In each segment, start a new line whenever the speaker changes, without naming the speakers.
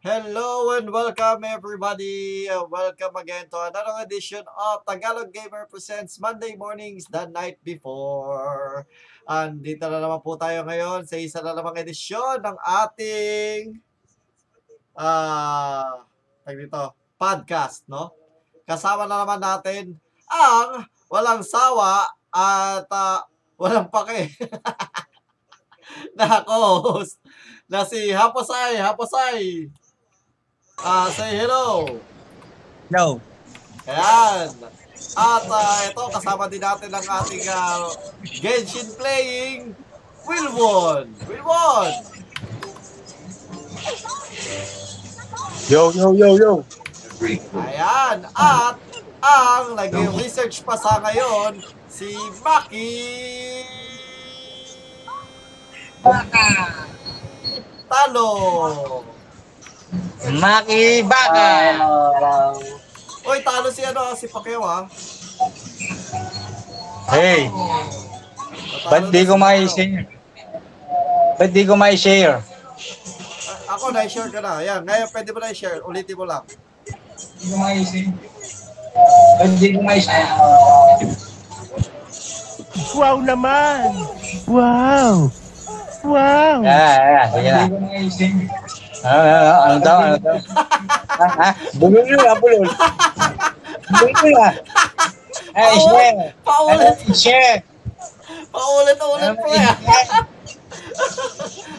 Hello and welcome everybody! Welcome again to another edition of Tagalog Gamer Presents Monday Mornings the Night Before. Andito na naman po tayo ngayon sa isa na namang edisyon ng ating ah, tag dito, podcast, no? Kasama na naman natin ang walang sawa at ah, walang pake na host na si Haposay, Haposay. Ah, say hello.
No.
Ayan. At ah, ito, kasama din natin ang ating ah, Genshin playing Wilwon. Wilwon!
Yo, yo, yo, yo.
Ayan. At ang nag-research pa sa ngayon, si Maki Talo.
Maki Baga.
Uy, talo si ano, ah, si Pacquiao ah.
Hey, ba't
Natalo
di
na
ko
si Pacquiao.
ma-share? Ba't di ko ma-share?
A- Ako, na-share ka na. Ayan, ngayon pwede mo na-share. Ulitin mo lang.
Di ko ma-share. Ba't di ko ma-share?
Wow naman! Wow! Wow!
Ah, ah, sige na. Ah, ah, ah, ano daw, ano daw? Ah, ah, bulol yun, ah, bulol. Bulol yun, ah. Ay, share. Ano,
Paulit,
share.
paulit-ulit
Ano,
po yan.
share.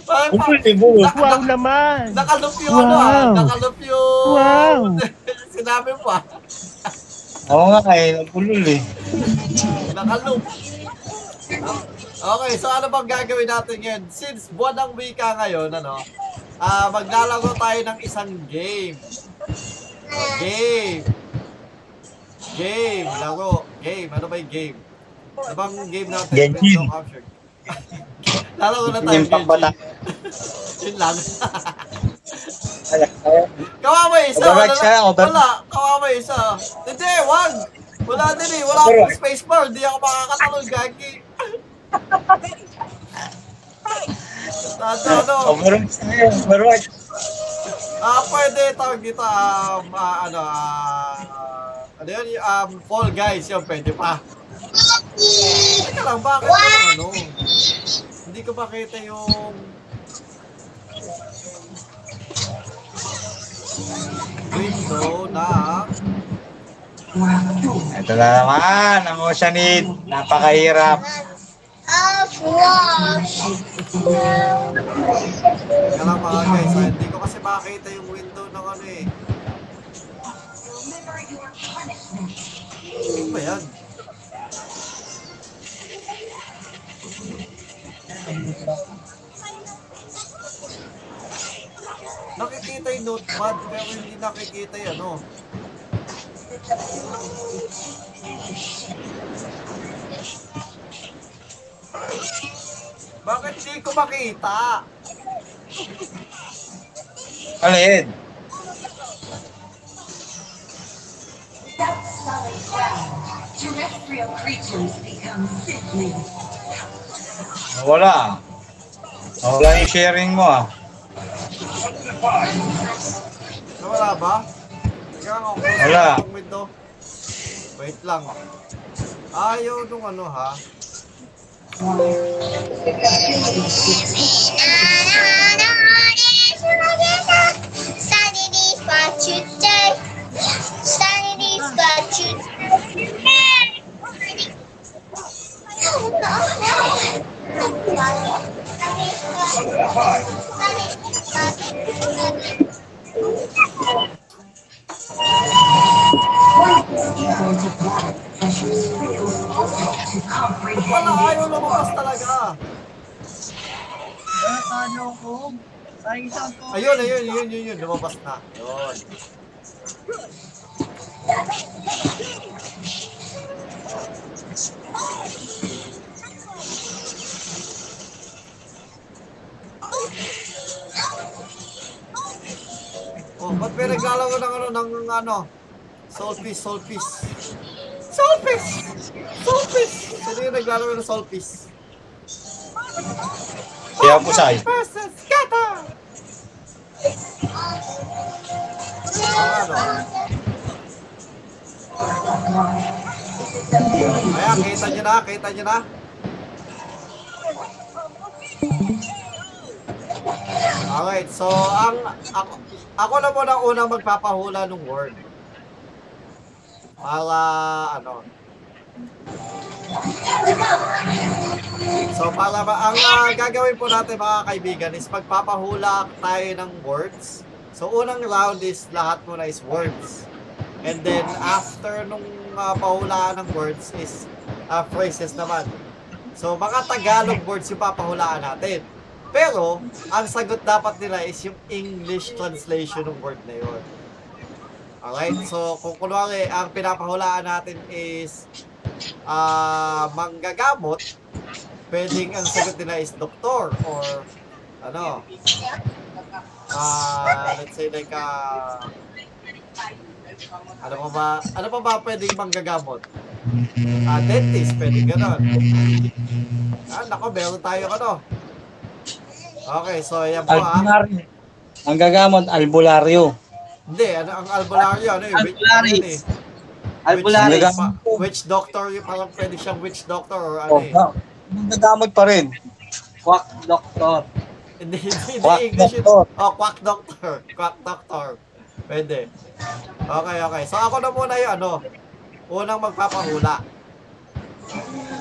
Parang pa,
Bulol eh, bulol.
Wow naman!
nakalup yung ano ah.
Wow.
Nakalup yung...
Wow.
Sinabi ah. pa.
Oo nga, eh, bulol eh.
Nakalup. Okay, so ano bang gagawin natin ngayon? Since buwan ng wika ngayon, ano, ah maglalaro tayo ng isang game. Game. Game. Laro. Game. Ano ba yung game? Ano bang game natin? Best
Genshin.
of option. Lalaro na tayo.
Yung pampata.
Genshin. Yun lang.
Ay,
kawawa yung isa.
Overwatch
Wala,
siya,
na-
over-
wala. Kawawa yung isa. Hindi, wag. Wala din eh. Wala akong
Overwatch.
spacebar. Hindi ako makakatalon, Gagi. Tato, ano?
Overwatch na yun, Overwatch.
Ah, pwede tawag dito um, ah, ano ah, ano yun, Yung, um, Fall Guys yun, pwede pa. Teka lang, bakit yung ano? Hindi ko makita yung... Window na...
Ito na naman, ang Oceanid. Napakahirap.
Teka lang mga guys, ah, hindi ko kasi makita yung window ng ano eh. Ano ba yan? Nakikita yung notepad pero hindi nakikita yung ano. Bakit hindi ko makita?
Alin?
That solid ground, terrestrial creatures become sickly.
Wala. Wala yung sharing mo ah.
Nawala ba? Teka lang, okay.
Wala.
Itong window. Wait lang. Ayaw nung ano ha.
Saturday's got Tuesday. Saturday's got Tuesday. No, no, no. Saturday's got Tuesday.
Wala, ayaw lumabas talaga. Ayun, ayun, yun, yun, yun. Lumabas na. Yun. Oh, ba't may naglalaro ng ano, ng ano? Solpice, solpice. Solpice! Solpice! Sino yung naglalaro ng solpice?
Kaya po sa'yo.
Versus Gata! Ayan, oh. Ayan, kita nyo na, kita nyo na. Alright, so ang ako, ako na muna ang unang magpapahula ng word. Para ano. So para ba ang ah, gagawin po natin mga kaibigan is magpapahula tayo ng words. So unang round is lahat muna is words. And then after nung ah, pahulaan ng words is ah, phrases naman. So mga Tagalog words yung papahulaan natin. Pero, ang sagot dapat nila is yung English translation ng word na yun. Alright, so kung kunwari, ang pinapahulaan natin is ah manggagamot, pwedeng ang sagot nila is doktor or ano, ah let's say like, ah ano pa ba, ano pa ba pwedeng manggagamot? Ah, dentist, pwedeng ganon. Ah, nako, meron tayo ano. Okay, so yan po ah.
Albularyo. Ang gagamot, albularyo.
Hindi, ano, ang albularyo, ano eh. which-
Albularis.
ano yun eh,
Albularis.
Which, pa- which doctor, yung parang pwede siyang witch doctor or ano
Oh,
eh.
no. Ang gagamot pa rin. Quack doctor.
Hindi, hindi, hindi
Quack
English yun.
doctor.
Oh, quack doctor. Quack doctor. Pwede. Okay, okay. So ako na muna yung ano, unang magpapahula.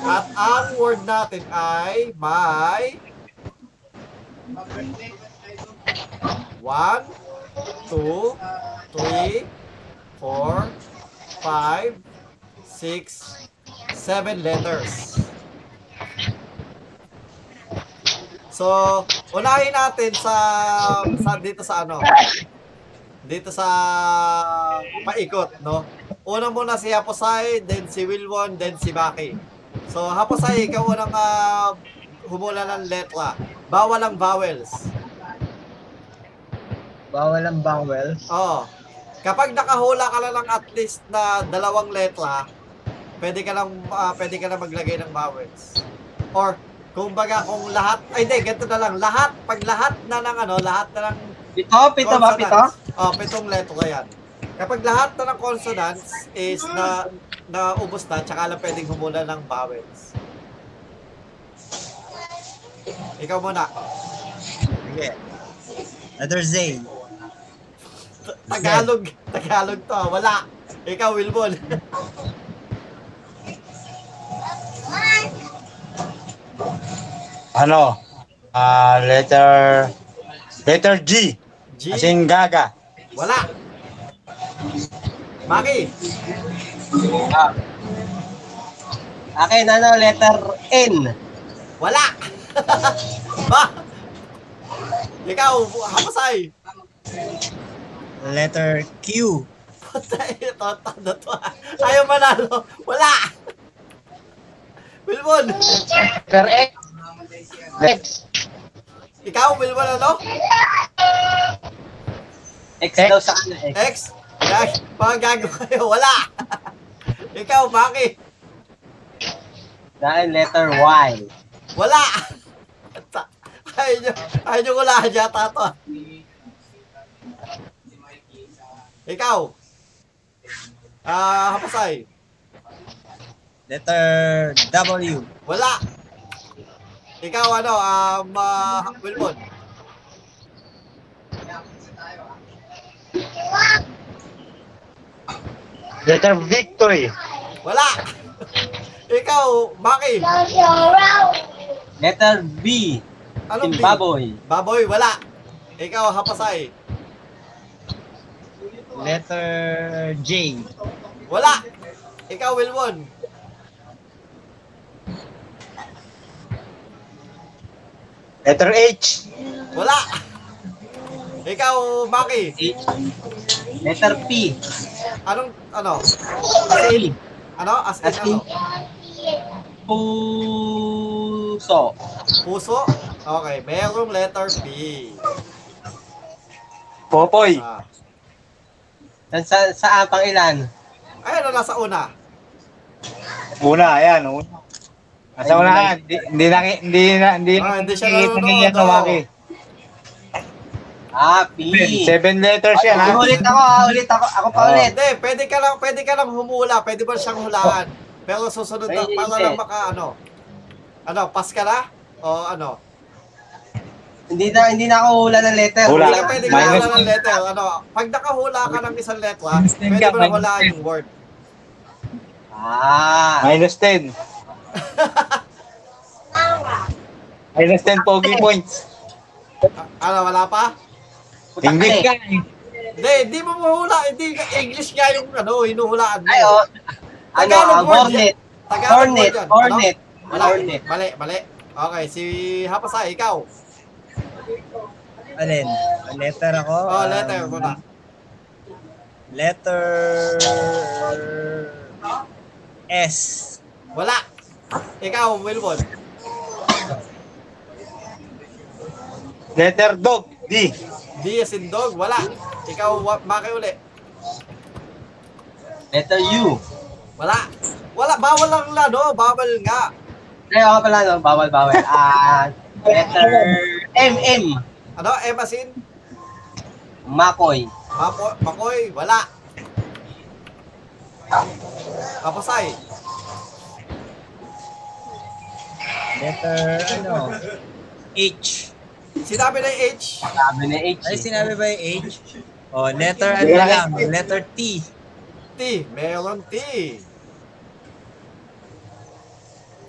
At ang word natin ay may one, two, three, four, five, six, seven letters. So, unahin natin sa sa dito sa ano. Dito sa paikot, no? Una muna si Haposay, then si Wilwon, then si Baki. So, Haposay, ikaw unang ah, humula ng letra. Bawal ang vowels.
Bawal ang bowels.
Oo. Oh. Kapag nakahula ka na lang at least na dalawang letra, pwede ka lang ah, pwede ka na maglagay ng vowels. Or kumbaga kung lahat ay hindi ganito na lang lahat pag lahat na lang ano lahat na lang
Pito, pito ba, pito?
Oh, pitong letra yan. Kapag lahat na ng consonants is na naubos na tsaka lang pwedeng humula ng vowels. Ikaw muna.
Sige. Letter Z.
Tagalog. Tagalog to. ah. Wala. Ikaw, Wilbon.
Ano? Ah, letter... Letter G.
G.
As in gaga.
Wala. Maki.
Ah. Akin, ano, letter N.
Wala. ba? Ikaw, hapasay.
Letter Q.
Patay, tota na to. Ayaw manalo. Wala. Wilbon.
Letter X. X.
Ikaw, Wilbon, ano?
X daw sa kanila.
X. Gag, pagago kayo. Wala. Ikaw, Maki.
Dahil letter Y.
Wala. Ta- Ayaw nyo, ayaw nyo ko lahat yata to. Ikaw. Ah, hapasay.
Letter W.
Wala. Ikaw ano, um, ah, Wilbon.
Letter victory.
Wala. Ikaw, Maki.
Letter B.
Anong B?
Zimbabwe.
Baboy, wala. Ikaw, Hapasay.
Letter J.
Wala. Ikaw, Wilbon.
Letter H.
Wala. Ikaw, Maki.
Letter P.
Anong, ano?
P.
Ano? As in,
As in,
ano?
Puso.
Puso? Okay, merong letter B.
Popoy.
Ah.
Saan sa, saan pang ilan?
Ayun, ano, nasa una.
Una, ayan.
oh.
Una. Nasa una ka. Hindi, hindi, na, hindi, na, hindi,
oh.
Ah, hindi siya
nakikita
nanonood,
niya
oo.
tumaki.
Ah, P.
Seven letters yan, ha?
Ah, ulit ako, ah, ulit ako. Ako pa
Oh.
ulit.
Hindi, pwede ka lang, pwede ka lang humula. Pwede mo siyang hulaan. Pero susunod na,
Pwede,
para
hindi.
lang maka, ano. Ano, pass ka na? O ano?
Hindi na, hindi na ako hula ng letter.
Hula.
Hindi, pwede ka
Minus-
lang ng letter. Ano, pag nakahula ka ng isang letra,
Minus ten
pwede
ka,
mo na
minus
hulaan
ten.
yung word.
Ah.
Minus 10. Minus 10 pogi points.
Ano, wala pa?
putak
English
na
ka.
eh.
eh.
Hindi, hindi mo mahula. Hindi, English nga yung ano, hinuhulaan mo.
Ay, oh. Ano,
Tagalog
ah,
word yan.
hornet.
Tagalog
Hornet.
word yan. Ano?
Hornet.
Mali,
Hornet.
mali, mali. Okay, si Hapasay, ikaw.
Alin? Letter ako?
Oh,
Ah,
letter
um,
mo na.
Letter... S.
Wala. Ikaw, Wilbon.
Letter dog. D.
D as in dog, wala. Ikaw, wa- Maki uli.
Letter U.
Wala. Wala, bawal lang lano, bawal nga.
Ay, ako pala, no? Bawal, bawal. Ah, letter... M, M.
Ano, M as in?
Makoy.
Mapo, Makoy, wala. Kapasay.
Letter, ano? H.
Sinabi na yung H.
Sabi na H. Ay, sinabi ba yung H? Oh, letter, ano lang? Letter T.
T. Meron T.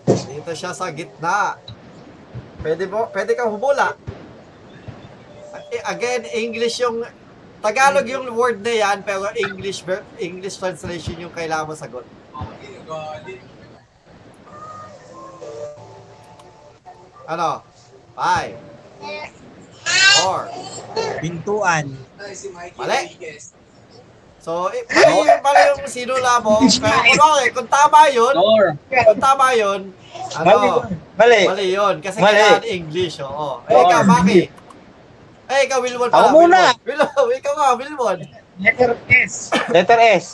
Dito siya sa gitna. Pwede mo, pwede kang humula. A- Again, English yung Tagalog yung word na yan, pero English ver- English translation yung kailangan mo sagot. Ano? Five. Four.
Bintuan.
Mali. So, eh, mali, yung- mali yung sinula mo. Pero kunwari, kung tama yun,
Door.
kung tama yun,
Mali.
ano,
Mali.
mali yun. Kasi
Mali.
kailangan English, oo. Eh, ikaw, Maki. Eh, ikaw, Wilbon
Ako
pala,
muna.
Wilbon, Wilbon, ikaw nga, Wilbon.
Letter S. Letter S.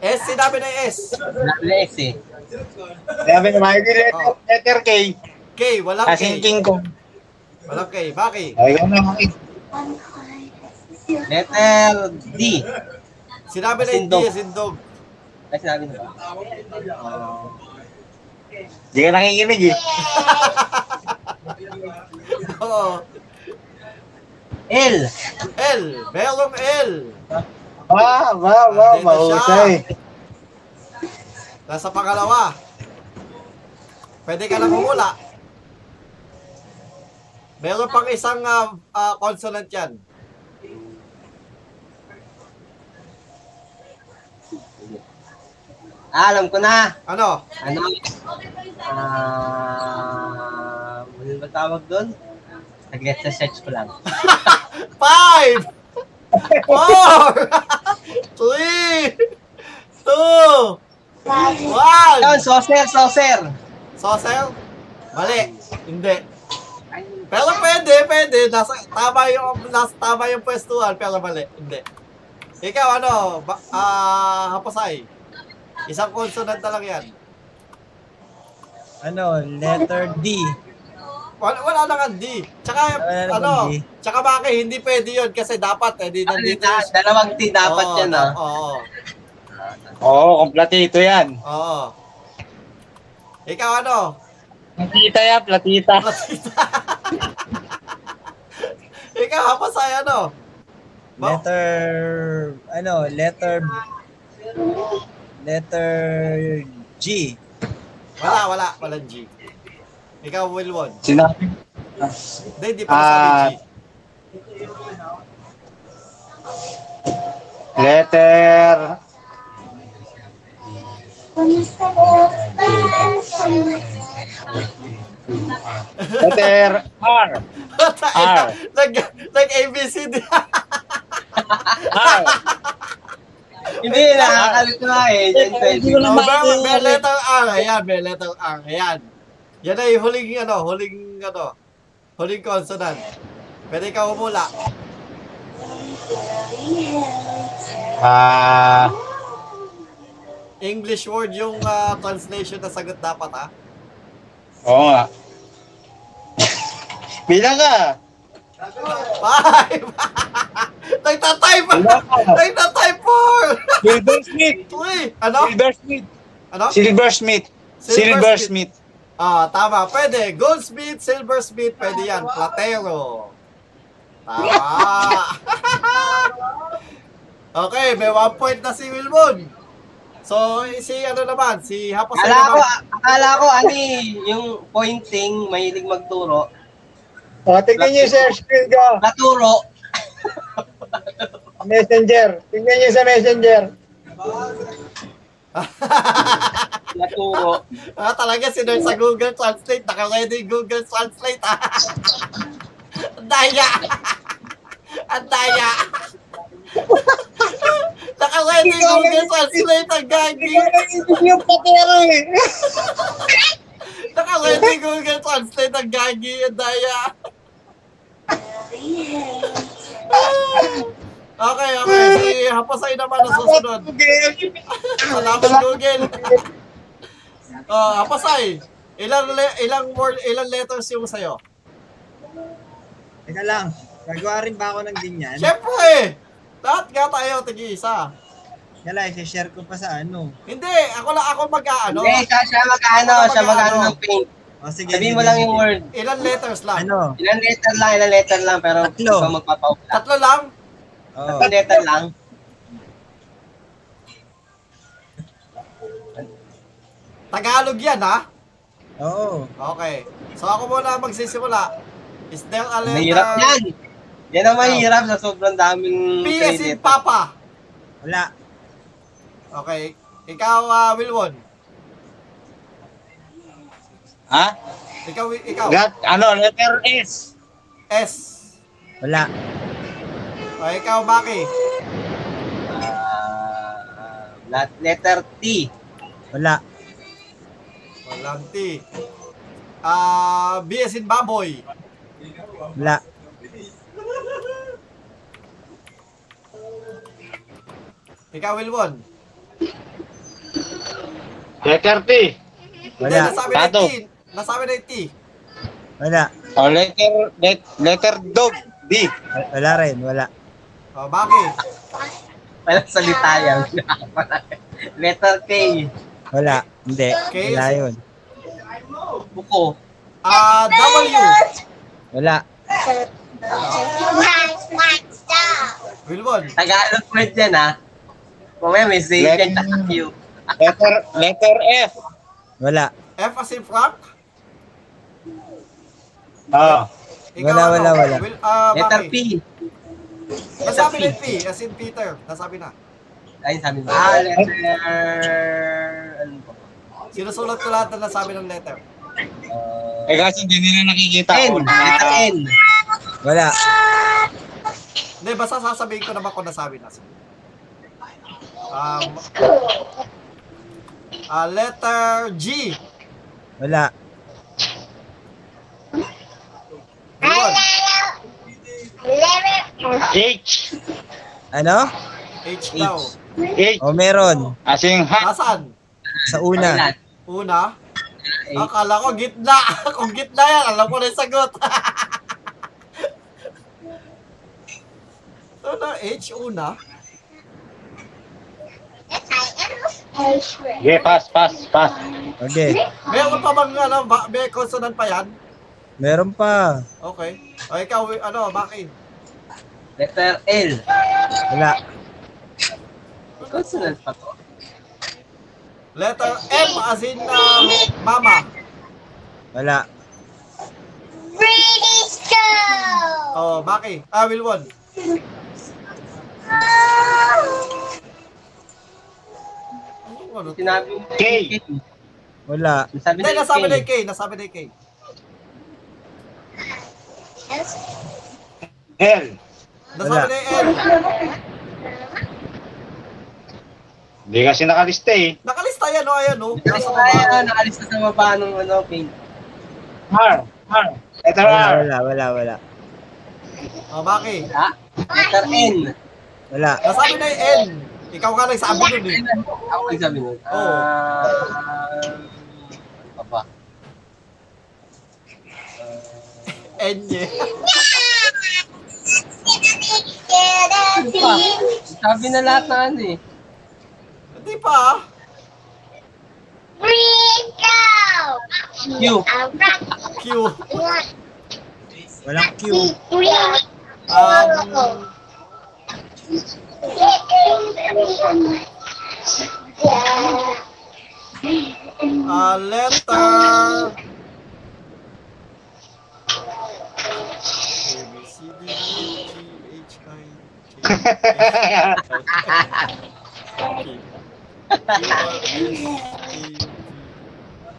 S, sinabi na yung S.
Sabi na S eh.
Sabi na, may letter,
Oh.
letter K.
K, walang
As
K.
in Ah, King Kong.
Walang K, Maki.
Ayun na, Maki.
Letter D.
Sinabi na yung D,
Sindog.
sindog.
Ay, sinabi na ba?
Hindi ka nakikinig eh.
Oo.
L.
L, merong L.
Wow, wow, wow,
Andito
mahusay.
Nasa pangalawa. Pwede ka na kumula. Meron pang isang ah, ah, consonant yan.
Ah, alam ko na.
Ano?
Ano? Ah, ano ba tawag doon? Saglit sa search ko lang.
Five! Four! Three! Two!
Ayun,
One!
saucer, saucer.
Sosel? Mali. Hindi. Pero pwede, pwede. Nasa, tama yung, nasa, tama yung pwestuhan, pero mali. Hindi. Ikaw, ano? Ba, ah, hapasay. Isang consonant na lang yan.
Ano, letter D.
Wala, wala na nga D. Tsaka,
Wala na
ano,
D.
tsaka bakit hindi pwede yun kasi dapat, eh, di nandito.
Ah, dalawang T dapat
Oo,
yan,
da-
ah.
Oo,
Oo, komplatito yan.
oo. Ikaw, ano?
Platita yan, platita.
Ikaw, hapasay, ano? Ba-
Letter, ano, letter, letter G.
Wala, wala. Walang G. Ikaw, Wilwon.
Sinabi.
Hindi, hindi pa nasabi
Ah.
G.
Letter Letter R.
Tangina, Nag, nag ABCD.
R.
Hindi, nakakalito na eh. Yan, pwede.
Oh, may, may letter R. Ayan, may letter R. Ayan. Yan ay huling, ano, huling, ano, huling consonant. Pwede ka umula.
Ah,
English word yung ah, translation na sagot dapat, ha?
oo nga. Bilang ka.
Five! Nagtatype!
Wala ka.
Nagtatype for!
Silversmith.
Uy! Ano?
Silversmith.
Ano?
Silversmith. Silversmith.
Ah, tama. Pwede. Goldsmith, silversmith, pwede yan. Platero. Tama. okay, may one point na si Wilbon. So, si ano naman, si Hapos
Akala ko,
naman.
akala ko, ano eh, yung pointing, mahilig magturo.
Oh,
O, tignan niyo sa screen ko.
Naturo.
Messenger. Tignan niyo sa messenger.
Naturo.
ah, talaga si Nerd sa Google Translate. Naka-ready yung Google Translate. ah. Ang daya. Ang daya. Naka-ready yung Google Translate. Ang gagi.
yung patero eh.
Naka-ready yung Google Translate. Ang gagi. Ang daya. Okay, okay. Si Hapasay naman ang susunod. Salamat Google. Oh, Hapasay. Ilang le- ilang word, ilang letters yung sa'yo?
Teka lang, gagawa rin ba ako ng ganyan?
Siyempre! Lahat nga tayo, tigi isa.
Kala, share ko pa sa ano.
Hindi, ako lang ako mag-aano.
Eh, siya, siya mag-ano, siya mag-ano ng paint.
O Ano? Oh, sige.
Sabihin mo lang yung
sige.
word.
Ilan letters lang?
Ano?
Ilan letter lang, ilan letter lang, pero hindi
Tatlo.
ka magpapaula.
Tatlo lang?
Oh,
Ilan letter lang.
Tagalog yan, ha?
oo.
Okay. So ako muna ang magsisimula. Is there a
Mahirap
letter?
yan. Yan ang mahirap sa sobrang
Oh.
daming...
P as in
letter.
Papa.
Wala.
Okay. Ikaw, ah, Wilwon.
Ha?
Ikaw, ikaw.
Gat, ano, letter S.
S.
Wala.
O, ikaw, Maki.
Ah, lat- letter T.
Wala.
Walang T. Ah, B as in Baboy.
Wala.
Ikaw, Wilwon.
Letter T.
Hindi,
Wala.
nasabi na yung
Tato.
T. Nasabi na yung T.
Wala.
O, Oh, letter, let, letter dog. D.
Wala rin. Wala.
O, Maki.
Walang salita
Ah.
yan. letter K.
Wala. Hindi.
Okay.
Wala yun.
Buko.
Ah, W.
Wala.
Wilwon.
Tagalog word yan ha. Mamaya may say
Let-
yan, tsaka
Ah,
Q.
Letter, letter F.
Wala.
F as in Frank.
Oo.
Ikaw,
Wala,
ano?
wala, wala.
Will, ah,
Letter
Maki.
P.
Nasabi na yung P, as in Peter. Nasabi na.
Ay, sabi mo. Ah, letter... Ano ba?
Sinusulat ko lahat na nasabi ng letter.
Eh, kasi hindi nila nakikita.
N. Letter N.
Wala.
Hindi, basta sasabihin ko naman kung nasabi na. Sige. Um, ah, letter G.
Wala.
Yun.
H.
Ano?
H daw.
H.
O meron.
Asing ha.
Nasaan?
Sa una.
Pangilan.
Una?
Eight.
Akala ko gitna. Kung gitna yan, alam ko na yung sagot. Ano, H una?
Yeah, pass, pass, pass.
Okay.
Meron pa bang ano, ba, may consonant pa yan?
Meron pa.
Okay. O ikaw, wi- ano, Maki?
Letter L.
Wala.
Consonant pa to.
Letter M as in um, mama.
Wala.
O, Maki. Ah, Wilwon. Ano?
Sinabi mo yung
K.
Wala.
Nasabi
Hindi,
na
nasabi na
yung
yung
K.
K. Nasabi na yung K.
L.
Nasabi
Wala.
na yung L.
Hindi kasi nakalista eh.
Nakalista yan, o. Ayan, oh. o.
Nakalista na yan, nakalista sa baba nung ano, paint.
R. R. Letter
Wala.
R.
Wala. Wala. Wala.
O, Maki.
Wala. Ah, Letter N.
Wala.
Nasabi na yung N. Ikaw ka nagsabi nun eh.
Ako yung sabi
Oo.
nun. Ah, ano pa ba?
N eh.
get a beat.
Sabi na lahat na ano eh.
Hindi pa. ah.
Breathe out.
You.
A rocky,
Q.
rocky,
Walang Q.
green
Um, uh, letter. A, B, C, D, E, G, H, I, J, K, L, M, N,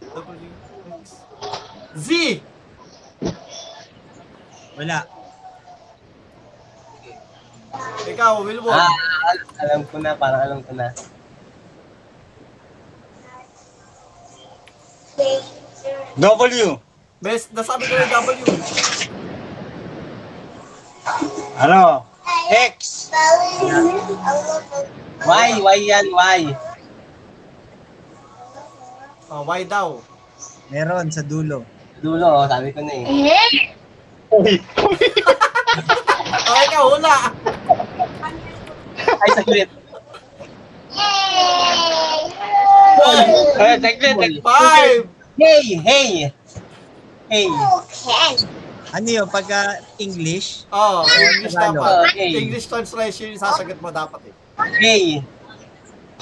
O, W, X, Z!
Wala.
Ikaw, Wilbon.
Ah, al- alam ko na, parang alam ko na.
W.
Best, nasabi ko yung W.
Ano? X.
Why? Why yan? Why?
Oh, Y daw.
Meron sa dulo.
Dulo, oh, sabi ko na eh.
Oh, ikaw, hula.
Ay, saglit.
Ay, taglit, taglit.
Five.
Hey! Hey! Hey!
Okay.
Ano yun? Pagka English?
Oh, English dapat.
Okay.
English translation yung sasagot mo dapat eh.
Hey!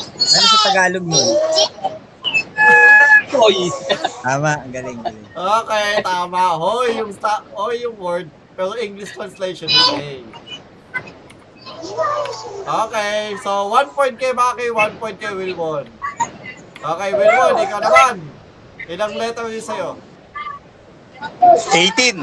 Ano sa Tagalog nun?
Hoy!
Tama. Ang galing. galing.
Okay, tama. Hoy, yung sta- hoy yung word, pero English translation is A. Okay, so one point kay Maki, one point kay Wilbon. Okay, Wilbon, ikaw naman. Ilang letter yun sa'yo?
18.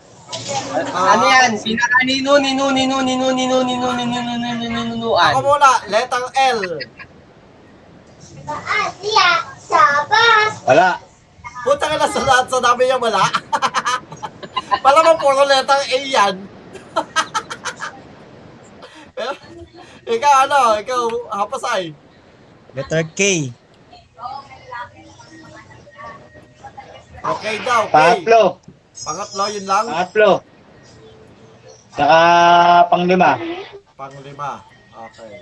Ano yan? Pinaka ninu, ninu, ninu, ninu, ninu, ninu, ninu, ninu, ninu, ninu, ah.
Ako
ninuan.
muna, letang L.
Wala.
Punta ka na sa lahat sa dami niya wala. Malamang puro letang A yan. Pero, ikaw ano, ikaw hapasay.
Letter K.
Okay daw, okay.
Pangatlo.
Pangatlo yun lang,
Pangatlo. Saka panglima.
panglima. Okay.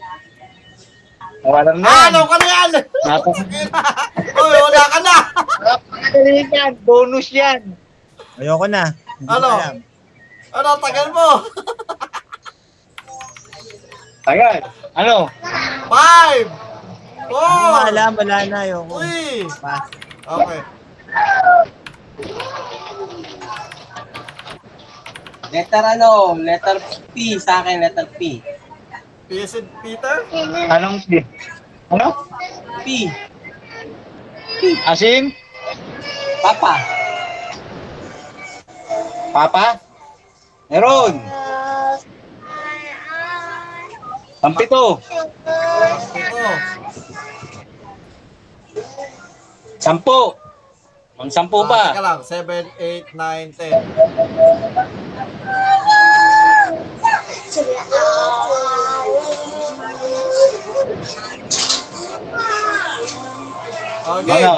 Wala na.
Ah, ano ka na yan?
Napaka-
Uy, wala ka na.
Napakadali yan. Bonus yan.
Ayoko na. Hindi ko
Ano?
alam.
Ano, tagal mo.
Ayan. Ano?
Five!
Hindi ko
Four!
alam. Wala na. Ayoko.
Three!
Pa.
Okay.
Letter ano? Letter P sa akin, letter P.
P as in Peter?
Anong Ano?
P.
Asin?
Papa.
Papa? Meron. Sampito.
Ito.
Sampo. Ang sampo
Ah, teka
pa.
lang. Seven, eight, nine, ten. Okay.
Ano?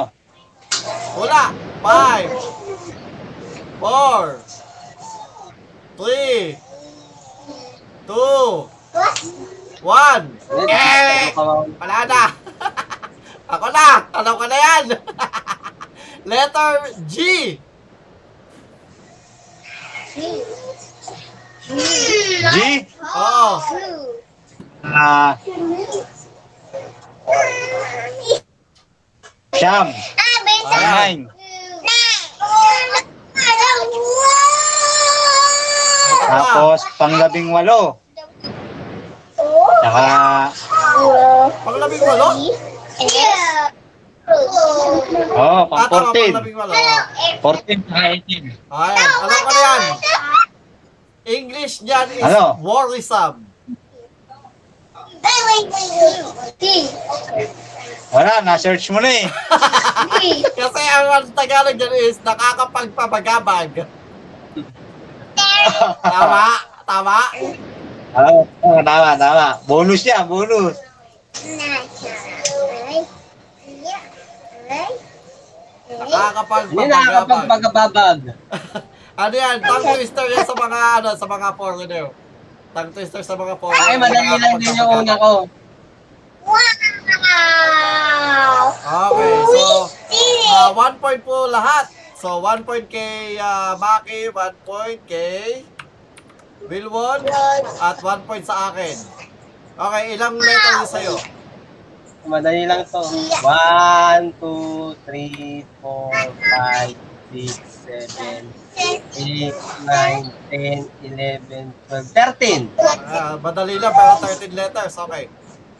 Wala. Five. Four. Three. Two. One. Eh! Wala na. Ako na. Tanaw ka na yan. Letter G.
Ờ.
G?
Oo.
Ah, siyam. Nine. Tapos, panglabing walo. Saka,
Panglabing walo. Ah,
oh, pang
tama,
14.
panglabing walo.
14 saka 18.
Ayan, alam ko na yan. English niyan is
Ano?
worrisome.
Wala, na-search mo na eh.
Three.
Kasi ang Tagalog dyan is nakakapagpabagabag. Tama? Tama?
Oo, oo, Ah, tama, tama. Bonus yan, bonus.
Nine. Alright. Yeah. Alright. Alright.
Hindi
Nakakapagpabagabag.
nakakapagpagababag.
Ano yan? Tongue twister yan sa mga ano, sa mga foreigner. Tongue twister sa mga foreigner.
Ay, madali lang din yung una ko.
Wow.
Okay, so
Did it.
Ah, one point po lahat. So, one point kay ah, Maki, one point kay Wilwon, at one point sa akin. Okay, ilang letter yun sa'yo?
Madali lang to. 1, 2, 3, 4, 5, 6, 7, 8, 9, 10, 11, 12, 13.
Ah, madali lang, pero 13 letters. Okay.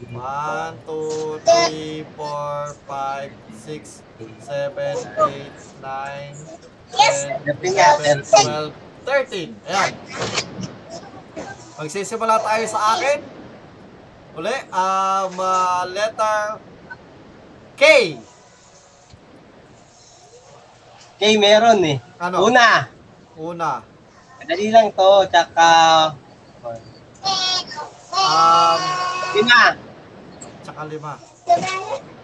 1, 2, 3, 4, 5, 6, 7, 8, 9, 10, 11, 12, 13. Ayan. Magsisimula tayo sa akin. Uli, um, ah, letter K.
Okay, meron eh.
Ano?
Una,
Una.
madali lang to. Tsaka,
Um,
yun na.
tsaka lima.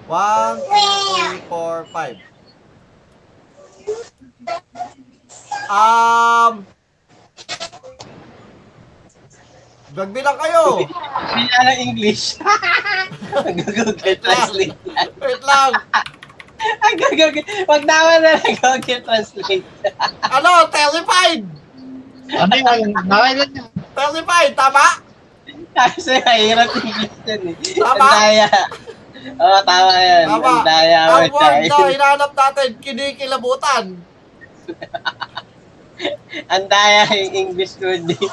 One, two, three, four, five. Um, Nagbilang kayo.
Kaya lang English. Google Translate.
Wait lang.
Google, wag naman na lang Google Translate.
Ano? Terrified.
Ano yun? Nakailan yun?
Terrified. Tama?
Kasi mahirap English yan eh.
Tama.
Ang daya. Oo, oh, tama yan.
Tama.
Ang daya.
Ang
ang
word
daya.
na hinahanap natin, kinikilabutan.
Ang daya yung English word eh.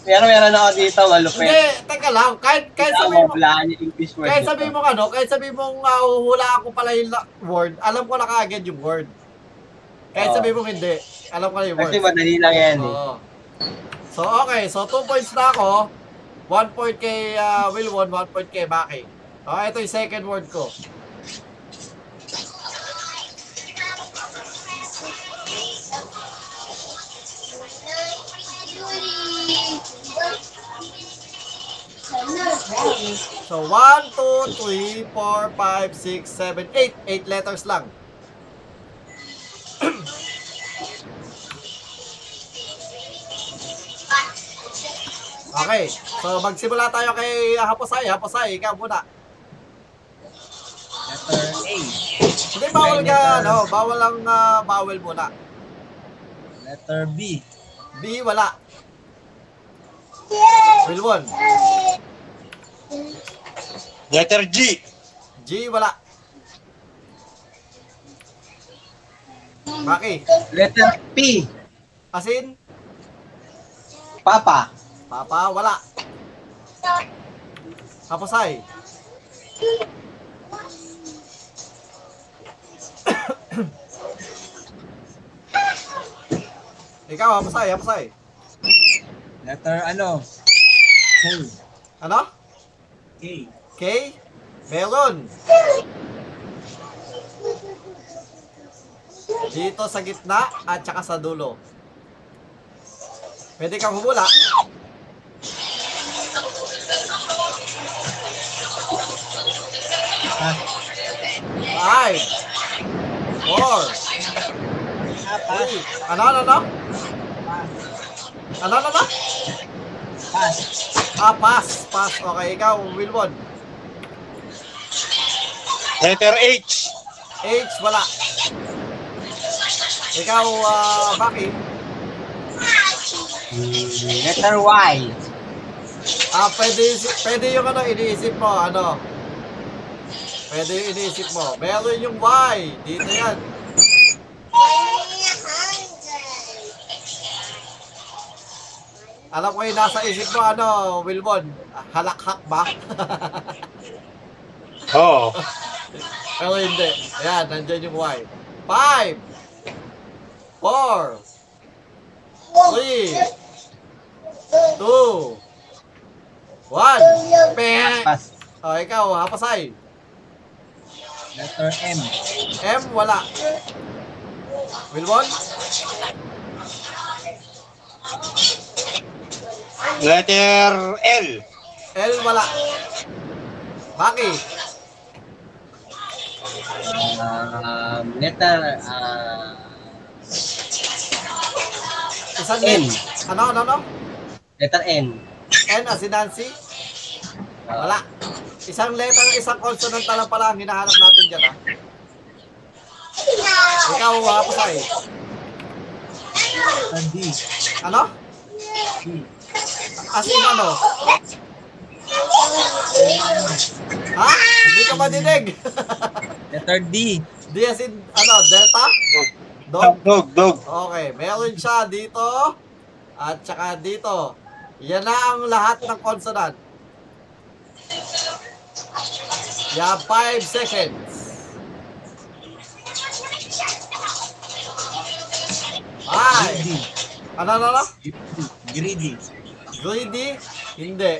Pero meron ako dito, malupit.
Hindi, teka lang. Kahit, kahit
Ikaw,
sabihin mo,
mahulaan yung English word
kahit
nito.
sabihin mo ano, kahit sabihin mong uh, hula ako pala yung la- word, alam ko na kaagad yung word. Kahit
Oo.
sabihin mong hindi, alam ko na yung word.
Oh. Kasi madali lang yan eh.
Oo. So, okay. So, 2 points na ako. 1 point kay uh, Wilwon, 1 point kay Maki. Okay, ito yung second word ko. So, 1, 2, 3, 4, 5, 6, 7, 8. 8 letters lang. Okay. So, magsimula tayo kay ah, Haposay. Haposay, ikaw muna.
Letter A.
Hindi, bawal ka, ano, bawal ang ah, bawal muna.
Letter B.
B, wala. Wilwon.
Letter G.
G, wala. Maki.
Letter P.
As in,
Papa.
Papa, wala. Haposay. Ikaw, Haposay, Haposay.
Letter ano?
Ano?
K.
K? Meron. Dito sa gitna at saka sa dulo. Pwede kang humula. Five. Four. Three. Ano, ano, ano? Ano, ano, ano? Ah, pass. Pass. Okay, ikaw, Wilwon.
Letter H.
H, wala. Ikaw, ah, Maki.
Letter Y.
Ah, pwede, isi- pwede yung ano, iniisip mo, ano? Pwede yung iniisip mo. Meron yung Y. Dito yan. Alam ko yung nasa isip mo, ano, Wilbon? Halakhak ba?
Oo.
Pero hindi. Ayan, nandyan yung Y. Five. Four. Three. Two. One. Pe-
Pas.
Oh, ikaw, hapasay.
Letter M.
M, wala. Wilbon?
Letter L.
L, wala. Maki?
Um, letter ah,
Isang
N.
Ano, ano, ano?
letter N.
N as in ah, Nancy? Wala. Isang letter, isang consonant na lang pala ang hinahanap natin dyan, ha? Ikaw, ah, hapasay.
Letter D.
Ano? As in ano? Ha? Hindi ka madinig.
Letter D.
D as in, ano, Delta? Dog?
Dog, dog.
Okay, meron siya dito at saka dito. Yan na ang lahat ng consonant. You have 5 seconds. 5.
Greedy.
Ano, ano, ano?
Greedy.
Greedy? Hindi.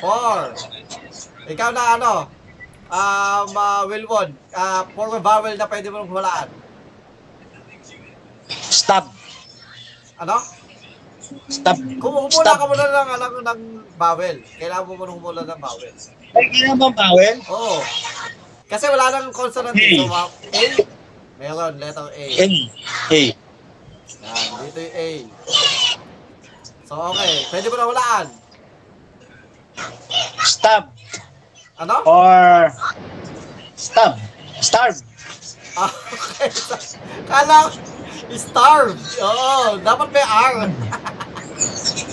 4. Ikaw na ano? Um, uh, Wilwon, uh, form of vowel na pwede mo nang hulaan.
Stab.
Ano?
Stab.
Kung humula ka muna ng, ng, ng bawel. Kailangan mo muna humula ng bawel.
Ay, kailangan bang tawel?
Oo. Kasi wala nang consonant dito. ma- A. Meron, letter A.
N. Hey.
Yan, dito yung A. So, okay. Pwede mo na hulaan.
Stab.
Ano?
Oh. Or... Stab. Starve.
Ah, okay. Kala, starve. Oo, dapat may R.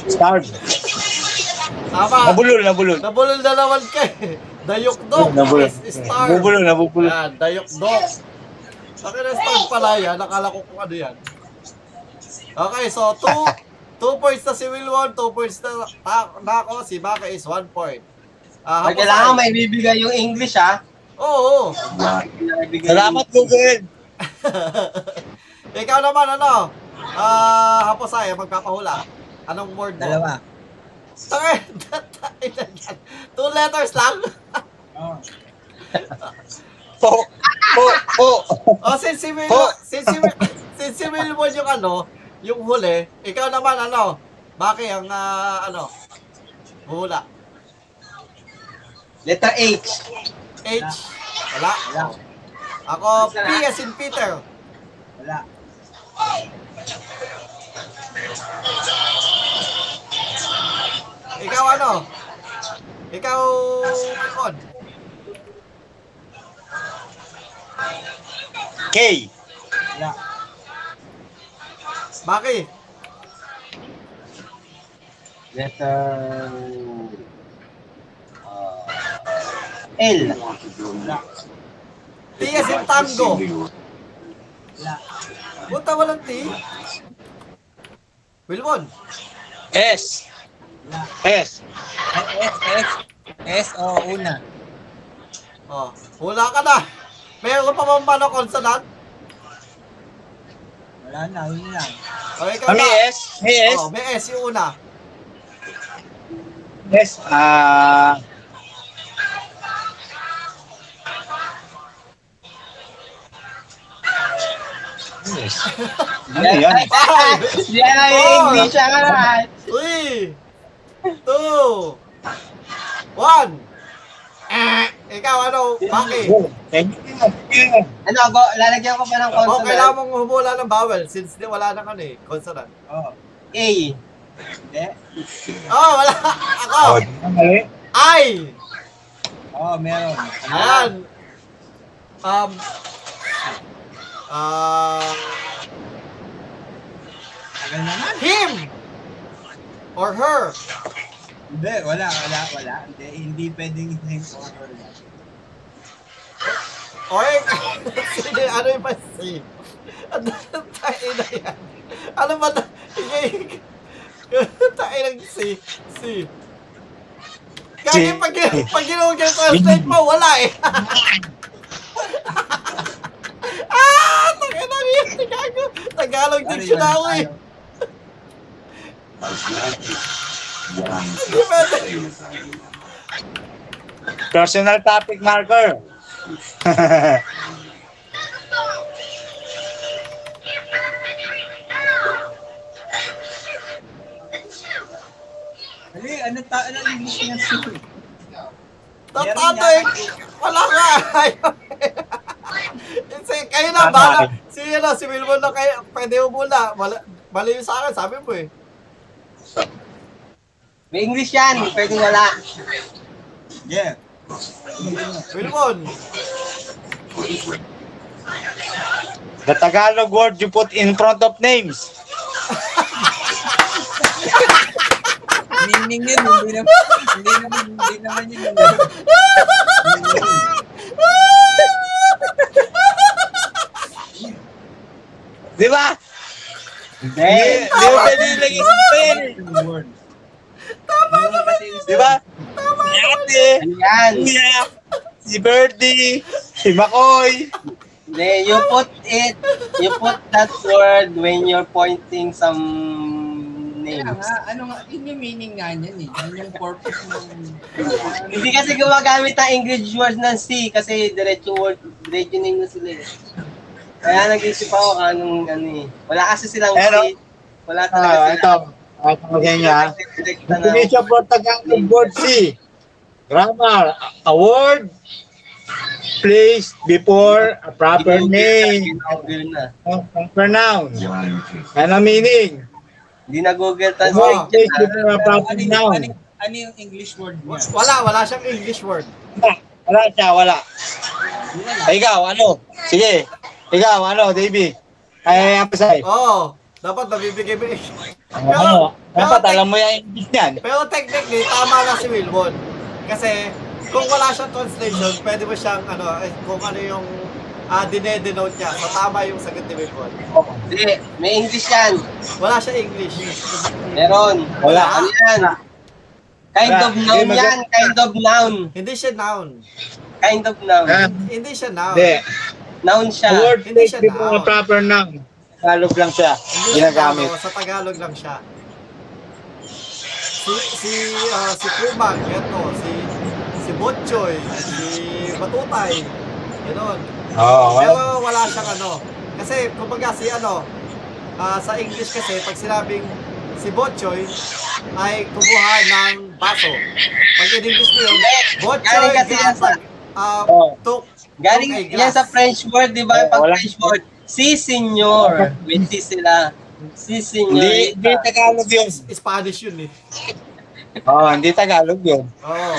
Starve.
Tama.
Nabulol, nabulol.
Nabulol na naman ka eh. Dayok-dok.
Nabulol.
is Starve.
Nabulol, nabulol.
Yan, dayok-dok. Bakit na starve pala yan? Nakala ko kung ano yan. Okay, so two, two points na si Wilwon, two points na, na, na ako, si Baka is one point. Ah, hapasay.
Pag kailangan may bibigay yung English, ha?
Oo.
Kailangan bibigay yung-
Salamat, Google.
Ikaw naman, ano? Ah, hapasay, magpapahula. Anong word mo?
Dalawa.
Sir, two letters lang.
Po. Po. Po.
O, since si Will,
Oh.
since si Will, since si Will mo yung ano, yung huli, ikaw naman ano, Baki ang ah, ano, hula.
Letter H.
H, wala.
Wala.
Ako, P as in Peter.
Wala.
Ikaw ano? Ikaw, Mon.
K.
Baki,
Letter... L.
T as in tango. Buta walang T. Wilmon,
S. S.
S, S, S, o una.
oh, hula ka na. Meron pa bang paano consonant?
Wala na, yun lang.
O, Oh, ikaw
Kami
na.
S. Ah, May S.
Oh, may S yung una.
Yes. Ah. Yes. Ano yan?
Yan ang
Oh.
English, ha?
Three, two, one. Eh, ikaw ano, Maki?
Thank you.
Ano, go, lalagyan ko pa ng
O, Oh, kailangan mong
consonant.
humula ng vowel since di wala nang ano eh, consonant.
A. Hindi.
Oh, wala. Ako.
Oh, di ba mali?
I.
Oh, meron.
Ayan. Um, ah,
Tagal naman.
him. Or her.
Hindi, wala, wala, wala. Hindi, hindi pwedeng him or her.
Or, sino, ano yung mas si? Ang tayo na yan. Ano ba na? Ano Tayo ng si, si. Kaya pag, pag ginawa ka translate mo, wala eh. ah! Tayo na rin. Gago. Tagalog
Ano yun?
dictionary.
Ano?
Personal topic marker.
Ali, ano ta ano ang English niya?
Tatatoy! Wala nga! Ayaw. si, kayo na,
Tatay.
bala. Si, ano, si Wilbon na kayo. Pwede mo muna. Mali, mali yun sa akin, sabi mo eh.
May English yan, pwedeng wala.
Yeah.
Wilbon!
The Tagalog word you put in front of names.
Meaning yun, hindi naman, hindi naman, hindi naman yun.
Di ba?
Hindi.
Di ba pwede lang isipin?
Tama naman yun.
Di ba? Si Ate,
Ano yan?
Kuya, si Birdie, si Makoy.
Hindi, you put it, you put that word when you're pointing some
Kaya
names.
nga, ano nga, yun yung meaning nga niyan eh. Yun yung purpose ng...
Hindi kasi gumagamit ang English words ng C kasi diretso word, diretso name na sila eh. Kaya nag-isip ako kung anong ano eh. Wala kasi silang
Pero-
C. Wala talaga
Ah,
sila.
ito. Ah, okay niya.
Kasi direkta na.
Definition for Tagalog word C. Grammar. A word placed before a proper name.
Google na.
Ang pronoun. Ano ang meaning?
Hindi na Google
A word
Translate
placed
yan, ah.
before a proper
Ano, yung- ano,
noun.
yung- ano yung English word niya?
Wala, wala siyang English word.
Wala siya, wala. Ay, ikaw, ano? Sige. Ikaw, ano, Davey? Ay, apasay.
Oo, oh, dapat nabibigay mo eh.
Ano? Dapat alam mo yung English niyan.
Pero technically, tama na si Wilbon. Kasi, kung wala siyang translation, pwede mo siyang, ano, eh, kung ano yung ah dine-denote niya. So, tama yung sagot ni Wilbon.
Hindi, may English yan.
Wala siya English.
Meron.
Wala.
Ano yan? Kind
Wala.
of noun
Hindi, mag-
yan. Kind of noun.
Hindi siya noun.
Kind of noun.
Hindi siya noun.
Hindi.
Noun siya.
A Ah. word
Hindi
placed
siya
before a
noun.
proper noun. Tagalog lang siya.
Hindi siya
Ginagamit.
tao, sa Tagalog lang siya. Si si ah, si Kumag, ito, si si Botchoy, si Batutay. Ganon.
Oo.
Pero wala siyang ano. Kasi kumbaga si ano, ah, sa English kasi pag sinabing si Botchoy ay kumuha ng baso. Pag in English mo yun, Botchoy
Galing kasi yan sa-
ah,
Oh.
took
Galing
took a
yan sa
glass.
French word, di ba?
Oo,
Pag
Oh, wala.
French word, si senyor. May si sila. Si
Hindi,
senyor.
hindi Tagalog yun.
Spanish yun eh.
Oo, hindi Tagalog yun.
Oo.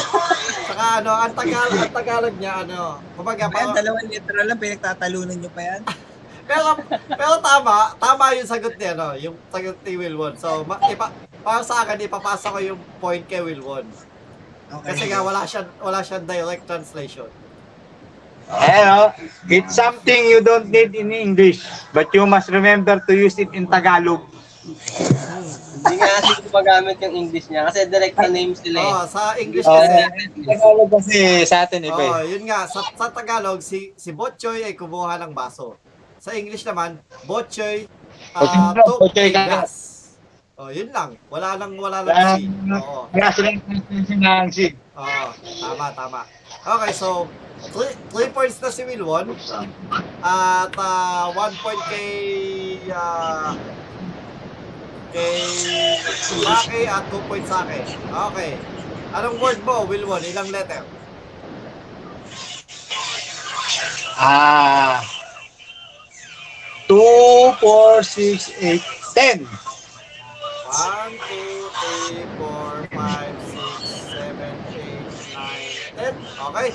Saka ano, ang Tagalog, ang Tagalog niya, ano, kumbaga,
Ayan,
parang,
dalawang literal lang, pinagtatalunan niyo pa yan.
pero, pero tama, tama yung sagot niya, ano, yung sagot ni Wilwon. So, ma, ipa, para sa akin, ipapasa ko yung point kay Wilwon. Kasi nga, wala siya, wala siya direct translation.
Ano? It's something you don't need in English, but you must remember to use it in Tagalog.
Hindi nga kasi gumagamit yung English niya. Kasi direct na name sila
Ah.
eh.
Oo, sa English
Oo.
kasi,
Tagalog kasi sa atin iba eh.
oh, yun nga, sa, sa Tagalog, si, si Botchoy ay kumuha ng baso. Sa English naman, Botchoy, ah,
Botchoy,
took
Botchoy ka.
glass. Oh, yun lang. Wala lang, wala lang.
Wala.
si- Oo.
Kaya sila yung translation ng Sig.
Oo, tama, tama. Okay, so, three, three points na si Wilwon. At ah, one point kay... ah, kay Maki at two points sa akin. Okay. Anong word mo, Wilwon? Ilang letter? 1, 2, 3, 4, 5, 6, 7, 8, 9, 10.
Ah. 2, 4, 6, 8, 10.
Okay.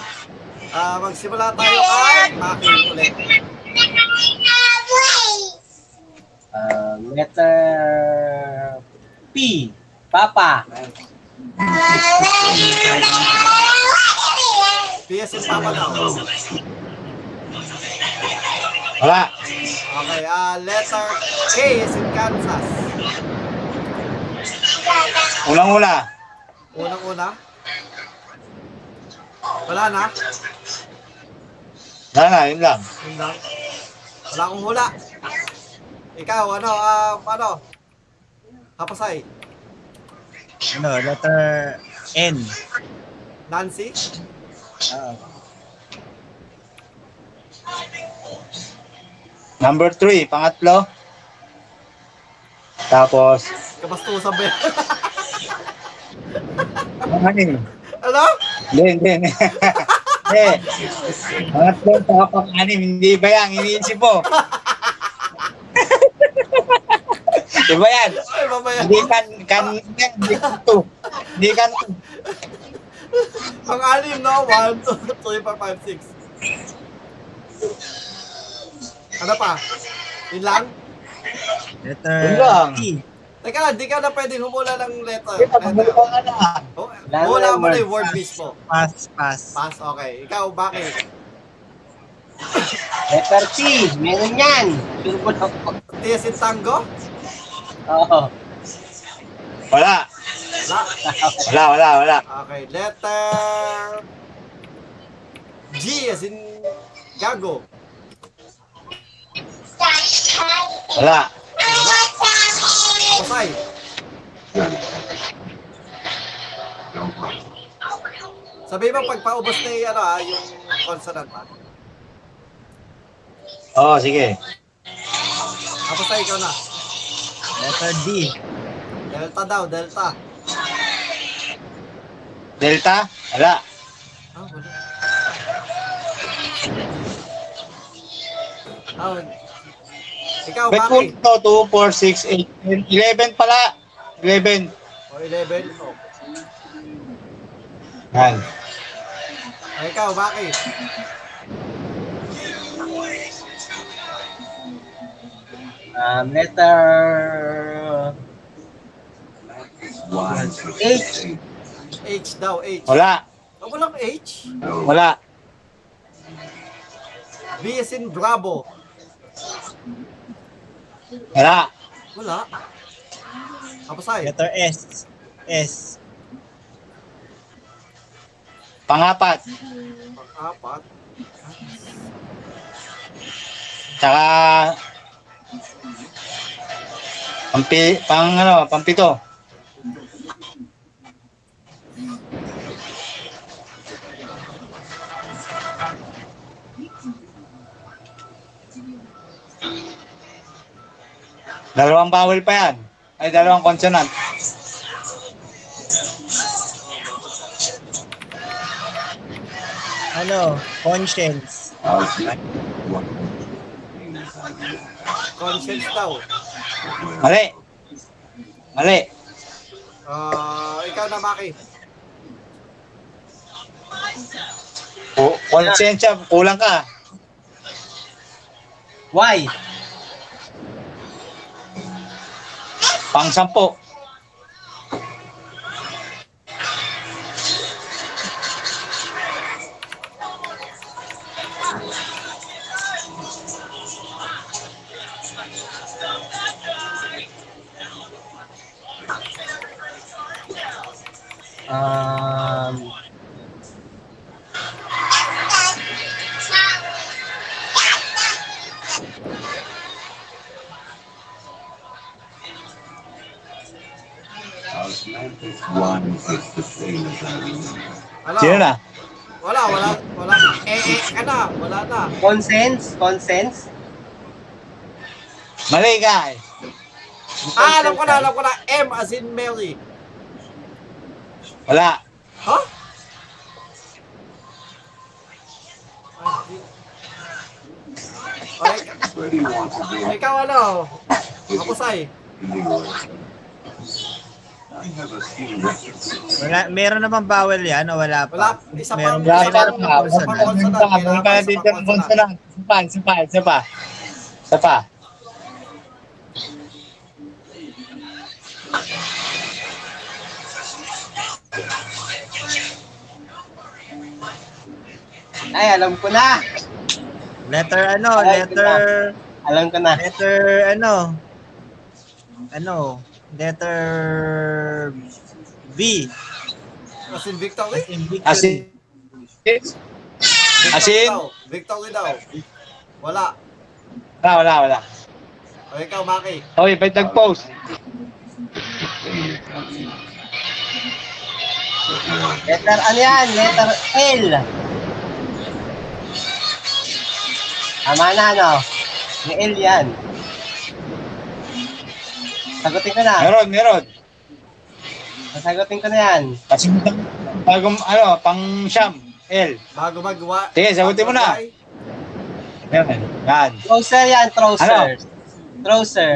Ah, magsimula tayo kay Maki ulit.
Uh, letter P. Papa.
PS and Papa daw.
Wala.
Okay, ah, letter K is in Kansas.
Unang-una.
Unang-una? Wala na?
Wala na, yun lang.
Yun lang. Wala akong hula. Ikaw, ano, ah, ano? Hapasay.
ano, letter N.
Nancy?
Number three, pangatlo. Tapos,
Kabastusan ba yan?
panganim.
Ano?
Hindi, hindi. Hindi. Pangatlo, saka panganim. Hindi ba yan? Iniisip mo. Diba yan?
Ay, mamaya.
Hindi kan, kan, hindi kan to. Hindi kan to.
Ang ano anim na, 1, 2, 3, 4, 5, 6. Ano pa? Yun lang?
Letter
Yun lang.
T.
Teka lang, di ka na pwedeng humula ng letter.
Hindi,
Letter.
pagbulo ka na.
Oh,
Wala na
Hula
yung
mo na
word.
yung word mismo.
Pass, pass.
Pass, okay. Ikaw, bakit?
Letter T, meron yan. Sure po lang po.
Tiyasin tango?
Oo.
Wala.
Wala.
Wala, wala, wala.
Okay, letter... G, as in gago.
Wala.
Pasay. Sabi mo, pagpaubos na yung, ano, ah, yung consonant ah. pa.
Oo, Oh, sige.
Tapos ay ikaw na.
Letter D.
Delta daw, delta.
Delta? Wala.
Ah, wala. Ah, wala. Ikaw,
Bet
Maki.
1, 2, 4, 6, 8, 11 pala. 11.
O, 11. O. Ay,
Yan.
Ah, ikaw, Maki.
Um, letter... H.
H daw, H.
Wala.
Oh, walang H.
Wala.
B is in Bravo.
Wala.
Wala. Tapos ay,
Letter S. S.
Pangapat.
pang-apat.
Tsaka... Pampi, pang ano, pampito. Dalawang vowel pa yan. Ay, dalawang consonant.
Ano? Conscience.
Conscience daw.
Mali. Mali.
Ah, ikaw na, Maki.
Ku- Konsensya, kulang ka.
Y.
Pang sampo.
Um,
Wala.
Sino na?
Wala, wala, wala. Eh, eh, ka na. Wala na.
consents. Consents.
Mali ka eh.
Ah, alam ko na, alam ko na. M as in Mary.
Wala.
Huh? Ah, di- Okay. Ikaw ano? Kapusay.
Wala, meron naman bawal yan o wala pa?
Wala, isa pa.
Meron
Wala
ba?
pa.
Meron pa.
Wala pa. Wala pa. Wala pa. Dito ng consonant. Sapa, sapa, sapa. Sapa.
Ay, alam ko na.
Letter ano?
Ay,
Letter...
Alam ko na.
Letter ano? Ano? Letter V.
As in Victory?
As in victory.
As in, As
Victory
in?
daw. Victory daw. Wala.
wala, wala, wala.
O ikaw, Maki.
Hoy, ba't nag-post?
Letter ano yan? Letter L. Tama na, no? May L yan. Sagutin ko na.
Meron, meron.
Sagutin ko na yan.
Kasi bago, ano, pang siyam. L.
Bago magwa.
Sige, sagutin mo na.
Bagay.
Meron. Yan.
Trouser yan, trouser. Trouser.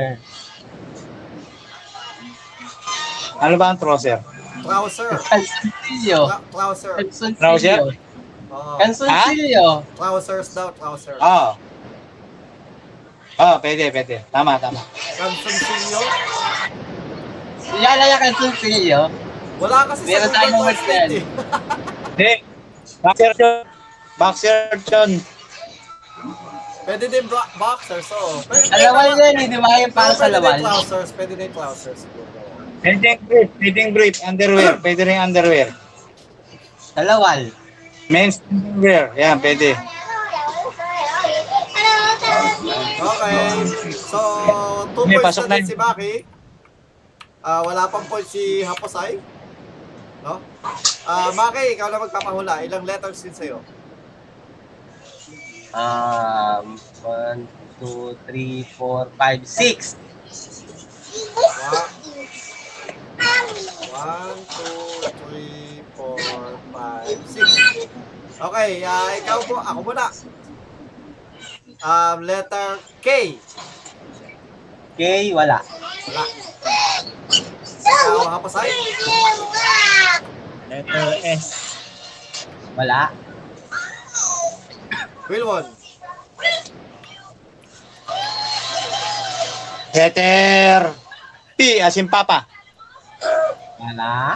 Ano ba ang trouser?
Trouser.
Calzoncillo.
Tra- Trouser.
Trouser?
Calzoncillo.
Oh.
Oo.
Calzoncillo.
Trousers daw, trousers.
Ah.
Oo. Oo, Oh. pwede, pwede. Tama, tama.
Kansunsilyo.
Yan na yung calzoncillo.
Wala kasi sa
Meron
Google
tayong words
Translate
yan.
eh.
Hindi. Boxer yun. Boxer yun.
Pwede din bra- boxers, oo. Pwede,
Alawan yan, eh, di ba? Yung para sa
pwede din
lawan.
trousers, pwede din trousers.
Pwede yung brief. Pwede yung brief. Underwear. Pwede rin underwear.
Dalawal.
Men's underwear. ya, Yan, pwede.
Okay. So, two
May
points
pasok
na din
na yun.
si Maki. Ah, wala pang point si Haposay. No? Ah, Maki, ikaw na magpapahula. Ilang letters din sa'yo?
Um, one, two, three, four, five, six.
Wa- One, two, three, four, five, six. Okay, ah, ikaw po. Ako muna. Um, letter K.
Okay, wala.
Wala. Ikaw, Haposay.
Letter S.
Wala.
Wilwon.
Letter P as in Papa.
Wala.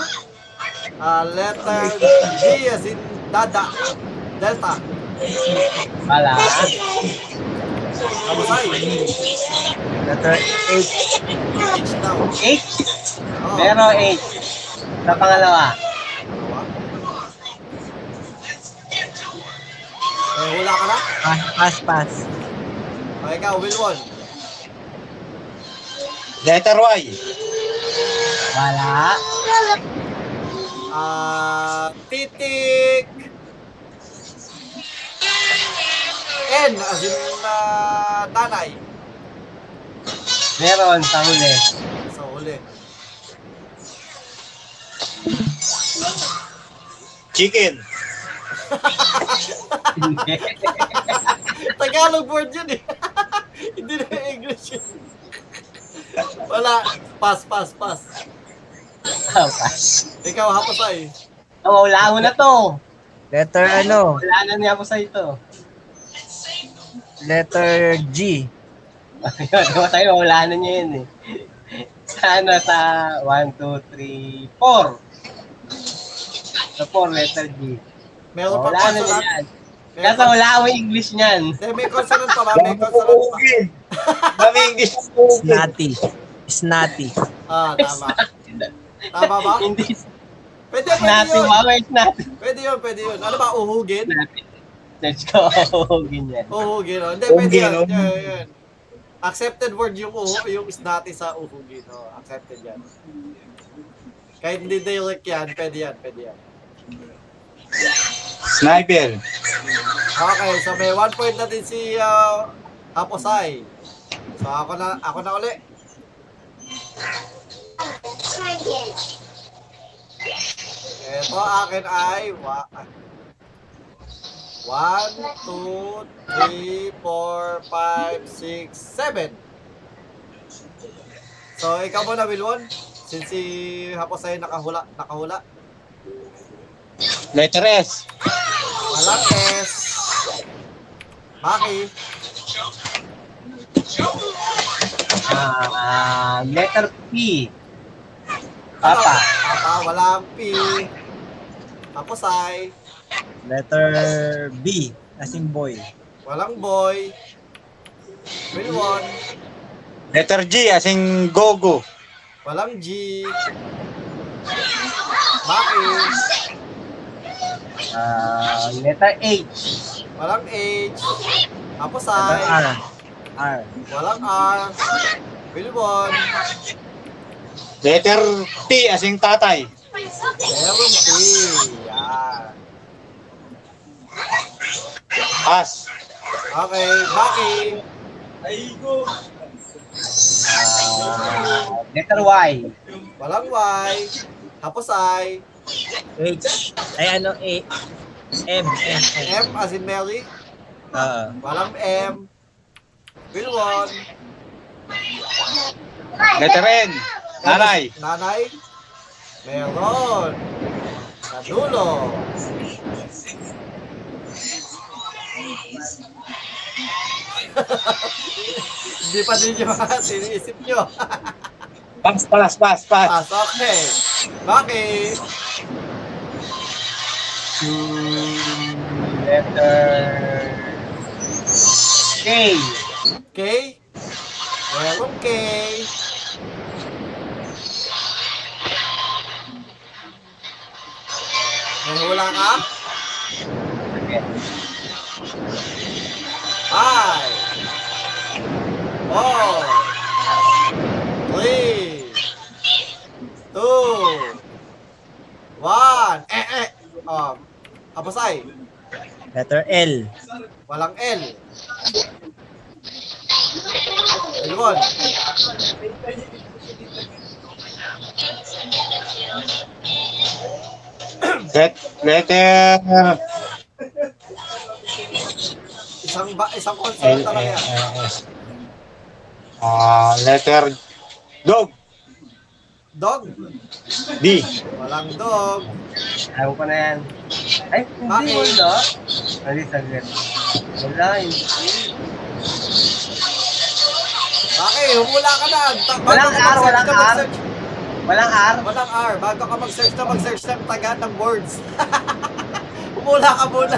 Ah, letter D as in Dada. Delta.
Wala.
Haposay.
Letter H.
H daw. Oh,
Eight.
Oo.
Pero eight. Sa pangalawa.
Eh, hula ka na?
Pass, Ah, pass, pass.
O, ikaw, Wilwon.
Letter Y.
Wala.
Ah, titik. N as in ah, tanay.
Meron sa huli.
Sa huli.
Chicken.
Tagalog word yun eh. Hindi na English yun. Wala. Pass, pass, pass.
Ah, pass.
Ikaw, hapasay.
Oh, wala ko na to.
Letter ano?
Wala na niya ako sa ito.
Letter G.
Ayun, tayo, wala na niya yun eh. Sana sa 1, 2, 3, 4. Sa 4, letter G.
Meron pa
Wala na niya
consonant.
yan.
Meron
Kasi
pa-
wala akong English niyan.
Hindi, may consonant pa ba? May
Dami
consonant pa.
pupugin. Dami English na pupugin.
Snotty. Snotty.
Ah, tama. Tama ba?
Hindi
Pwede, pwede
natin,
yun.
mamaya natin.
Pwede yun, pwede yun. Ano ba, uhugin?
Let's go. Ganyan.
Uhugin, oh. Hindi, pwede
Uhugin,
yun.
oh.
Yun, yun. Accepted word yung uhu, yung is dati sa uhugin. Oh, accepted yan. Kahit hindi direct yan, pwede yan, pwede yan.
Sniper.
Okay, so may one point na din si uh, Aposay. So ako na, ako na uli. Ito akin ay wa- one, two, three, four, five, six, seven. So ikaw muna, Wilwon. Since si Haposay nakahula, nakahula.
Letter S.
Walang S. Maki.
Ah, letter P. Papa.
Ano? Papa, walang P. Haposay.
Letter B. As in boy.
Walang boy. Wilwon.
Letter G as in Gogo.
Walang G. Maki.
Ah, letter H.
Walang H.
Letter
Haposay.
R. R.
Walang R. Wilbon.
Letter T as in tatay.
70. Yan.
Pass.
Okay, Maki.
Ah, letter Y.
Walang Y. Tapos I.
H. Ay, ano, A. M. M. M.
M as in Mary.
Oo.
Walang M. Wilwon.
Letter
ya?
N. Nanay.
Nanay. Meron. Sa dulo. Hindi pa din yung mga sinisip nyo. eh.
Pass, pass, pass, pass.
Pas, okay. Maki.
K.
K. Merong K. May hula ka? Five. Four. Three. Two. One. Eh, eh. Um, apasay.
Letter L.
Walang L. Ayun.
Let, letter
Isang ba, isang
L,
consonant
L,
talaga yan.
L, S. Ah, letter dog.
Dog.
D.
Walang dog.
Ayaw ko na yan. Ay, hindi
Bakit?
wala. Mali, saglit. Wala, hindi.
Bakit? Humula ka na. Ta- bago
Walang
ka
R,
mag-search
walang
na
R.
mag-search.
Walang R.
Walang R. Bago ka mag-search na mag-search ng taga ng words. Humula ka muna.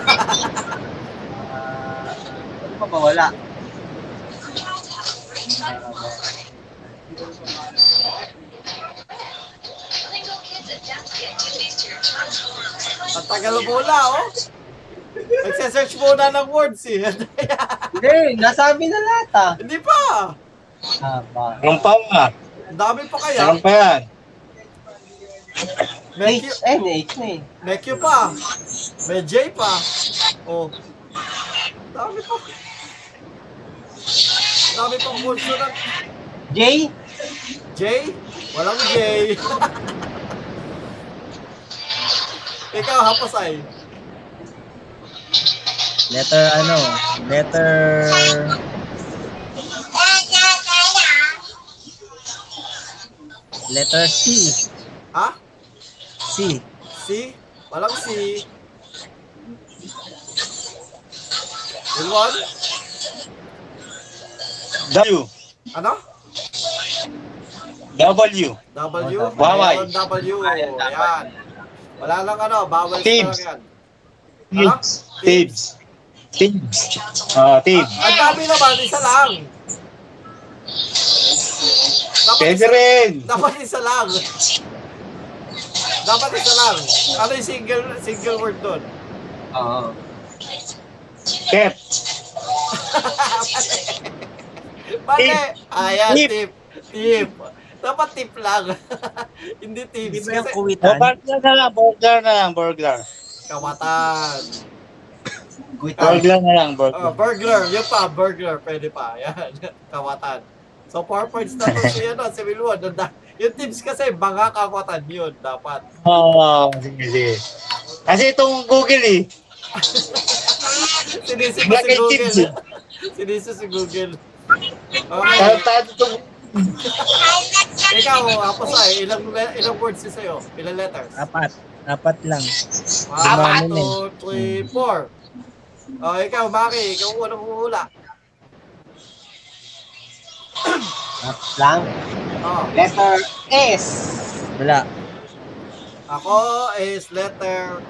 Ah, ano pa ba wala?
Ang tagal mula, oh. Magsesearch muna ng words, eh.
Hindi, nasabi na lahat ah.
Hindi pa.
Ah, ba.
Anong pa?
Ang dami pa kaya.
Anong pa yan?
May
H,
Q,
eh, may H na eh.
may Q pa. May J pa. Oh. Dami pa. Dami pang consonant.
J?
Jay? Walang Jay. Ikaw, hapasay.
Letter, ano, letter... Letter C.
Ha?
C.
Si? Walang si. Wilwon?
W.
Ano?
W.
W?
Bawal.
Meron W. Ayan. Wala lang ano, bawal sa
Teams.
lang yan.
Tibs. Tibs. Tibs. Ah, Tibs.
Ang dami naman, isa lang. Dapat
Pwede
isa,
rin.
dapat isa lang. Dapat isa lang. Ano yung single, single word doon?
Oo.
Tet.
Bale, ayan,
Tip.
tip. Tip. Dapat tip lang. Hindi
Hindi
tips.
ba yung
Kasi
O,
kuwitan?
burglar na lang. Burglar na lang. Burglar.
kawatan.
Guitar.
Burglar na lang.
Oh,
Burglar.
burglar. Yun pa, burglar. Pwede pa. Ayan, kawatan. So, four points na to si, ano, si Wilwon. Ang da- Yung tips kasi, mga kawatan yun. Dapat.
Oo. Oh, Sige, sige. Kasi itong Google eh.
Sinisip
Black
si
and
Google.
tips eh.
Sinisip si Google.
Talo
Okay.
tayo itong
Ikaw, Aposay, ilang, le- ilang words yun sa'yo? Ilang letters?
Apat. Apat lang.
One,
Apat.
two, three, four. Oh, ikaw, Maki, ikaw unang huhula.
Lang.
Oh,
Letter S.
Wala.
ako is letter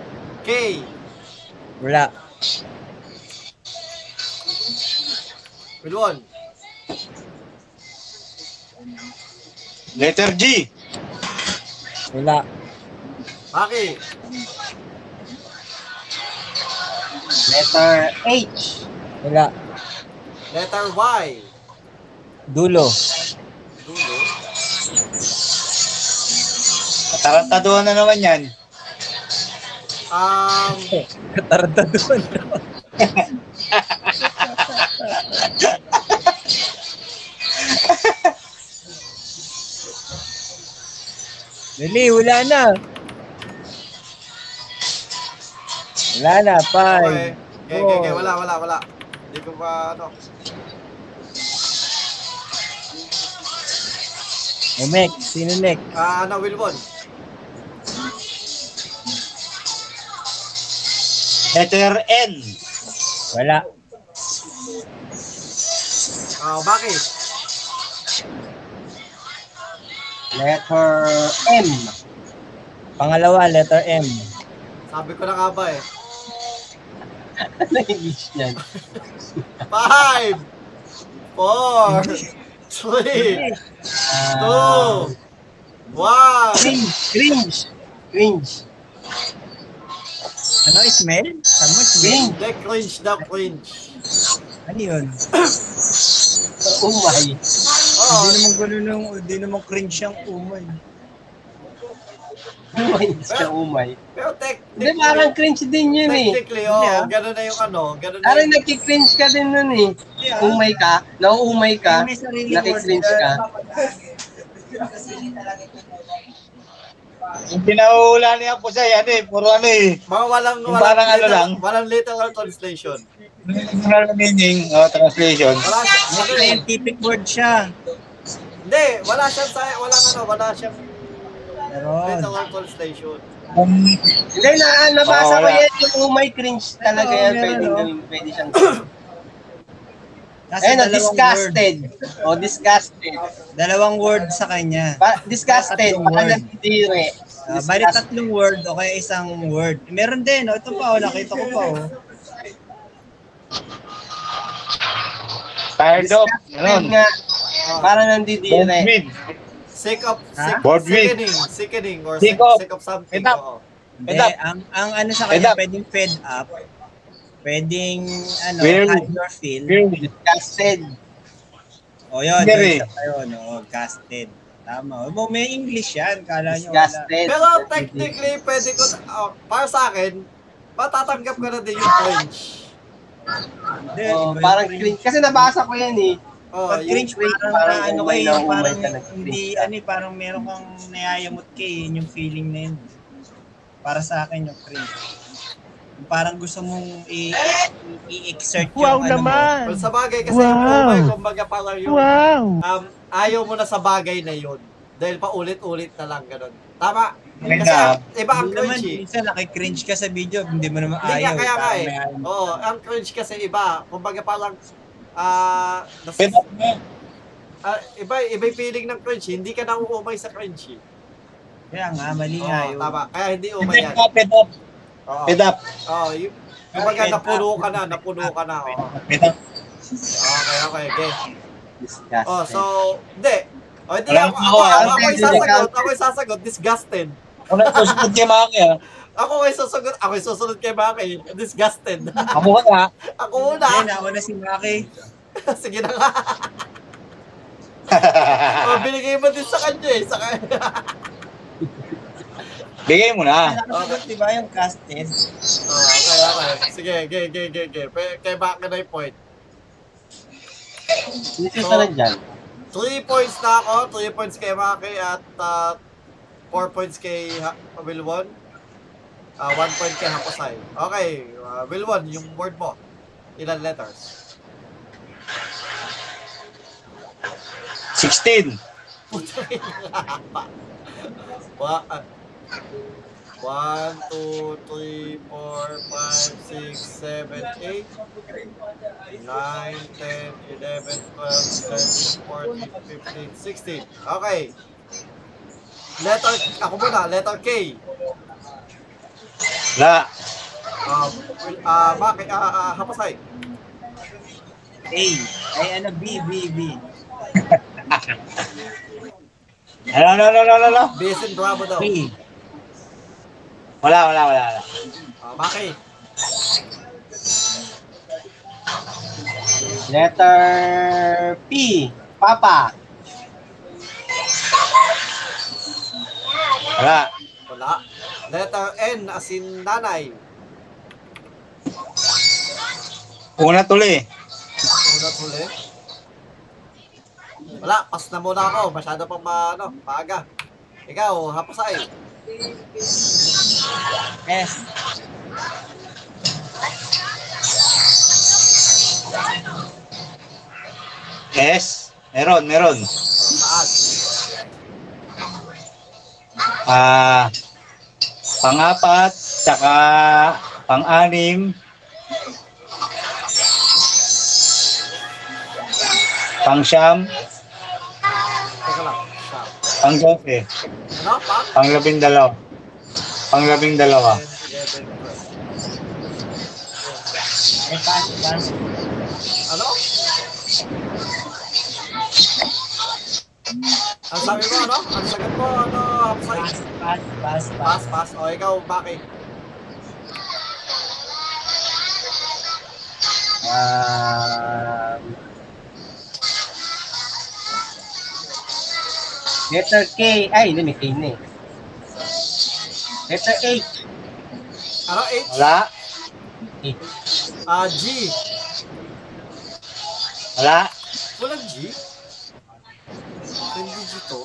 K.
Wala.
Wilwon,
letter G.
Wala.
Maki,
Letter H.
Wala.
letter Y.
Dulo.
Dulo.
Tarataduhan na naman yan.
Um,
Tarantadon. Dali, wala na. Wala na,
okay.
five.
Okay, okay, okay. Wala, wala, wala. Hindi ko pa, ano.
Okay. next, Oh, sino next?
Ah, ano, Wilbon?
Letter N.
Wala.
Ah, bakit?
Letter M. Pangalawa, letter M.
Sabi ko na nga ba eh.
Na-English Ano niyan.
Five, four, three, two, one.
Cringe. Cringe. Cringe.
Ano, smell? Sabi mo, smell?
The cringe, the cringe.
Ano yun?
Umay.
Oo.
Hindi naman ganun yung, hindi naman cringe yung umay.
Umay. Siya umay.
Pero
Hindi,
technically,
parang cringe din yun eh.
technically, oh, ganun na yung ano, ganun na
Parang
yung,
nagki-cringe ka din nun eh. Umay ka, nauumay ka,
May sarili
nakikringe
word.
ka.
Yung pinahulaan niya po siya, ano eh, puro ano eh.
mga walang,
Yung
walang,
parang ano
literal-
lang.
walang literal translation.
Literal meaning, oh, translation.
Wala siya,
May
ano eh,
scientific word siya.
hindi, wala siyang, sa- walang ano, wala siyang
Meron.
literal translation.
Kung
Hindi, na, ah, nabasa
Oo,
ko
wala.
yan, yung umay cringe talaga
Oo,
yan,
meron,
pwede,
oo.
gawin, pwede siyang
Kasi
Ayun, oh,
dalawang
disgusted. Oh, disgusted.
word. Dalawang word sa kanya.
Pa- disgusted,
Tatlong
baka
word.
nandidire.
Uh, bali tatlong word o kaya isang word. Meron din, oh. ito pa, oh. nakita ko pa. Oh.
Tired of.
Disgusted nga, para nandidire.
Bombid.
Sick of, sick,
Bored with.
sickening, sickening, or sick,
Sick of.
sick of something.
Fed up.
oo.
Hindi,
Fed up.
ang, ang ano sa
Fed
kanya,
up.
pwedeng fed up. Pwedeng, ano,
Weary.
hide your feel.
Weary.
Disgusted.
O yun,
Weary.
yun isa pa yun, oh, casted. Tama. Oh, may English yan, kala nyo wala.
Disgusted.
Pero technically, pwede ko, ah, para sa akin, matatanggap ko na din yung cringe.
Hindi,
Oh,
iba yung
parang
cringe.
cringe. Kasi nabasa ko yan eh.
Oh,
Pag
yung,
cringe,
cringe,
parang,
parang
ano
umay
kayo,
na umay
parang
ka, nag-cringe
hindi,
ka.
ano eh, parang meron kang nayayamot ka eh, yun yung feeling na yun. Para sa akin yung cringe. Yung Parang gusto mong i- i-exert yung
Wow
ano
naman!
well, sa bagay kasi
Wow.
yung umay, kumbaga parang yung,
Wow!
um, ayaw mo na sa bagay na yun. Dahil paulit-ulit na lang ganun. Tama?
Fed
Kasi
up.
iba
mo.
ang
Hindi naman,
cringe eh.
minsan nakikringe ka sa video, hindi mo naman
Hindi
ayaw.
nga, kaya
eh,
nga
parang
eh.
may ayaw.
Oo, ang cringe kasi iba. Kumbaga parang, ah, nas-
Fed up
eh.
na.
ah, iba, iba yung feeling ng cringe. eh. Hindi ka na umay sa cringe eh.
Kaya nga, mali
Oo,
nga yun.
tama. Kaya hindi umay
Hindi
yan.
ka fed up.
Oo.
Fed up.
Oo, yung, Ah, kumbaga
Fed up.
napuno ka na, napuno ka na. Oo.
Fed up.
Okay, okay, okay.
Disgusted.
Oh, so, hindi. Oh, hindi
Wala
ako,
akong
ako,
magawa.
ako, ako, yung
Hindi
sasagot,
ka-
ako yung sasagot, disgusted.
Wala ko sunod kay Maki ah.
Ako yung sasagot, ako yung susunod kay Maki, disgusted.
Ako ka na.
ako
Ayun,
una,
nauna si Maki.
sige na nga. oh, binigay mo din sa kanya eh, sa kanya.
Bigay mo na.
Nakasagot, di ba diba yung casted?
Oh, okay, okay. Sige, okay, okay, okay, okay. Pe- Kay Maki na yung point.
Hindi siya sarang dyan.
Three points na ako, three points kay Maki at uh, four points kay ha- Wilwon. Uh, one point kay Haposay. Okay, uh, Wilwon, yung word mo. Ilan letters?
16.
Wa- ah. One, two, three, four, five, six, seven, eight, nine, ten, eleven, twelve, thirteen, fourteen, fifteen, sixteen. Okay. Letter, à, ako muna, letter K.
La.
Um, ah, bakit, ah, ah, hapasay.
A. Ay, ano, B, B, B.
Ano, ano, ano, ano, ano?
Basin Bravo daw.
B.
Wala, wala, wala. wala.
Ah, bakit?
Letter P. Papa.
Wala.
Letter N à, as in nanay.
Una tuloy.
Una at huli. Wala, pass na muna ako. Masyado pang ma, ano, maaga. Ikaw, hapasay.
S.
Yes. Meron, meron.
Oh, saan?
Ah, pang-apat, tsaka pang-anim. Pang-siyam,
Teka lang. Saan?
pang-dope,
Ano? Pang?
pang-labing dalawa. Pang-labing dalawa.
11, 12.
Eh, pass, pass.
Ano? Ang sabi mo, ano? Ang sagot mo, ano, hapasay?
Pass, pass, pass, pass.
Pass, pass. O, ikaw, Maki.
Um, letter K. Ay, hindi, may K na eh. Letter H.
Ano, H?
Wala,
Ah, G.
wala.
Walang G? Hindi G to?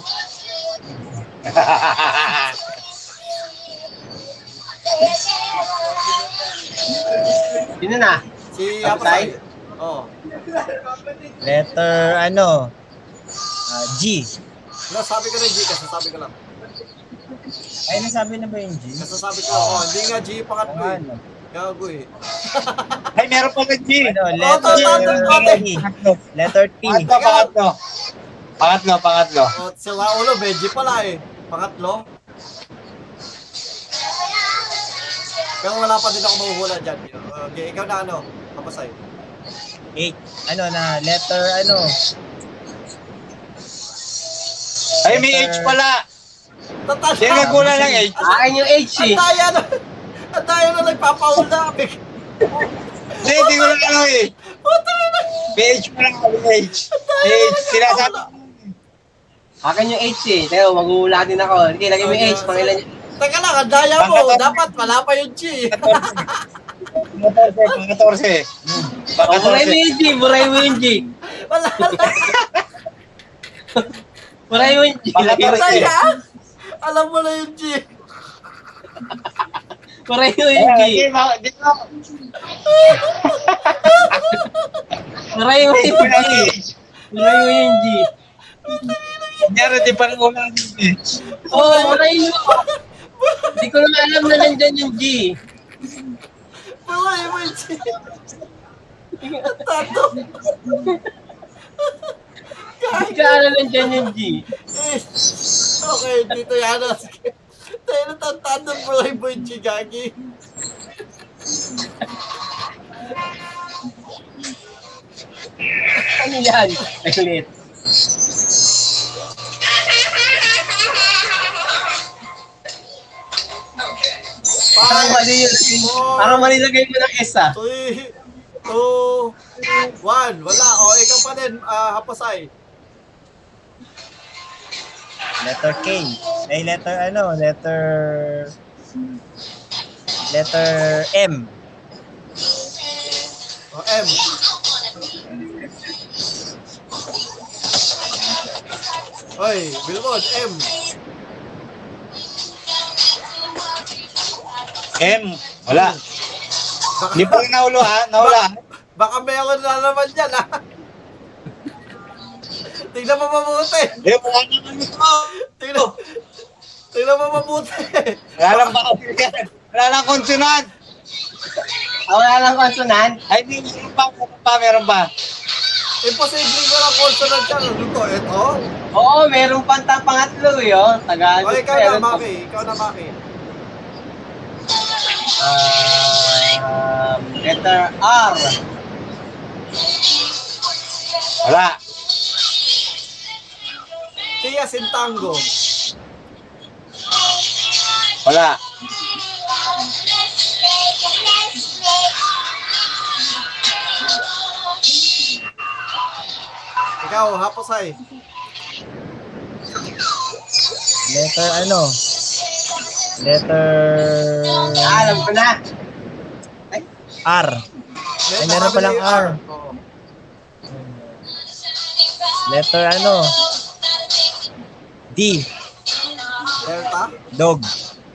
Yun na na.
Si
Hapasay?
Hapasay. Oh. Oo.
Letter, ano? Ah, G.
Nasabi ko na G, kasasabi ko lang.
Ay, nasabi na ba yung G?
Kasasabi ko lang, oh, hindi nga G pangatlo eh.
Ano?
Gago eh. Oh,
Ay, meron pa ng G.
Ano,
Letter
letter
T.
T. Letter T.
Pangatlo, pangatlo. Pangatlo, pangatlo.
Oh, sa ulo, Benji pala eh. Pangatlo. Pero wala pa din ako mahuhula dyan. Okay, ikaw na ano? Kapasay.
H. Ano na, letter, ano?
Ay, may H pala.
Tatas!
Yan nagkulang
eh.
ng H.
Akin yung H
Ang
eh.
daya na! Ang daya na nagpapahula! Big-
Hindi, hindi ko lang alam eh. May H pala ako, may H. May H, sinasabi.
Akin yung H eh. Teka, maghuhula din ako. Sige, lagay mo yung H. Pangilan yung...
Teka lang, ang daya mo! Dapat wala pa yung G!
Pang-14.
Oh, buray mo yung G. Buray mo yung G.
Wala lang!
Buray mo yung G.
Baka
Lagay mo
Patay
yung G.
na! Alam mo na yung G!
Buray mo yung G.
Hindi, ma- hindi ma-
Buray mo yung G. Buray mo yung G.
Kunyari, di pa rin ulang eh.
Oo, Oh, buray mo. Hindi ko na alam na nandyan yung G.
Wala yung may G! Ang tato!
Hindi ko alam nandyan yung G.
Eh, Okay, dito yan. Sige. Tayo na tatandang mo lang yung Chigagi.
Ano yan? Ay, ulit. Parang mali yun. Parang mali lagay mo ng S ah.
3, 2, 1. Wala. O, ikaw pa din, ah, hapasay.
Letter K. Ay, letter, ano? Letter... Letter M.
O, M. Oy, Billboard, M.
M, wala. Di pa rin naulo ha, naula.
Baka meron na naman dyan, ha? Tingnan mo mabuti. Oh,
Di, Eh, wala naman ito.
Tingnan, tingnan mo mabuti.
Wala lang ba yan? Wala lang konsonant.
Ah, wala lang konsonant.
Ay, di, meron pa, meron pa, meron pa.
Imposible ko lang consonant dyan. Ano to? Ito?
Oo, meron pang ta- pangatlo eh, oh. Tagalog.
O, ikaw
pa
na,
yan.
Maki. Ikaw na, Maki.
Um, letter R.
Wala.
Tia Sintango.
Wala.
Ikaw, Haposay.
Letter, ano? Letter
Ah, alam ko na.
R. Ay, meron palang R. Letter ano? D.
Delta?
Dog.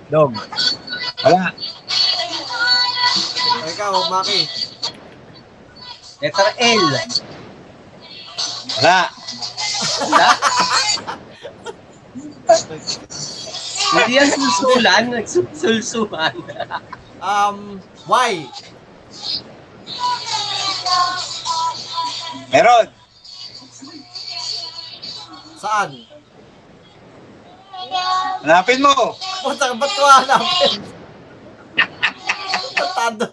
Dog.
Wala.
O ikaw, Maki.
Letter L.
Wala.
Hindi yan susulan, nagsusulsuhan.
Um, Y.
Meron.
Saan?
Hanapin mo.
Puta, ba't ko hanapin? Tantado.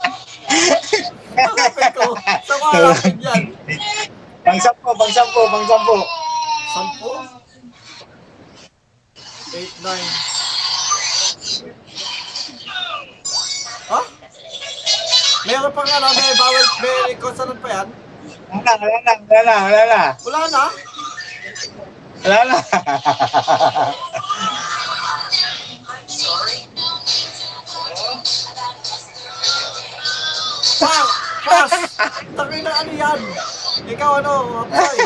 Hanapin ko. Saan ko hanapin yan?
Bangsap ko, bangsap ko, bangsap ko.
Sampo? Eight, nine. Ha? Meron pa nga na, may bawal, may consonant pa yan?
Wala na, wala na, wala na, wala na.
Wala na?
Wala na.
Pa! Pas! Takay na ano yan? Ikaw ano, Apoy?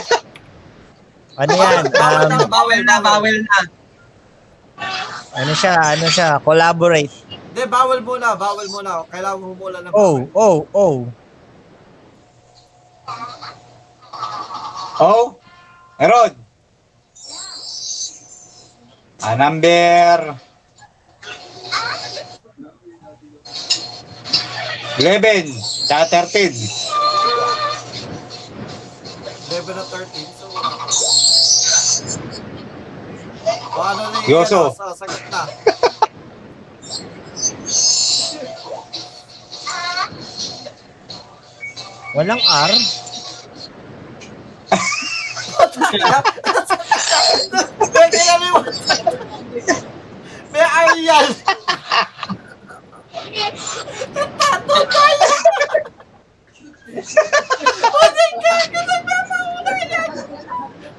Ano yan?
Bawal na,
Um,
bawal
na, bawal na.
ano siya? Ano siya? Collaborate.
Hindi, bawal muna, bawal muna. Kailangan humula na
Oh, oh, oh.
oh, meron. Ah, number 11, sa 13.
11 na 13, so... O, ano na yun?
Yoso.
Sa sagot na.
Walang R.
May kinalimutan. May ari yan. Tato tayo.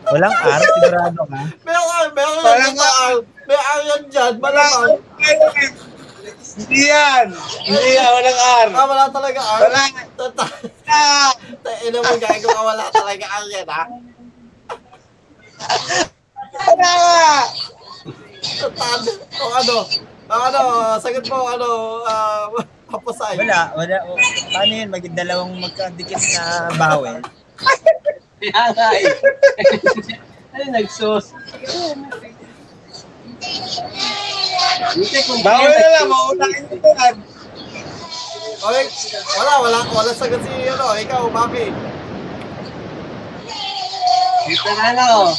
Walang R. Sigurado ka.
May ari, may ari.
Parang
May ari. May ari yan dyan. Malamang.
Hindi yan. Hindi yan, walang R.
Ah, wala talaga ari.
Wala.
Tata-
Ah,
Tain mo gago ka. Wala talaga ari yan ha.
wala nga.
Tatado. O Oh, ano? O ano? Sagot mo ano? ah, Hapusay.
Wala. Wala. O, Paano yun? Maging dalawang magkadikit na bawel.
Kaya nga eh. Ay, nagsus. Hindi kung
Bawal na lang, maunahin mo yan.
Okay. Wala, wala. Wala sagot si ano. Ikaw, Mami.
Letter ano?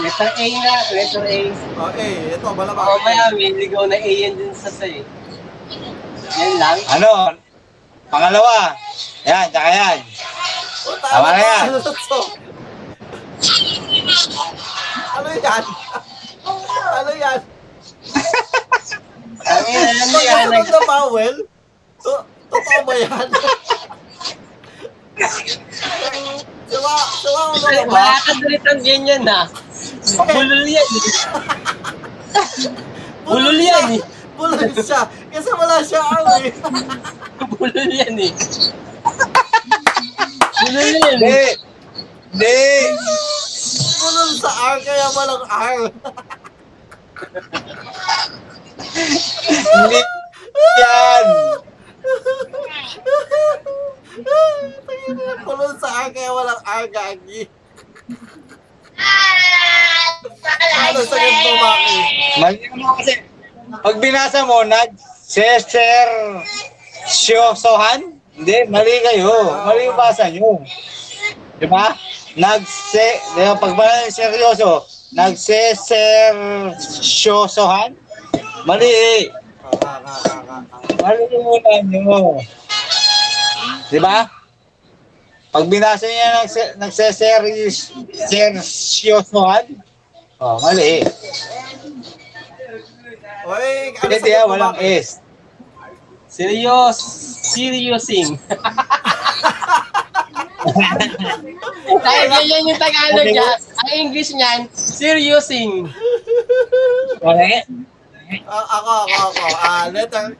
Letter A na, letter A.
Okay. Ito, malamang.
Oh, maya, may ligaw na A yan din sa say. Yan lang.
Ano? Pangalawa. Yan, tsaka yan. Tama na yan.
Ano yan? Ano yan?
Ang yan, ano yan?
Pagkasunod
nag-
na bawel? To- Totoo ba yan? Diba, Sawa, sawa mo na ba?
Wala ka ulit ang ganyan na. Bulol yan eh. Bulol yan eh.
Bulol siya. Kasi wala siya awi.
Bulol yan eh. Bulol yan
Hindi.
eh.
Hindi.
Bulol sa R kaya walang R.
Hindi. Yan.
Tingin na, Bulol sa R kaya walang R gagi. Ano sa ganito maki?
Mali mo kasi. Pag binasa mo, nag Cesar Siosohan? Hindi, mali kayo. Mali yung basa nyo. Di ba? Nagse, di ba, pag ba seryoso, nagseser Siosohan? Mali eh.
Kaka, kaka, kaka.
Malilimutan nyo. Di ba? Pag binasa niya nagse- nagseseryosohan, oh, mali eh.
Oy, ano
Hindi
sagot
yan,
mo,
walang
Maki?
S.
Serious. Seriousing. ah. Dahil ganyan yung Tagalog niya. Ang English niyan, seriousing.
Correct?
Ah, ako, ako, ako. Ah, letter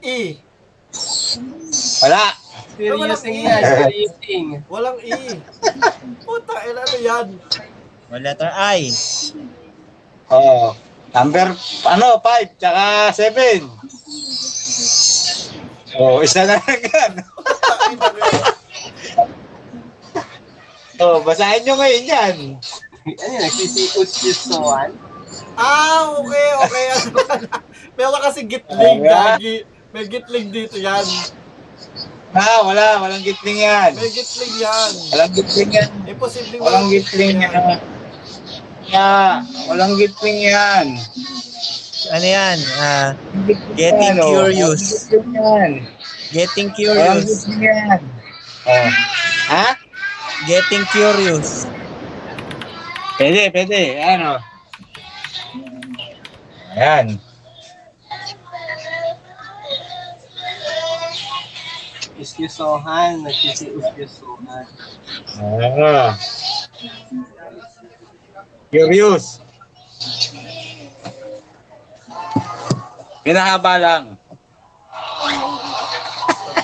E.
Wala.
Seryousing yan, seryousing.
Walang E. Puta, eh, ano yan?
O, letter I.
Oo. Number, ano, 5, tsaka 7. Oo, oh, isa na lang yan. Oo, oh, basahin nyo ngayon yan.
Ano yun, nagsisiusisoan?
Ah, okay, okay. Ano ba na? Meron kasi gitling, gagi. May gitling dito yan.
Ah, wala, walang gitling yan.
May gitling yan.
Walang gitling yan.
Imposible
Walang gitling yan. Yeah, walang gitling yan.
Ano yan? Ah,
Walang gitling yan,
Getting
oh. Walang
curious.
gitling yan.
getting
Walang
curious.
gitling yan. Oh. Ha?
Getting curious.
Pwede, pwede. Ano? Ayan.
Usyusohan, nagsisiusyusohan.
Ah. Curious. Pinahaba lang.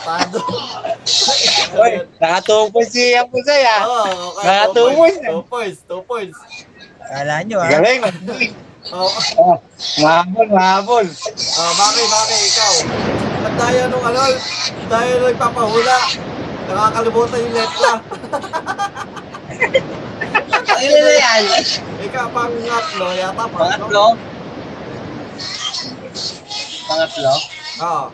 Tado.
Uy, nakatupos si Ang Pusay ah.
Oh, okay.
Mga
two
two
points.
points.
Two points, two points.
Kala nyo ah.
Galing.
Oh,
Oh, mahabol, mahabol.
oh Maki, Maki, ikaw. Ba't tayo nung ano? Tayo nagpapahula. Nakakalimutan yung letra.
Ano na yan?
Ikaw pang ngatlo, yata pa.
Pangatlo? Pangatlo?
Oo.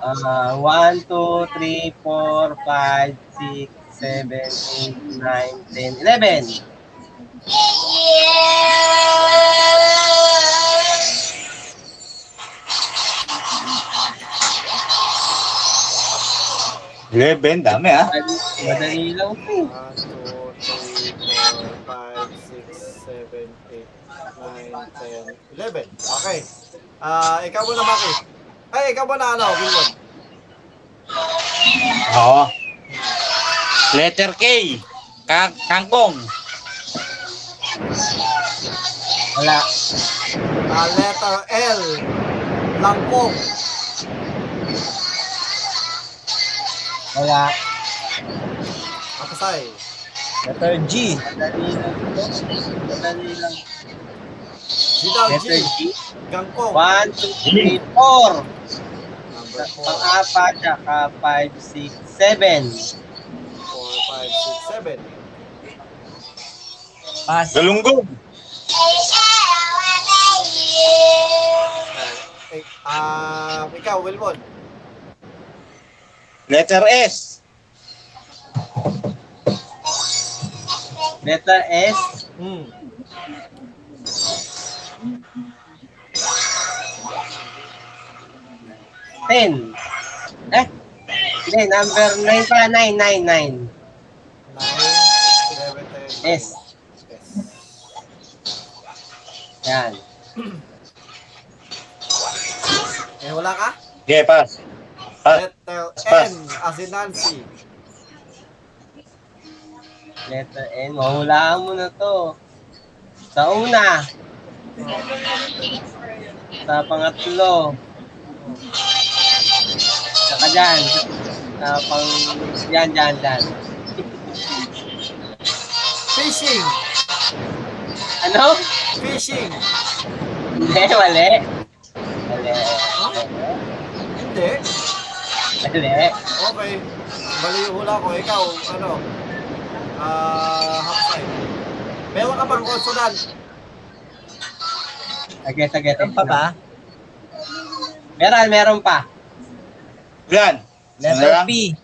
Ah, 1, 2, 3, 4, 5, 6, 7, 8, 9, 10, 11.
Eleven, dami ah.
Madali lang
1,
ito eh.
2, 3, 4, 5, 6, 7, 8, 9, 10, 11. Okay. Ah, ikaw muna, Maki. Ay, ikaw muna, ano, Wilwon.
Oo. Letter K. Kang kangkong.
Wala.
Ah, letter L. Langkong.
Wala.
Makasay.
Letter G.
Madali lang ito. Madali lang.
Gidaw G.
Letter G.
Gangkong.
1, 2, 3, 4.
Number 4,
Pang-apat, saka 5, 6, 7.
4, 5, 6, 7.
Pass.
Galunggong.
Ah, ikaw, Wilwon.
Letter S.
Letter S.
Hmm.
Ten. Eh? Hindi, number 9 pa. 9, 9, 9.
9, 11, 10.
S.
S.
Yan.
Eh, wala ka?
Okay, pass. Pass.
Letter N.
Pass.
As in Nancy.
Letter N. Mahulaan mo na to. Sa una. Sa pangatlo. Saka dyan. Sa pang... Yan, dyan, dyan.
Fishing.
Ano?
Fishing.
Hindi, mali. Mali.
Hindi.
Mali.
Okay. Mali yung hula ko. Ikaw, ano? Ah, half side. Meron ka bang consonant?
Sige, sige.
Meron pa ba?
Meron, meron pa.
Yan.
Letter P.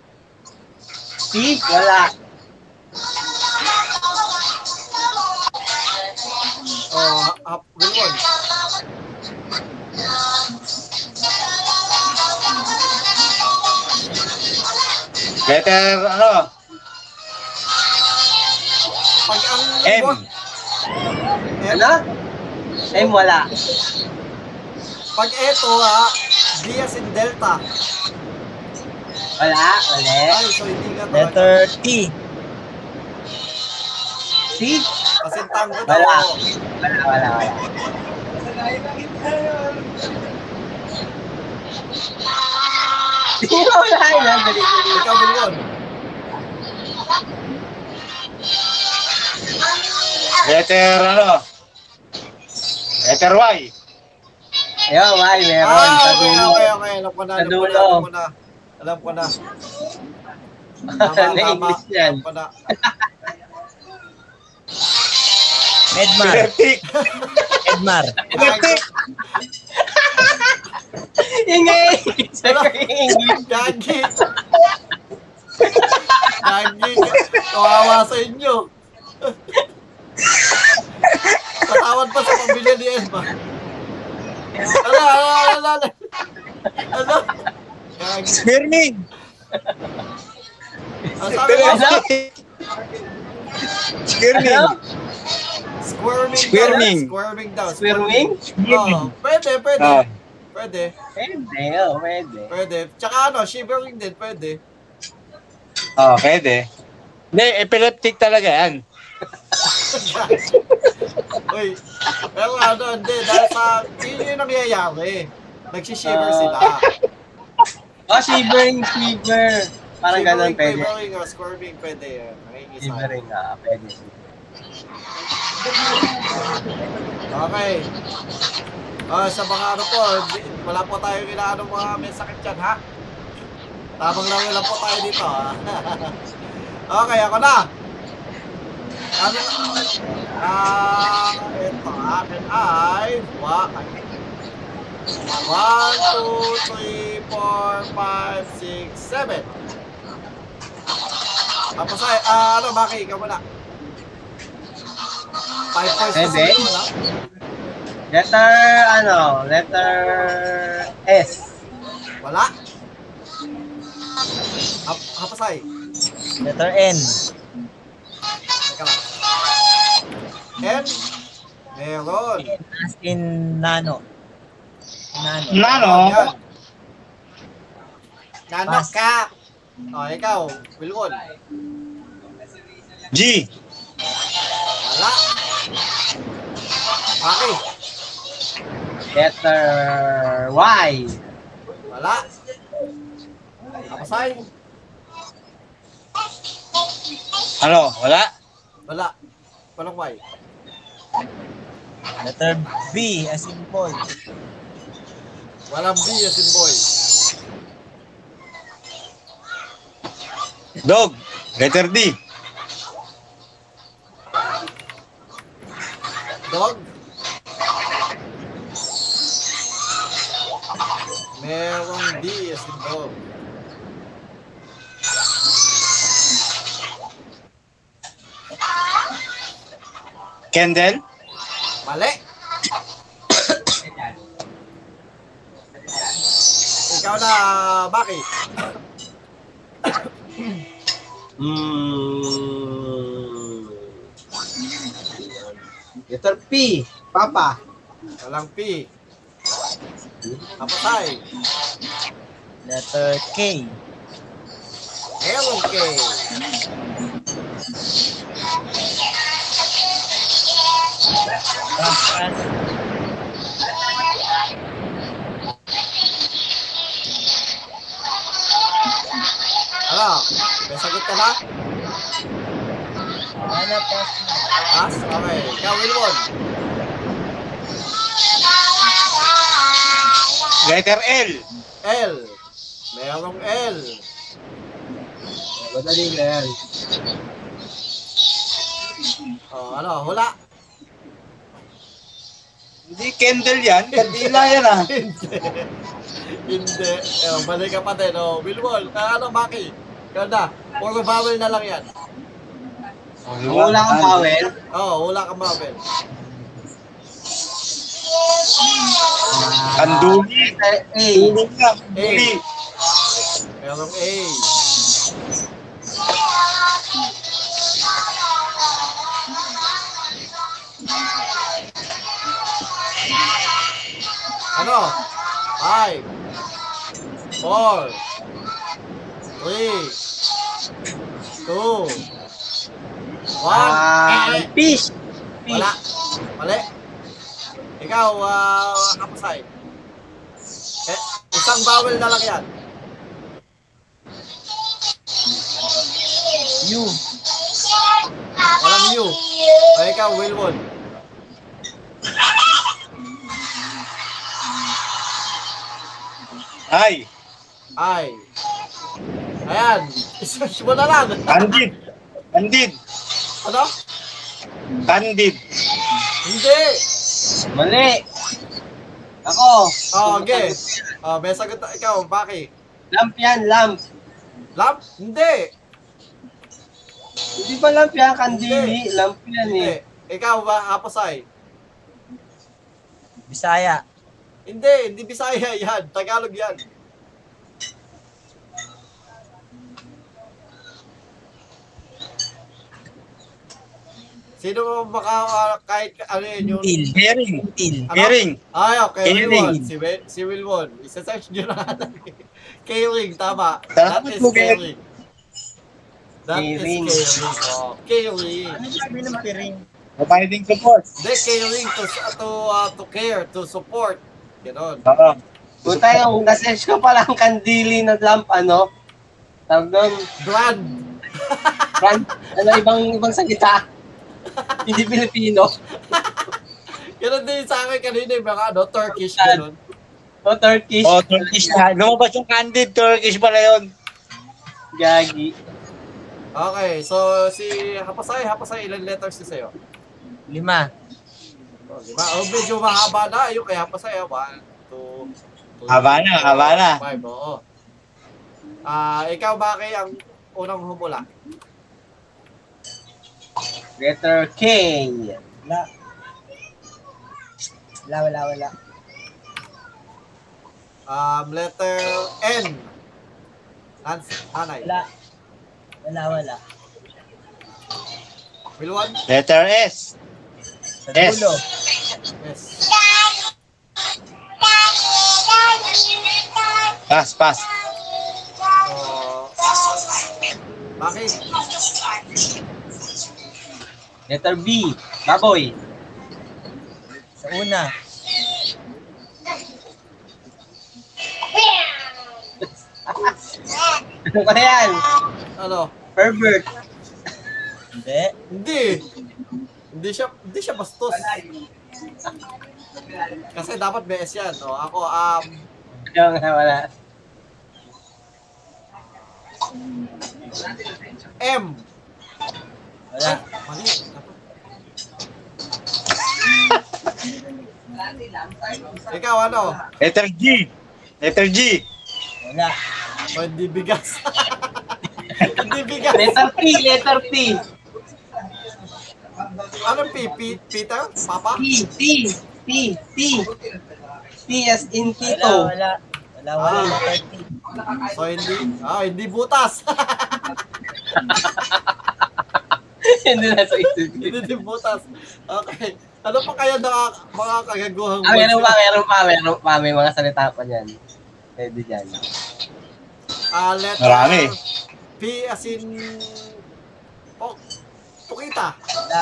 Si? Wala.
Oh, half, Wilwon.
Letter ano?
Pag ang...
M.
M.
Ano? M, wala.
Pag eto ha, D as in Delta.
Wala, wala.
Ay, so hindi ka talaga.
Letter T.
See?
Kasi tango na
Wala.
ako.
Wala, wala, wala. Sino wala yun? Dali, dali.
Ikaw din yun.
Letter ano? Letter Y.
Ayun, why? Meron.
Ah,
Sa
okay,
dulo.
okay, okay. Alam ko na, alam ko na,
Tadulo.
alam ko na. Alam ko na. Tama, tama.
Na-English yan.
Alam ko na.
Edmar.
Vertic.
Edmar.
Vertic.
Yun nga eh. Sa English.
Gagi. Gagi. Kawawa sa inyo. Tatawad pa sa pamilya ni Elma. Ala, ala, ala, ala. Ala. Gagi.
Squirming.
Ang sabi ko,
Squirming.
Ano?
squirming. daw.
Squirming.
Squirming daw.
Swimming?
Oo, pwede, pwede.
Ah.
Pwede,
Pwede, oh, pwede.
pwede. Tsaka ano, shivering din, pwede.
Oh, pwede. Hindi, epileptic talaga yan.
Uy, pero ano, hindi, dahil sa, yun yung nangyayari. Nagsishiver
Ah.
sila.
Oh, shivering, shiver. Parang ganun,
Shivering,
pwede.
Quivering, or squirming, pwede yun. Nangingisay.
Shivering, ah, pwede.
Okay. Ah, sa mga ano po, di- wala po tayong inaano mga may sakit dyan, ha? Tamang lang lang po tayo dito, ha? okay, ako na. Ano na? Ah, ito, akin ay... Wa, ay. 1, 2, 3, 4, 5, 6, 7. Tapos ay, ah, ano, Maki, ikaw muna. 5 points na
Seven?
sa'yo, wala?
Letter, ano, letter S.
Wala. Hap hapasay.
Letter N.
Ika lang. And, meron.
As in nano. Nano.
Nano.
Yan. Nano
Pass.
ka. O, ikaw. Wilwon.
G.
Wala. Aki.
Letter Y.
Wala. Hapasay.
Ano? Wala?
Wala. Walang way.
Letter B. As in boy.
Walang B as in ya, boy.
Dog. Letter D.
Dog. Merong D as in dog.
Candle.
Mali. Ikaw na, Maki.
Mm. Letter P. Papa.
Walang P. Kapatay.
Letter
uh,
K.
Meron K. Ano? May sagot ka na?
Ano pass na?
Pass? Okay. Ikaw, Wilwon.
Letter L.
L. Merong L.
Madali na yan.
O, ano? Hula.
Hindi candle yan. Kandila yan ah.
Hindi. Hindi. Eh, mali ka pa din. Oh, Wilwon. Ah, ano, Maki? Ikaw na. Puro vowel na lang yan.
Kung wala kang power,
Oo, wala kang vowel.
Kanduli.
letter A.
A.
Kanduli.
Merong A. Ano? Five. Four. Three. Two. One.
Ah,
Eh, eh.
fish.
Wala. Mali. Ikaw, ah, kapasay. Eh, isang bawel na lang yan.
You.
Walang you. O ikaw, Wilwon.
Ay,
Ay. Ayan. Isearch mo na lang.
candid. Candid.
Ano?
Candid.
Hindi.
Mali. Ako.
Oh, okay. Oh, may sagot na ikaw, Baki.
Lamp yan, lamp.
Lamp? Hindi.
Hindi ba lamp yan? Kandili. Lamp yan
Hindi.
eh.
Ikaw ba, Hapasay?
Bisaya.
Hindi, hindi Bisaya yan. Tagalog yan. Sino mo baka ah, kahit ano yun yung...
Til.
Herring.
Til.
Ano?
Herring.
Ay, okay.
Kay
Wilwon.
Ring.
Si, Wil- si Wilwon. Isa-search nyo na natin. K-Ring, tama.
Tama
That is
po, Kel.
K-Ring. That is
K-Ring.
K-Ring. Oh, K-Ring.
Ano sabi ng piring?
Providing support.
Hindi, K-Ring to, to, uh, to care, to support. Ganon.
Oo.
Buta yung nasearch ko pala ang kandili na lamp, ano? Tawag doon,
Grand.
brand, ano, ibang, ibang salita. Hindi Pilipino.
Ganon din sa akin kanina yung mga ano, Turkish. Ganon.
O Turkish.
Oh, Turkish na. Lumabas yung candid. Turkish pala yun.
Gagi.
Okay, so si Hapasay, Hapasay, ilan letters na sa'yo?
Lima.
Oh, lima. Oh, medyo mahaba na. Ayun, kay Hapasay, ah. One, two, two,
Haba na,
three,
haba na.
Five, oo. Ah, ikaw, Maki, ang unang humula.
Letter K.
Wala, wala, wala.
Um, letter N. Nancy, Anay.
Wala. Wala, wala.
Wilwan?
Letter S.
Sa
S.
dulo.
Yes.
Pass, pass.
So, Maki,
Letter B. Baboy.
Sa una.
Ano ba yan?
ano?
Pervert.
Hindi.
Hindi. Hindi siya, hindi siya bastos. Kasi dapat may S yan. O, ako, um,
Yung, wala.
M.
Wala.
Mali. Ikaw, ano?
Letter G. Letter G.
Wala.
O, hindi bigas. hindi bigas.
Letter P. Letter P.
Anong Ano, P? P? Peter? Papa?
P. P. P. P. P as in
Wala,
Tito.
wala. Wala, wala.
Ah.
Letter T.
So, hindi, ah, hindi butas.
Yun na nasa isip ko.
hindi din butas. Okay. Ano pa kaya na mga kagaguhang
Ah, meron pa,
words?
meron pa, meron pa. May mga salita pa dyan. Pwede dyan.
Ah, letter
Marami.
P as in... Oh, pukita.
Wala,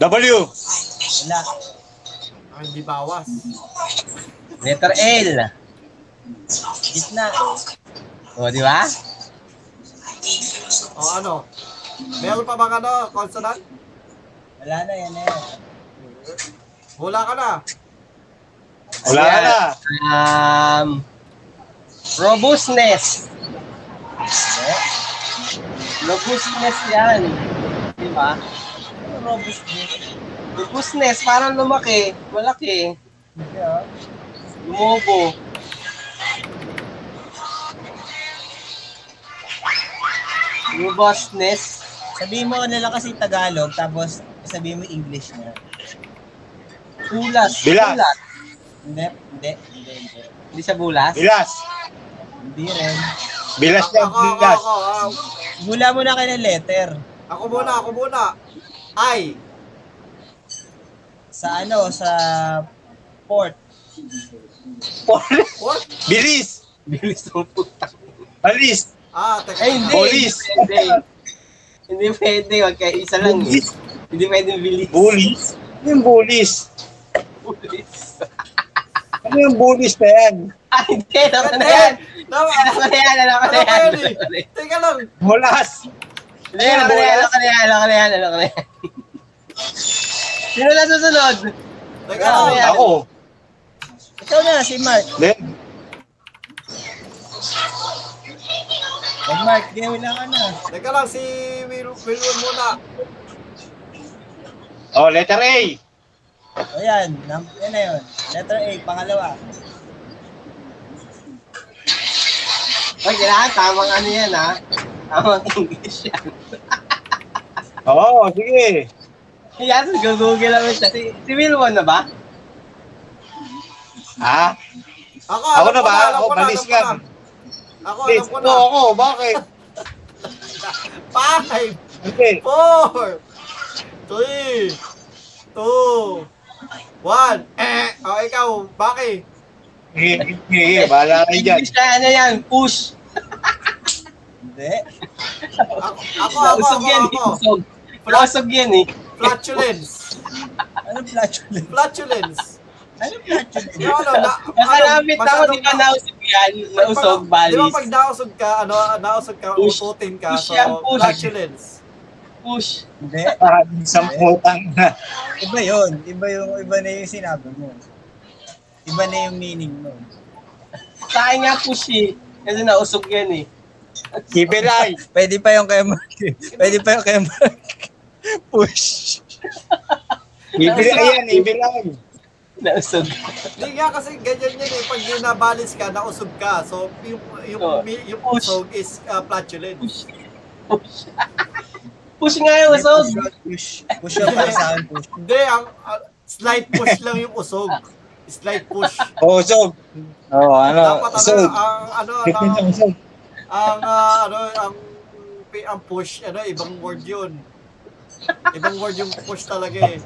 W.
wala.
Ah, hindi bawas.
Letter L.
Gitna.
O, di ba?
O ano? Meron pa bang ano? Consonant?
Wala na yan na yan.
Hula ka na.
Wala
Iya.
ka na.
Um, robustness. Robustness yan. Di ba?
Ano robustness?
Robustness, parang lumaki, malaki,
Hindi ah.
lumobo. Robustness.
Sabihin mo ano lang kasi Tagalog, tapos sabihin mo English na.
Bulas.
Bilas.
Bulas.
Hindi, hindi, hindi, hindi.
Hindi siya bulas.
Bilas.
Hindi rin.
Bilas
Ako,
yan.
ako,
Bilas.
ako, ako.
Mula muna kayo ng letter.
Ako muna, ako muna. Ay.
Sa ano, sa port.
What?
Bilis.
Bilis mo puta.
Alis!
Ah, teka.
Ay, hindi.
Bolis.
Hindi. Hindi pwede. Wag kayo. Isa lang eh.
Bolis.
Hindi pwede bilis.
Bulis? Ano yung bulis?
Bulis.
Ano yung bulis na yan?
Ay, Ah, hindi. Alam ko na
Hindi.
Ano yan.
Tama.
Alam ko na yan. Alam ko
Ano
na
ba
yan.
yun eh? Teka lang.
Bulas!
Hindi, Alam ko na yan. Alam ko na yan. Alam ko na yan. Alam ko na yan. Sino na susunod?
Teka lang.
Ano yan?
Ako.
Ikaw na, si Mark.
Then,
Oh, Mark, gawin na ka na.
Teka lang si Wil Wilwon muna.
oh, letter A.
O yan, nam- yan na yun. Letter A, pangalawa.
Ay, kailangan tamang ano yan ha. Tamang English yan.
Oo, oh, sige.
Kaya sa Google naman siya. Si, si Wilwon na ba?
Ha?
Ako,
Ako
alam
na
ko
ba?
alam
Ako,
ko alam
balis
ko na.
yan.
Ako,
Please,
Oh, alam ko
no,
na.
ako, bakit?
Five,
Hindi.
four, three, two, one. Eh, oh, ikaw, Baki.
Sige, sige, bahala kayo dyan.
English na ano yan, push.
Hindi.
Ako, ako, ako,
Nausog
ako,
yan eh.
ako.
Usog. Nausog yan eh.
Flatulence.
Ano flatulence?
Flatulence.
Ano flatulence?
Yung ano, na,
Nakalapit ako,
masyadong-
di ba nausog yan? Nausog,
Pag- Di ba
balis.
pag nausog ka, ano, nausog ka,
Push.
ututin ka,
Push
so,
yan, push.
flatulence.
Push.
Hindi.
Maraming samputang na.
Iba yun. Iba yung, iba na yung sinabi mo. Iba na yung meaning mo.
Sa akin nga push eh. Kasi nausog yan eh.
Ibelay.
Pwede pa yung kay Mark. Pwede pa yung kay Mark. Push.
Ibelay yan, ibelay.
Nausog.
Hindi nga kasi ganyan yun eh, pag ginabalis ka, nausog ka. So, yung, yung,
Oo.
yung, yung
Push.
usog is uh, flatulence.
Push. Push. push nga yung usog.
Push. Push yung para sa akin. Push.
Hindi, ang, ang slight push lang yung usog. Slight push.
Oo, Oh, so. Oo, ano,
Dapat ano,
so.
ang, ano, ang,
Defense ang so.
ang, ah, ano, ang, pi- ang push, ano, ibang word yun. Ibang word yung push talaga eh.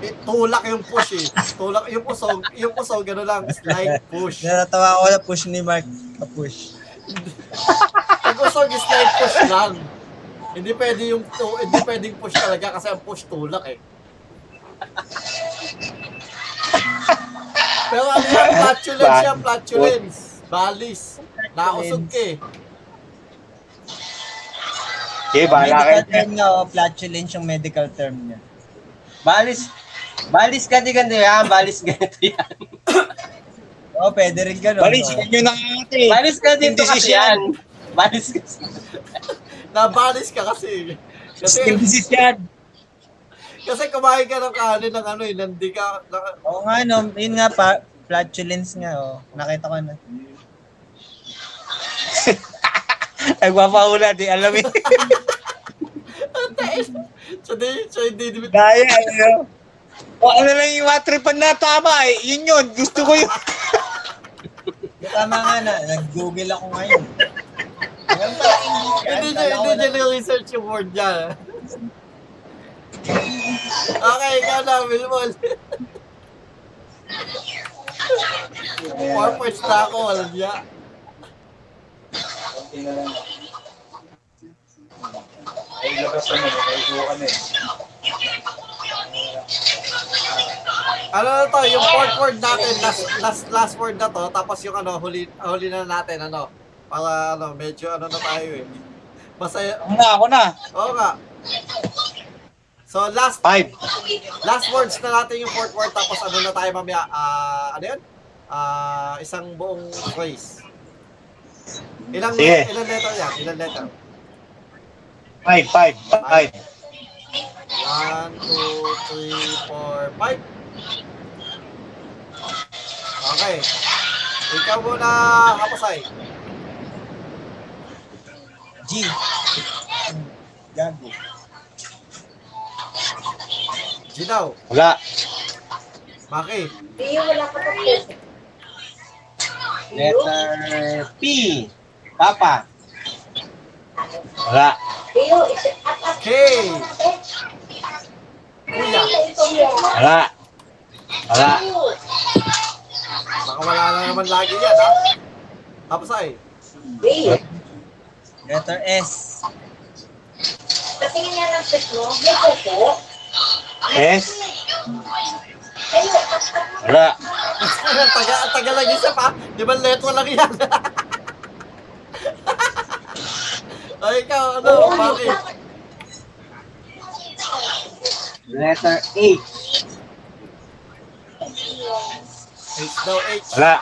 Eh, Tulak yung push eh. Tulak yung usog, yung usog, ano lang, slight push.
Natatawa ko na push ni Mark. Push.
Pag usog is like push lang. Hindi pwede yung to, hindi pwedeng push talaga kasi ang push tulak eh. Pero ano yan, flatulence yan, flatulence. Balis. Nausog ka eh.
Sige, bahala kayo
Medical
dyan.
term na o,
oh,
flatulence yung medical term niya.
Balis. Balis ganti ganti yan. Balis ganti yan.
Oh,
Oo, pwede rin ganun.
Balis,
oo.
yun yung nakakati.
Balis ganti to kasi
Indecision.
yan. Balis kasi.
Nabalis ka kasi.
Skin
Kasi,
disease yan.
kasi kumain ka ng kanin ng ano eh, nandi ka, na-
Oo nga, no. Yun nga, pa, flatulence nga, oh. Nakita ko na.
Nagpapaula, di alam eh.
so di, so hindi, di,
Daya, ano. O ano lang yung matripan na tama eh. Yun yun, gusto ko yun.
Tama nga na, nag-google ako ngayon. Ngayon pala, English yan.
hindi niya,
Kala ko
hindi
na-
niya nire-research yung word niya. Okay, ikaw na, Wilmol. Four points na ako, walang niya.
eh.
Ano na to, yung fourth word natin, last, last, last word na to, tapos yung ano, huli, huli na natin, ano, para ano, medyo ano na tayo eh. Masaya,
Ako na,
oo
ako na.
nga. So last,
Five.
last words na natin yung fourth word, tapos ano na tayo mamaya, ah, ano yun? Ah, isang buong phrase. Ilang,
Sige.
ilang letter yan? Ilang letter?
Five, five, five.
One, two, three, four, five. Okay. Ikaw muna, Kapasay.
G. Gago.
Ginaw.
Wala.
Maki.
Letter P. Papa.
Wala.
K. Kuya.
Wala. Wala.
Baka Baka wala na naman lagi yan, ha? Tapos ay,
Letter S.
Patingin nga ng fit mo. May kuko.
S.
Kayo,
Wala.
taga, taga lang isa pa. Di ba leto lang yan? Ay, ikaw, ano, paki?
Letter A.
H daw, H.
Wala.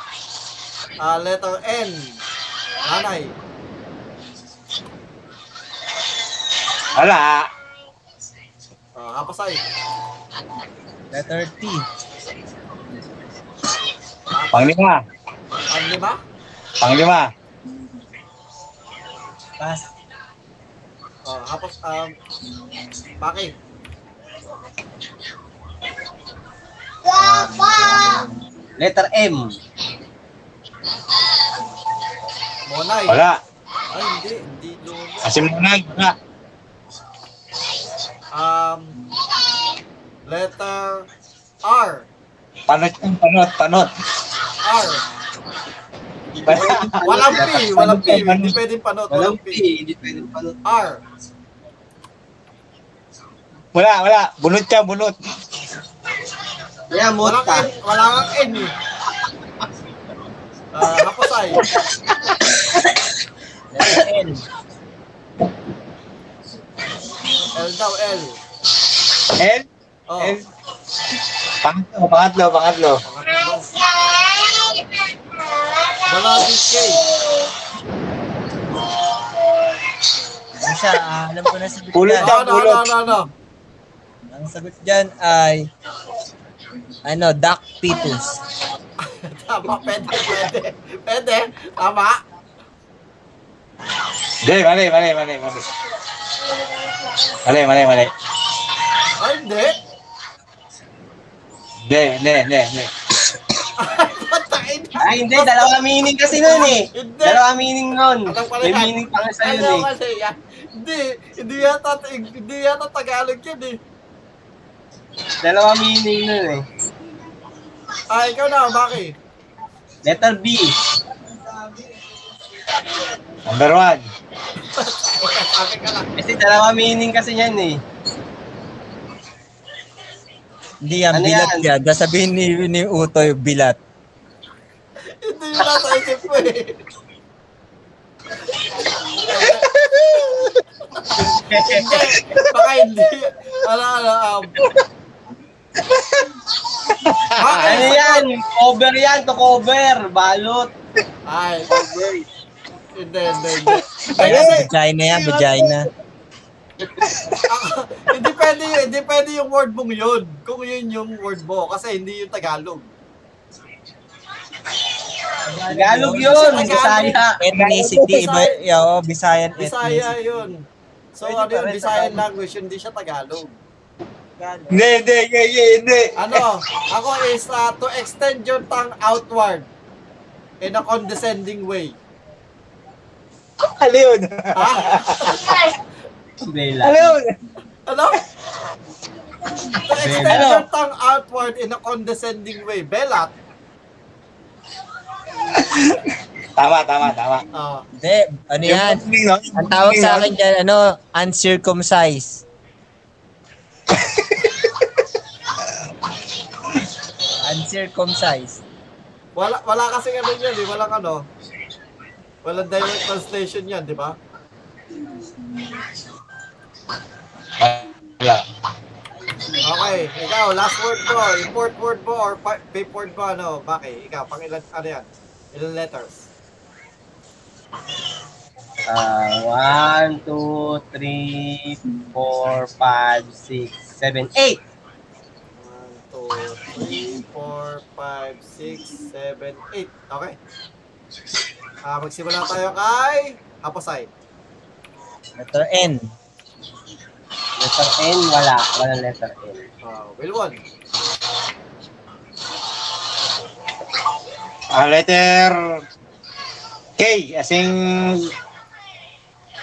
Ah, letter N. Nanay.
Wala.
Ah, hapasay.
Letter T.
Panglima.
Ang lima?
Panglima.
Pass.
Ah, hapas, um, paki.
Letter M.
Monay.
Wala.
Ay, hindi, hindi lumo.
Asimunag. Wala.
Um, letter R.
Panot yan. Panot. Panot.
R. Walang P, walang P. Hindi pwedeng panot, walang
Walang P.
P.
Hindi pwede pala.
R.
Wala. Wala. Bunot yan. Bunot.
Kaya mo
Walang N, wala kang N eh. Ah, hapasay.
Letter L.
L daw, L.
L.
Oh,
L. Pangatlo. Pangatlo. Pangatlo.
pangatlo. Balaging K.
Ano siya? Ah, alam ko na sagot
Pulot
yan.
Ano, ano, ano, ano, ano?
Ang sagot dyan ay... Ano, duck fetus.
Tama, pwede, pwede. Pwede, tama.
Hindi. Mali. Mali. Mali. Mali. Mali. Mali. Mali.
Ay, hindi.
Hindi. Hindi. Hindi. Hindi.
Patain.
Ay, Ah, hindi. Dalawa meaning kasi nun eh.
Hindi.
Dalawa meaning nun.
Alam ko na
May
yan.
meaning pa nga sa'yo
Ano
eh.
kasi yan? Hindi, hindi yata, hindi yata Tagalog yun eh.
Dalawa meaning nun eh.
Ah, ikaw na, Maki.
Letter B.
Number one.
Akin ka na.
Kasi dalawa meaning kasi yan eh.
Hindi yan,
Ano
bilat
yan?
yan. Sasabihin ni, ni Utoy, bilat.
Hindi yun nasa isip ko eh. Hindi, baka hindi. Ano, ano, um. Maki,
Ano yan? Cover yan to cover. Balot.
Ay, hindi, hindi, hindi.
Ayan, vagina yan, vagina.
Ako, hindi pwede yun, hindi pwede yung word mong yun. Kung yun yung word mo, kasi hindi yung Tagalog.
Tagalog yun.
Tagalog.
Bisaya.
Ethnicity, iba,
Bisaya.
yo, Bisayan
Bisaya
ethnicity.
yun. So
Pwede
ano
pa
yun,
rin
Bisayan
Tagalog.
language, hindi siya Tagalog.
Hindi. Hindi. Hindi. Hindi.
Ano, ako is uh, to extend your tongue outward in a condescending way.
Ano yun?
Ha?
Umbrella.
Ano yun?
Ano? To extend your tongue outward in a condescending way. Belat.
Tama. Tama. Tama.
Ah,
Hindi, ano
Iya.
yan?
Yung no?
Ang tawag sa akin dyan, ano, uncircumcised. uncircumcised.
wala, wala kasi ano yun, eh. walang ano. Walang direct translation yan, di ba?
Wala.
Okay, ikaw, last word mo, yung fourth word mo or pa- fifth word mo, ano, Maki, ikaw, pang ilan, ano yan? Ilan letters?
Ah, one, two, three, four, five, six, seven, eight.
1, 2, 3, 4, 5, 6, 7, 8. Okay. Ah, magsimula tayo kay Aposay.
Letter N.
Letter N, wala. Wala letter N.
Ah, Wilwon.
Ah, letter K, as in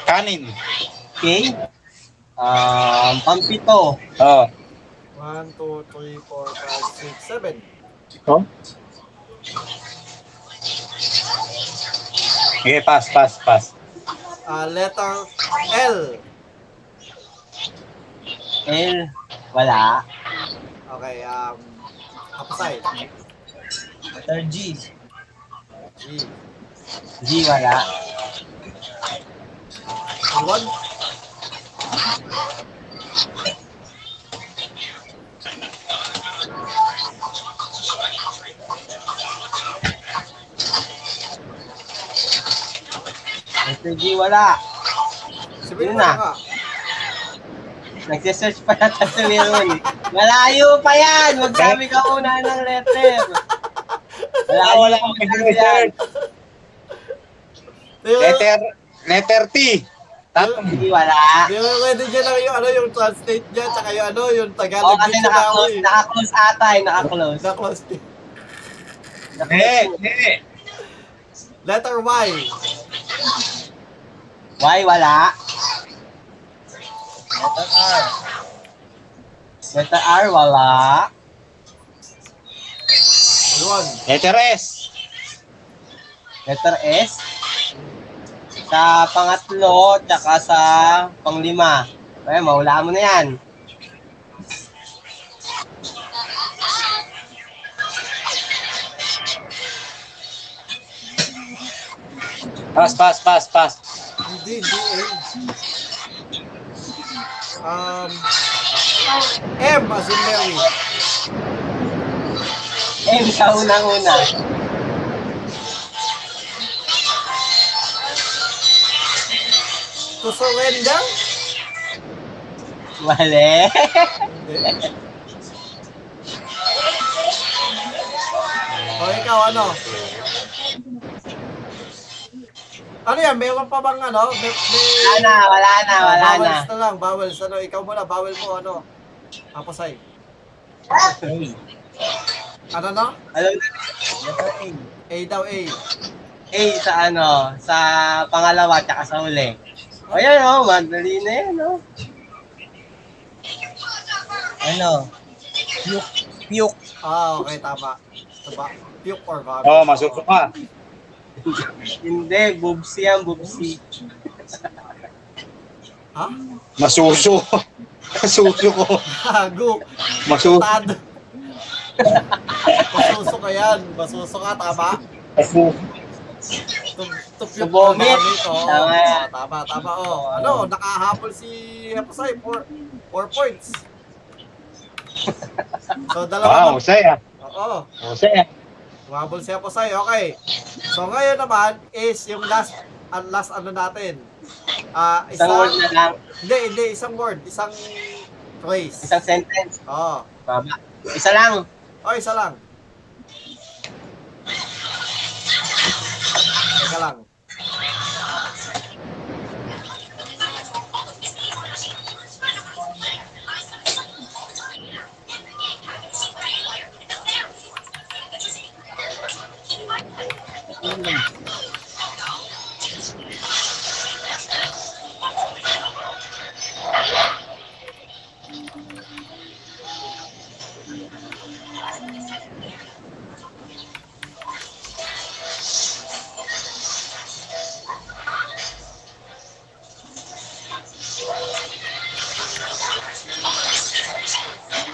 kanin.
Okay? Um, pampito.
Oh.
1, 2, 3, 4, 5, 6, 7.
Okay, pass, pass, pass.
Ah, letter L.
L, wala.
Okay, um, kapasay.
Letter G.
G.
G, wala.
One.
Letter G, wala.
Sabihin
Yun
mo na
na.
nga.
Nagsisearch pa yata sa meron. Malayo pa yan! Huwag kami ka una ng letter. Malayo
Wala
pa
akong
yan.
pinag-research.
Letter.
Letter, letter T. Tap.
Hindi, wala.
Di ba pwede dyan lang yung, ano, yung translate niya, tsaka yung, ano, yung
O,
Tagalog
Oh, kasi naka-close, naka-close ata eh, naka-close.
Naka-close.
Hindi, hindi.
Letter Y.
Why, wala.
Letter R.
Letter R, wala.
One.
Letter S.
Letter S. Sa pangatlo, tsaka sa panglima. Ay, mahula mo na yan.
Pass, pass, pass, pass.
Hindi, hindi, eh. Um, M as in Mary.
M Eh, sa unang-una.
To surrender?
Mali.
Hindi. O ikaw, ano? Ano yan? Meron pa bang ano? May, may...
wala na, wala na, wala na.
Bawals na lang, bawals. Ano, ikaw muna, bawal mo, ano? Kapasay. Ano na?
Alam na,
Letter A.
A daw, A.
A sa ano, sa pangalawa, tsaka sa huli. O yan o, madali na yan o.
Ano? Puke. Puke.
Ah, okay, tama. Ito ba? Puke or vomit?
Oo, oh, masuso ka.
Hindi, bubsi yan, bubsi.
Ha?
Masuso. Masuso ko.
Hago.
Masuso.
Tad. Masuso ka yan. Masuso ka, tama?
Masuso.
To, to puke or
Vomit.
vomit. oo.
Tama.
Ah, tama, tama. Oh. Ano, nakahabol si Hapasay. Four, four points. So,
Wow,
dalawa.
husay ah.
Oo. Oh,
Husay ah.
Wabol siya po sa'yo. Okay. So ngayon naman is yung last ang last ano natin. Ah,
Isang word na lang,
Hindi, hindi isang word, isang phrase.
isang sentence.
Oo.
Baba. Isa lang.
Oh. isa lang. Teka lang.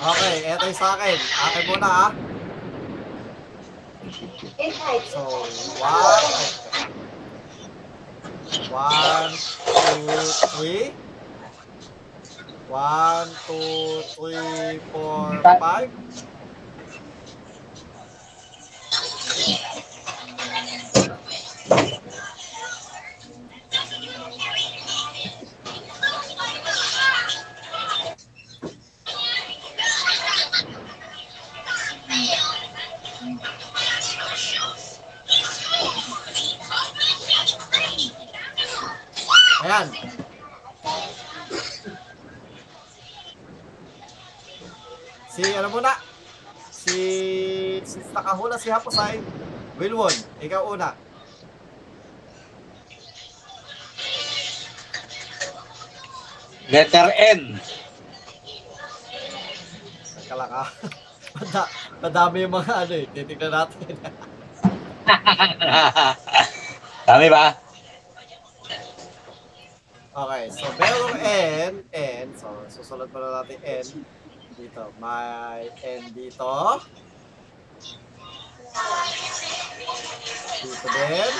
Okay, eto yung sa akin. Akin muna ah. So, one. One, two, three. One, two, three, four, five. Ayan. Si, ano muna? Si, si nakahula si Hapusay. Wilwon, ikaw una.
Letter N.
Teka lang ah. Mada, madami yung mga ano eh. Titignan natin.
Tama ba?
Okay, so merong N, N. So, susunod pa na natin N. Dito, may N dito. Dito din.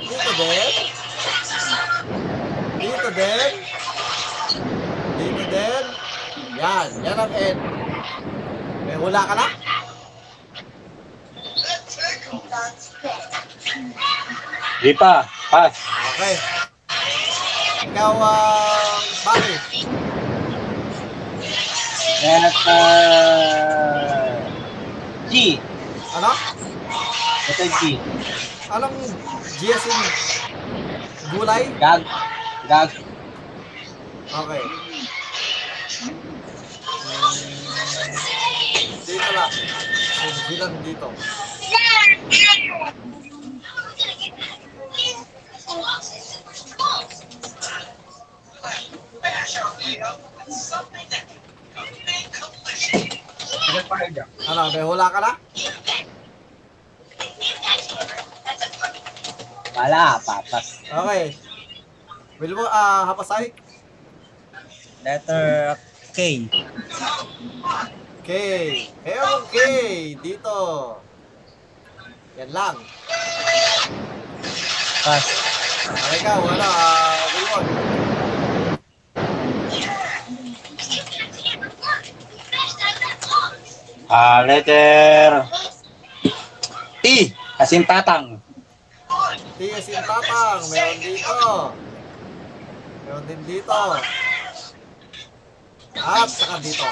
Dito din. Dito din. Dito din. Yan, yan ang N. May hula ka na?
Di pa. Pass.
Okay. Ikaw, ah, bakit?
At, ah, G.
Ano?
Ito G.
Anong GSM? Gulay?
Gag. Gag.
Okay. Hmm, Dito lang. Ay, bilang dito. Ano, may hula ka na?
Wala, papas.
Okay. Will mo, ah, hapasay?
Letter K.
Okay. Hey, okay. Dito. Yan lang. Ah,
Pass.
Okay ka, wala. ah, Will mo.
Ah, letter T. As in tatang.
Tigas yung tapang. Meron dito. Meron din dito. At saka dito.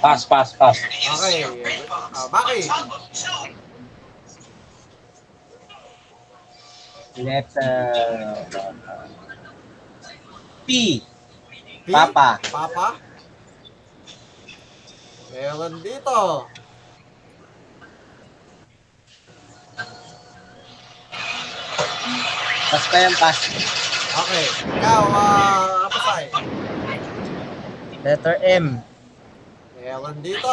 Pass, pass, pass.
Okay. Ah, Maki.
Letter... P.
P?
Papa.
Papa. Meron dito.
Pass pa yan, pass.
Okay. Ikaw, ah, Apasay.
Letter M.
Meron dito.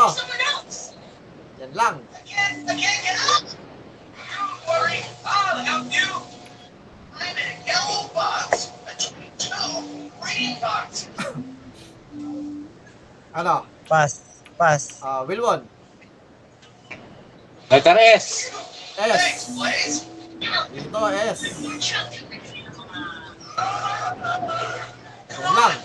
Yan lang. Ano?
Pass. Pass.
Ah, Wilwon.
Letter S.
S. Dito, S. Yan lang.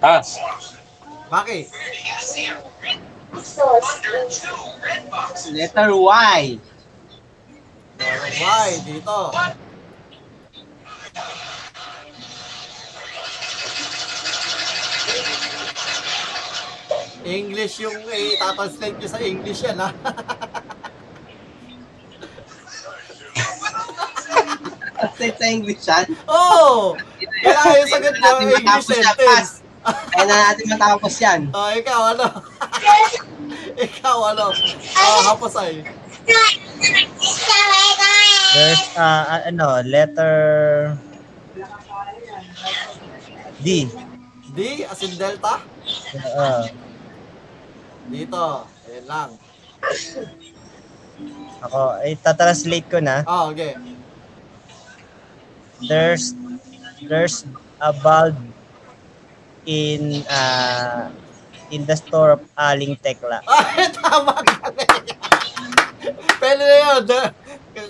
Pass.
Maki.
Letter Y.
Meron Y. Dito. English yung eh, tatranslate nyo sa English yan, ha?
Translate sa English yan.
Oo! Oh, kailangan yung sagot nyo,
Natin
English
matapos yan, pass.
sentence.
Kaya na natin matapos yan.
Oh, ikaw ano? ikaw ano? Ah, hapasay.
There's, ah, ano, letter D.
D, as in Delta?
Ah,
Dito. Ayan lang.
ako, eh, tatranslate ko na.
Oh, okay.
There's, there's a bulb in, ah, in the store of Aling Tekla.
Ay, tama ka na yan. Pwede na yun. The-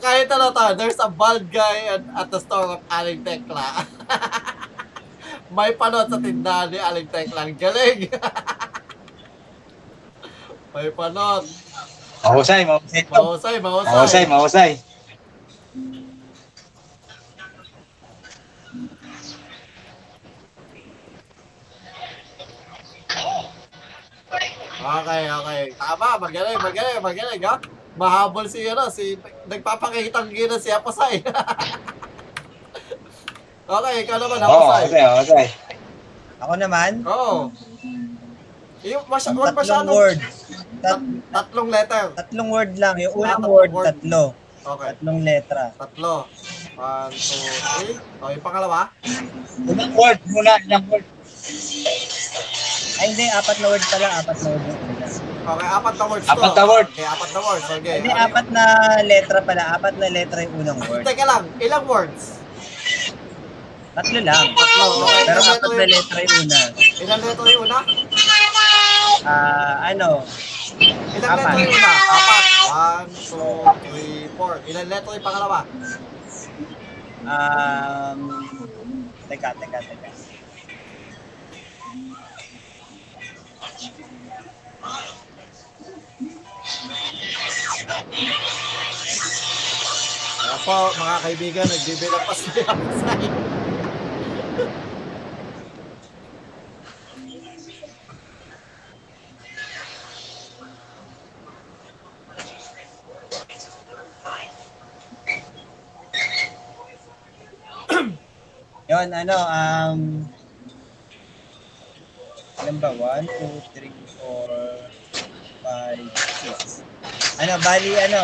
Kahit ano to, there's a bald guy at, at the store of Aling Tekla. May panot sa tindahan ni Aling Tekla. Ang galing. May panot.
Mahusay, mahusay.
Mahusay, mahusay.
Mahusay, mahusay.
Okay, okay. Tama, magaling, magaling, magaling, ha? Mahabol si, ano, si, nagpapakitang gina si Apasay. okay, ikaw naman,
Oo,
Apasay.
mahusay, mahusay.
Ako naman,
Oo. Yung masya, huwag
tatlong
masyadong,
word. Tat-
tatlong letter.
tatlong word lang. Yung unang
Tatlong
word,
word.
tatlo.
Okay.
Tatlong letra.
Tatlo. One, two, three. Okay, yung pangalawa.
Ilang word muna, ilang word.
Ay, hindi. Apat na word pala. Apat na word.
Okay, apat na words to.
Apat na word.
Okay, apat na words. Okay.
Hindi, apat na letra pala. Apat na letra yung unang word.
Teka lang, ilang words?
Tatlo lang.
Tatlo. Okay.
Pero
ilang
apat
letra
na
yung-
letra yung una.
Ilang letra yung una?
Ah, ano?
Ilang
Apat.
letra yung una? Apat. One, two, three, four. Ilang letra yung pangalawa?
Um, teka, teka, teka.
Ayan po, mga kaibigan, nagbibilang pa sila sa inyo.
Yun, ano, um, alam ba, 1, 2, 3, 4, 5, 6. Ano, bali, ano,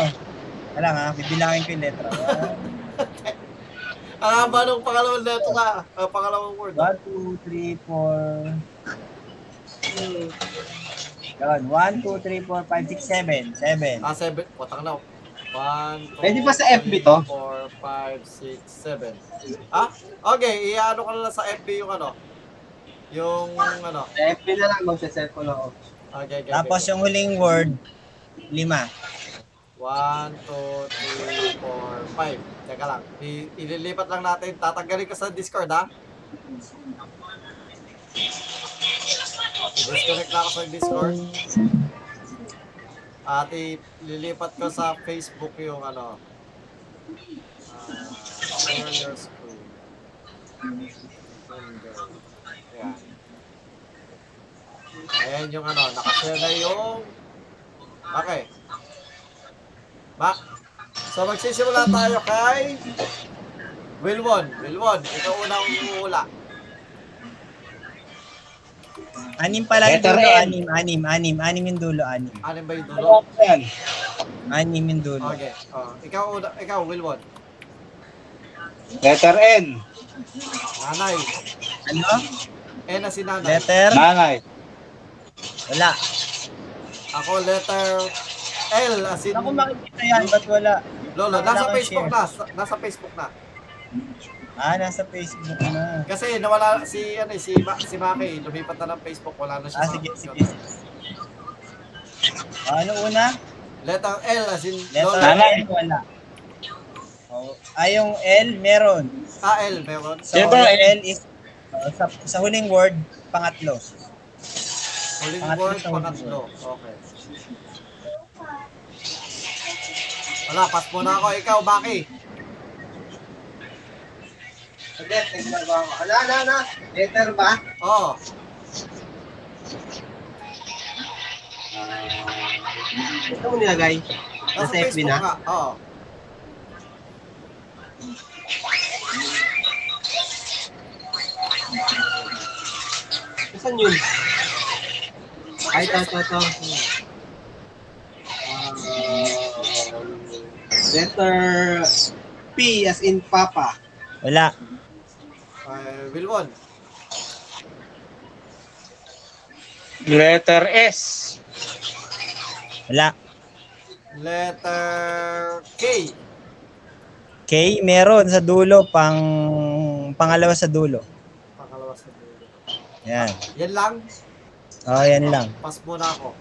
wala nga, bibilangin ko yung letra.
Ang haba nung pangalawang letra, ah, pangalawang word.
1, 2, 3, 4, yun, 1, 2, 3, 4, 5, 6, 7, 7.
Ah, seven. Putang na. One, two,
Pwede ba sa FB
three,
to?
Four, five, six, seven. Ah, okay. Iaano ko na lang sa FB yung ano. Yung ano.
Eh, pila lang magsa-cellphone ako.
Okay, okay.
Tapos
okay.
yung huling word, 5.
One, two, three, four, five. Teka lang. I- ililipat lang natin. Tatanggalin ka sa Discord, ha? Disconnect na ako sa Discord. At ililipat ko sa Facebook yung ano. ah, share your screen. Ayan. Ayan yung ano, nakashare na yung... Okay. Ma so magsisimula tayo kay Wilwon. Wilwon, ikaw una ang umuula.
Anim pala yung
Letter
dulo,
N.
anim, anim, anim, anim yung dulo, anim.
Anin ba yung dulo?
Ano ba yan?
Anim yung dulo.
Okay. Oh, ikaw, una, ikaw, Wilwon.
Letter N.
Nanay.
Ano?
Eh na si nanay.
Letter?
Nanay.
Wala.
Ako, letter L as in
Ako makikita yan, ba't wala?
Lolo.
wala
Nasa
kang
Facebook
share.
na. sa- Nasa Facebook na.
Ah, nasa Facebook na.
Kasi nawala si ano eh, si Ma, si Maki, lumipat na ng Facebook, wala na siya.
Ah,
sa-
sige, sige. sige. Ah, Ano una?
Letter L as in
Letter
Lolo.
Nanay.
L, wala. Oh, ah, yung L, meron.
Ah, L meron.
So,
Siyempre,
yung
L.
L is, oh, sa, sa huling word, pangatlo.
Huling
Pangatlo
word,
sa huling
pangatlo. Okay. Wala, pass muna ako. Ikaw, Maki.
Ulit, letter ba ako? Ano, ano, ano? Letter ba?
Oo.
Ito mo nilagay.
Nasa
Nasa FB
Facebook Oh.
na?
nga. Oo.
Saan yun? Ay, ito, ito, ito. Ah, letter P as in Papa.
Wala.
Eh, Wilwon.
Letter S.
Wala.
Letter K.
K, meron sa dulo, pang pangalawa sa dulo.
Pangalawa sa dulo.
Yan.
Yan lang.
Oh, yan lang.
Pass muna ako.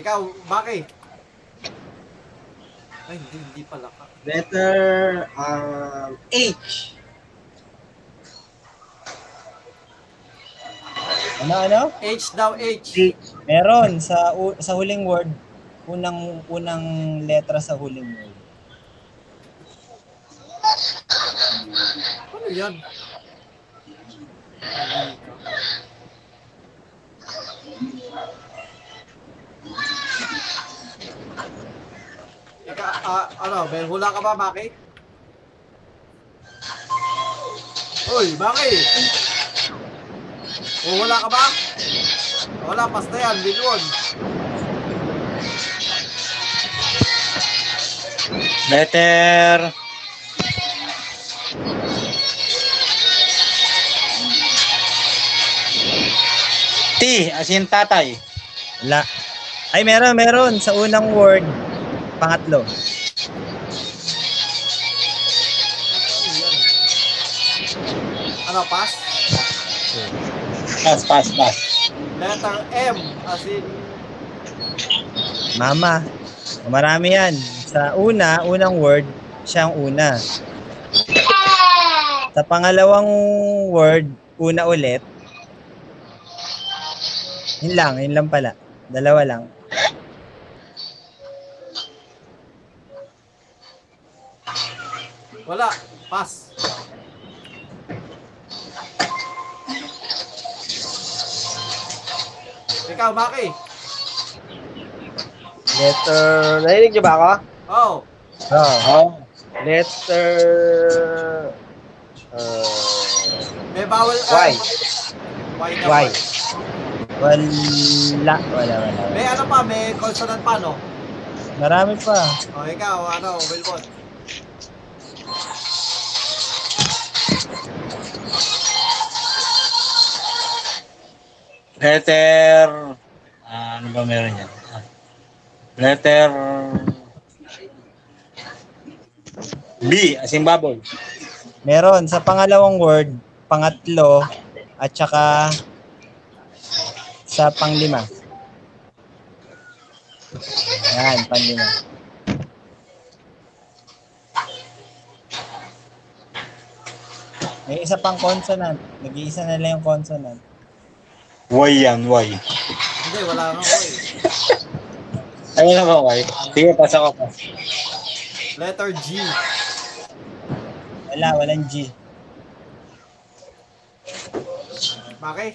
Ikaw, Maki. Ay, hindi, hindi pala ka.
Letter um, H.
Ano, ano?
H daw, H.
Meron sa u- sa huling word, unang unang letra sa huling word.
Ano yan? Ika, ah, ano, may hula ka ba, Maki? Uy, Maki! O Oh, wala ka ba? Wala, basta yan, bilwon.
Letter. T, as in tatay.
La. Ay, meron, meron. Sa unang word, pangatlo.
Ano, pass?
Pass, pass, pass.
Letter M, as in,
Mama. Marami yan. Sa una, unang word, siya ang una. Sa pangalawang word, una ulit. Yun lang, yun lang pala. Dalawa lang.
wala, pass. Ikaw, Maki.
Letter...
Hmm,
Narinig niyo ba ako?
Oh,
Ah,
Oh.
Letter... Uh,
may bawal
Why?
Why? na
Why?
why.
Wala, wala, wala.
May ano pa, may consonant pa, no?
Marami pa.
O, ikaw, ano, Wilbon.
Letter. ah, ano ba meron yan? Ah. Letter. B, as in baboy.
Meron. Sa pangalawang word, pangatlo, at saka sa panglima. Yan, panglima. May isa pang consonant. Nag-iisa na lang yung consonant.
Y yan, Y.
Hindi, wala nga, oy.
Ano na ba Y? Sige, pass ako. Pass.
Letter G.
Wala, walang G.
Maki?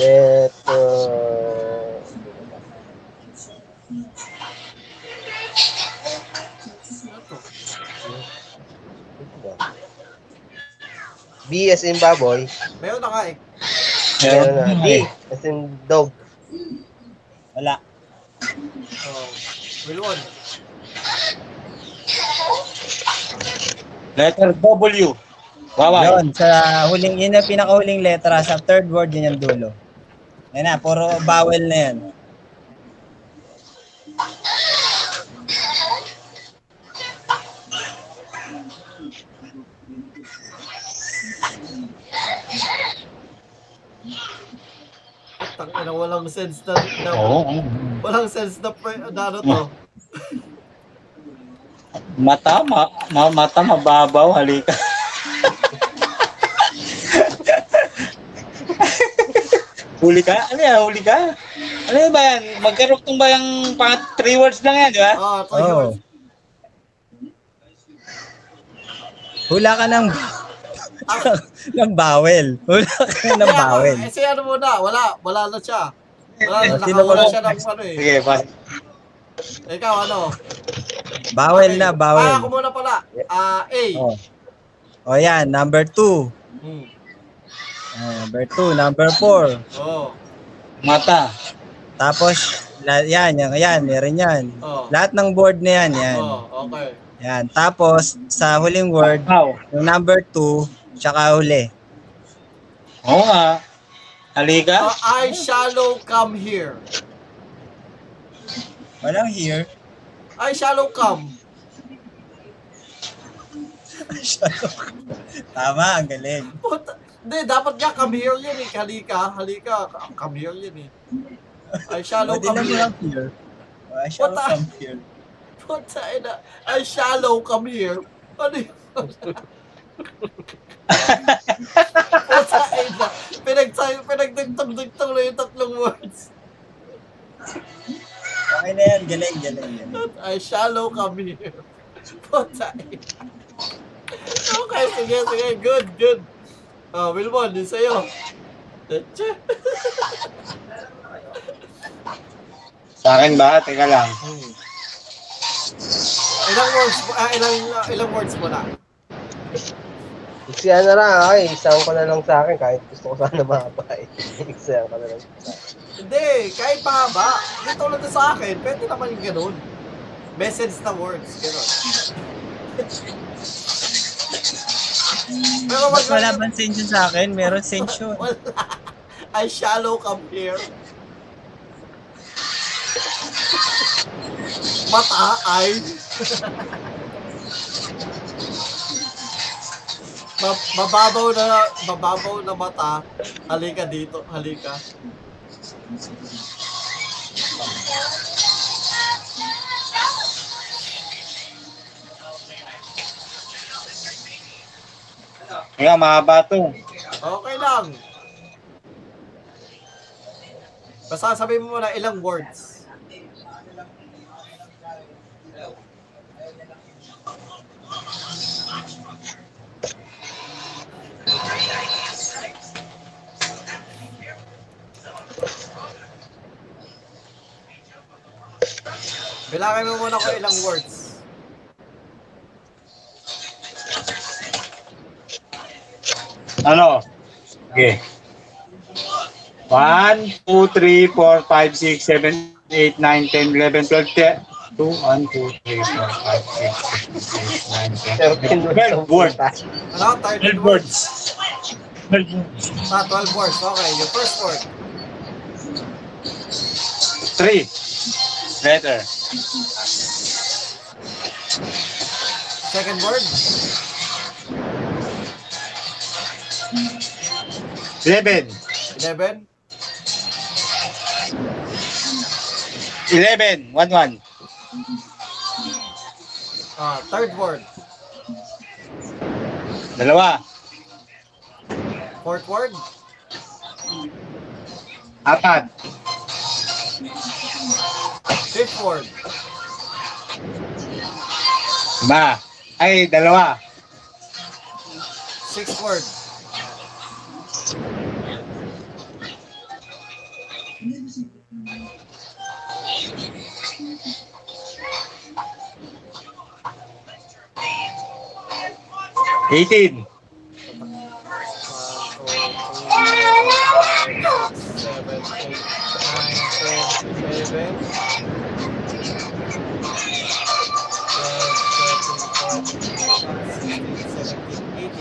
letter... B as in baboy.
Meron na nga eh.
Meron na. D as in dog.
Wala.
Oh, Wilbon.
Letter W. Wawa.
Yun, sa huling, yun ang pinakahuling letra. Sa third word, yun yung dulo. Yan na, puro vowel na yan.
Tang ina, walang sense na, na
Oo. ano?
walang sense na, pre, na ano to.
Mata, ma, ma, mata mababaw, halika. huli ka? Ano yan, huli ka? Ano yan ba yan? Magkaruktong ba yung pang three words lang yan, di ba?
Ah, ito yun.
Oh. Hula ka ng ng bawel. Hula ka ng
Kaya,
bawel.
Eh, si ano muna, wala, wala na siya. Wala,
Oh, sino
nakawala
ba-
siya ng ano eh.
Sige, pass.
Ikaw, ano?
Bawel
Okay.
na,
Ah, ako
bawel.
muna pala. Ah, A.
Oh. O yan, number two.
Hmm.
Ah, number two, number four.
Oh,
Mata.
Tapos, la- yan, yan, yan, meron yan.
oh,
Lahat ng board na yan, yan.
oh, okay.
Yan. Tapos, sa huling word,
Wow.
yung number two, tsaka huli.
Oo nga.
Ah,
Halika.
I shallow come here.
Walang here.
I shallow come.
Tama, ang galing.
Puta. Hindi, dapat nga come here yun eh. Halika, halika. Come here yun eh. I shallow
Pwede
come
lang
here.
walang here. Wala siyang
Puta.
come here.
Puta ina. I shallow come here. Ano yun? Puta ina. Pinagtag- Pinagdagtag-dagtag na yung tatlong words.
Okay na yan, galing, galing. galing.
I shallow come here. Puta ina. Okay, sige, sige. Good, good. Ah, Wilbon, yun sa'yo. Tche.
Sa akin ba? Teka lang.
Ilang words, ah, ilang, ah, ilang words mo na?
Kasi ano lang, okay, isang ko na lang sa akin kahit gusto ko sana mahaba. eh. Isang ko na lang sa akin.
Hindi, kahit pahaba. Yung tulad na sa akin, pwede naman yung ganun. Message na words, ganun. Pero wag
Mas wala bang send yun sa akin? Meron send yun.
Wala. I shallow come here. Mata, ay. Ma- mababaw na mababaw na mata. Halika dito, halika.
Kaya mahaba to.
Okay lang. Basta sabihin mo na ilang words. Bilangin mo muna kung ilang words.
Ano? Okay. 1, 2, 3, 4, 5, 6, 7, 8, 9, 10, 11, 12, 10. 2, 1, 2, 3, 4, 5, 6, 7, 8, 9, 10, 11, 12 words.
Ano? 13 words.
12 words. 12 words.
Ah, 12 words. Okay, your first word.
3. Letter.
Second word.
11.
11.
11. 1, 1.
Ah, third word.
Dalawa.
Fourth word.
Apat.
Fifth word.
Lima. Ay, dalawa.
Sixth word.
Eighteen.
Seven, eight, nine, ten, eleven. Twelve, thirteen, fourteen, fifteen, sixteen, seventeen, eighteen.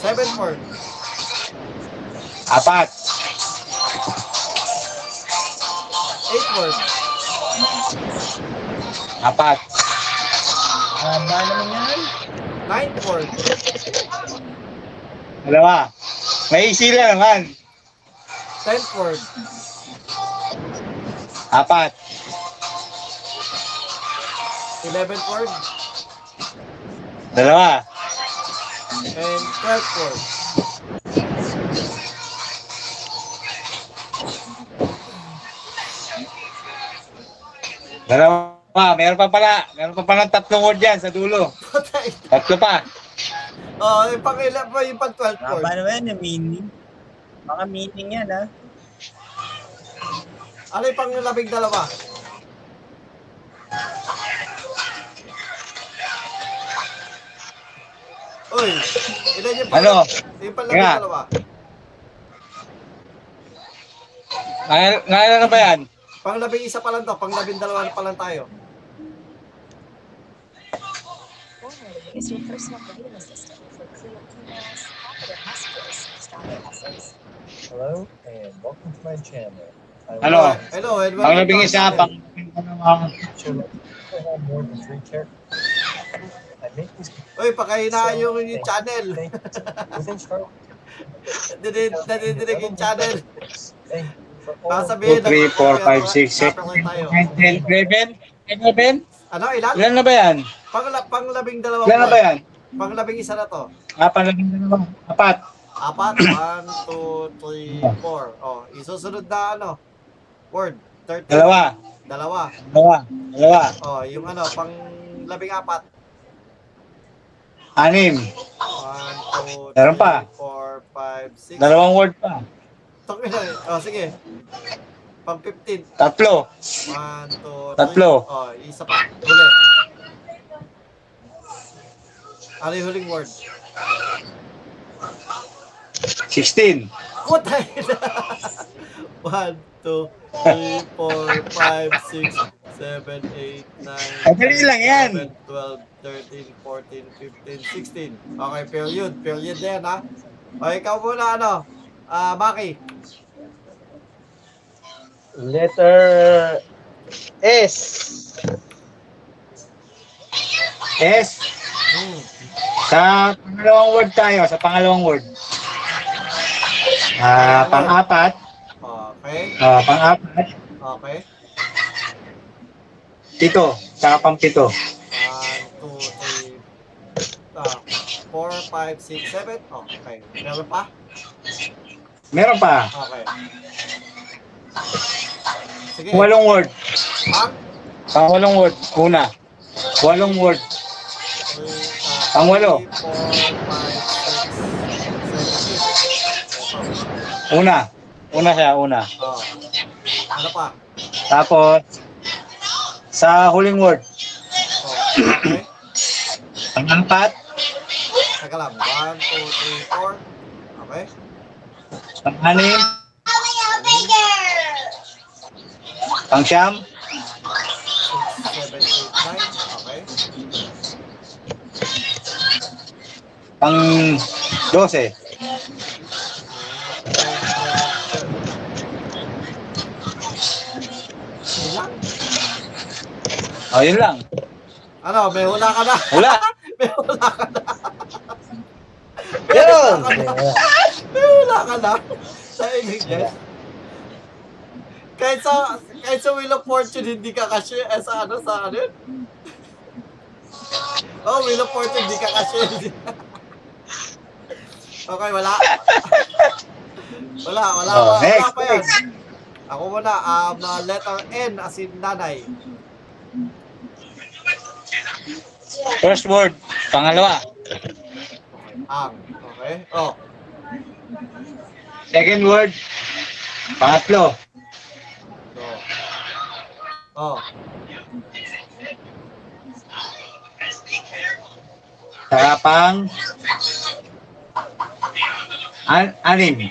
Seventh word.
Apat.
Eighth word.
Apat.
Haba naman yan.
Ninth word.
Dalawa. May isi lang naman.
Tenth word.
Apat.
Eleventh word.
Dalawa.
And twelfth word.
Dalawa. Meron pa pala. Meron pa pala tatlong word dyan sa dulo.
Patay.
Tatlo pa.
Oh, yung pang ilan pa yung pang twelfth word.
Haba naman yan, yung meaning. Mga meaning yan, ha?
Ano yung pang labing dalawa? Uy, ilan yung pang
Ano?
Yung pang labing
Nga.
dalawa?
Ngayon na ano ba yan?
Pang labing isa pa lang to, pang labing dalawa pa lang tayo.
Is your personal computer assistant for clear emails, confident messages, strong essays.
Hello and welcome to my channel. I will
Hello.
Hello, and
Ano? Pang labing isa, pang
show you how to have more than three characters. I make this
Uy, pakahinaan yung, yung channel.
thing within Charlotte.
Dinin- Nadidinig yung channel.
Thank you for all
Baka sabihin
2, 3, 4, 5, 6, 7,
Napakay tayo.
8, 11. 11?
Ano, ilan?
Ilan na ba yan?
Pang, la- pang labing dalawa.
Ilan na ba yan?
Pang labing isa na to.
Ah, panlabing dalawa. Apat.
Apat, one, two, three, four. Oh, isusunod na ano? Word. 13.
Dalawa.
Dalawa.
Dalawa. Dalawa.
Oh, yung ano, pang labing apat.
Anim.
One, two,
Meron
three,
pa.
four, five, six.
Dalawang word pa.
Tangin na. Oh, sige. Pang 15.
Tatlo.
One, two,
Tatlo.
three. Oh, isa pa. Huli. Ano yung huling word?
16.
Putay na. 1, 2, 3, 4, 5, 6, 7, 8, 9,
Madali Ah, lang yan.
11, 12, 13, 14, 15, 16. Okay, period. Period na yan, ha? Okay, ikaw muna, ano? Ah, Maki.
Letter S. S.
Hmm.
Sa pangalawang word tayo, sa pangalawang word. Ah, pang-apat,
Okay,
ah, pang-apat,
okay.
pito, sa pang-pito.
1, 2, 3, ah, 4, 5, 6, 7. Okay. Meron pa?
Meron pa,
Okay. Sige.
walong word.
Ang
Pang walong word, una. Walong word.
ờ,
Ang walo. Una. Una siya, una.
Oh. Ano pa?
Tapos, sa huling word,
Oh. Okay.
pang-apat,
Teka lang. 1, 2, 3, 4. Okay.
pang-anim, pang-siyam,
6, 7, 8, 9. Okay.
pang-dose.
Yun lang.
O, Oh, yun lang.
Ano, may hula ka na.
Wala.
May hula ka na.
Yun!
May hula ka na. Sa inyong guys. Kahit sa, kahit sa Wheel of Fortune, hindi ka kasi, eh, sa ano, sa ano yun? Oh, Wheel of Fortune, hindi ka kasi. okay, wala. wala, wala, wala, wala
Oh, next,
pa yun.
next.
Ako muna, um, uh, letter N as in nanay.
First word, pangalawa.
Ang, okay? Oh,
Second word, pangatlo.
no. Oh,
Saka pang... An anim.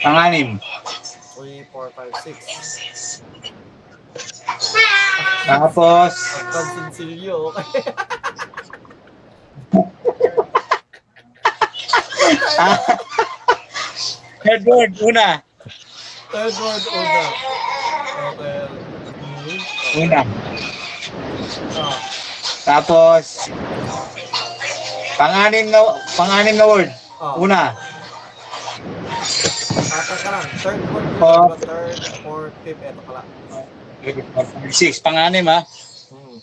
Pang-anim.
3, 4, 5, 6.
Tapos,
Ang pansinsilyo, okay?
third word, una.
Third word, una. Okay. Hmm. Okay.
Una.
Ah,
Tapos, pang-anim na, pang-anim na word.
ah.
Una.
Tata Ah, ka lang. Third word,
Oh.
oh. third, fourth, fifth, eto pala.
Six, pang-anim ha.
Hmm.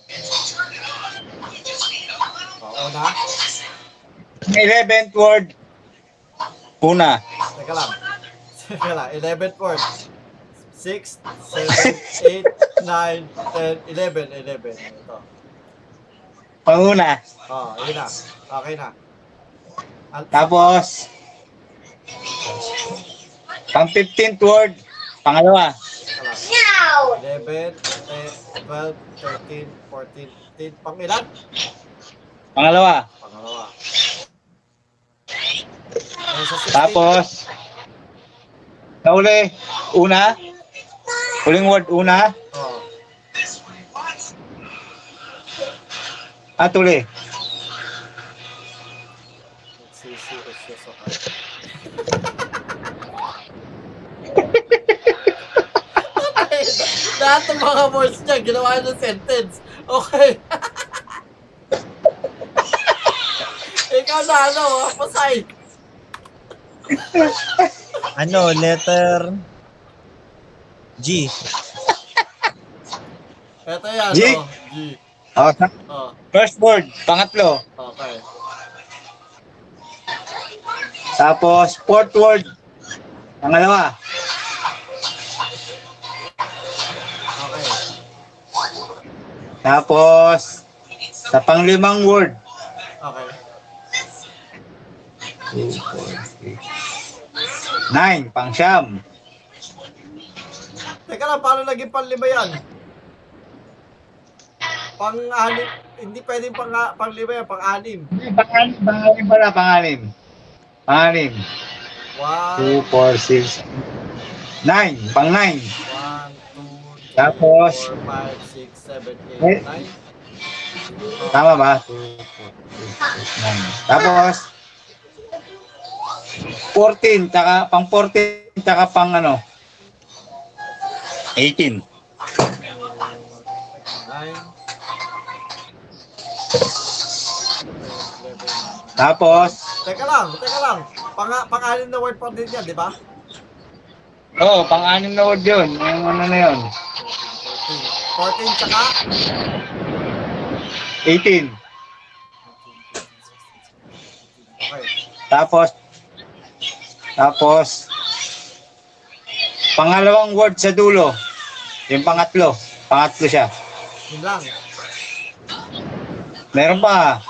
Oh, una.
Eleventh word, una.
Teka lang. Teka lang. 11th word. 6, 7, 8, 9, 10, 11, 11. Ito.
Panguna.
Oh, yun na. Okay na. Al-
Tapos, pang-fifteenth word, pangalawa.
Teka lang. 11, 10, 12, 13, 14, 15. Pang ilan?
Pangalawa.
Pangalawa. Ano sa 16?
Tapos, nauli, una, huling word, una,
Oh,
at uli.
nagsisi ko siya sa Lahat ng mga words niya, ginawa niya ng sentence. Okay. Ikaw na, ano, ah, pasay.
Ano, letter G.
Ito yan,
G.
oh. G.
O, sa-
Oh,
first word, pangatlo.
okay.
Tapos, fourth word, pangalawa.
Okay.
Tapos, sa panglimang word,
Okay.
nine, pangsyam.
Teka lang, paano naging panlima yan? Pang-anim, hindi pwedeng pang, panglima yan, pang-anim.
Pangalim, pangalim pala, pangalim. Pangalim.
One,
2, 4, 6, 9. Pang
one,
9.
two, three,
Tapos?
four, five, six, seven, eight,
Eh.
nine.
Tama ba? 2, 4, 6, 9. Tapos, 14, tsaka pang 14, tsaka pang ano, 18.
Nine. Eleven.
Tapos,
Teka lang, teka lang. Pang pang-anim na word pa din yan, di ba?
oh, pang-anim na word yun. Yung ano na yun.
14 tsaka
18.
Okay.
Tapos, tapos, pangalawang word sa dulo, yung pangatlo, pangatlo siya.
Yun lang.
Meron pa.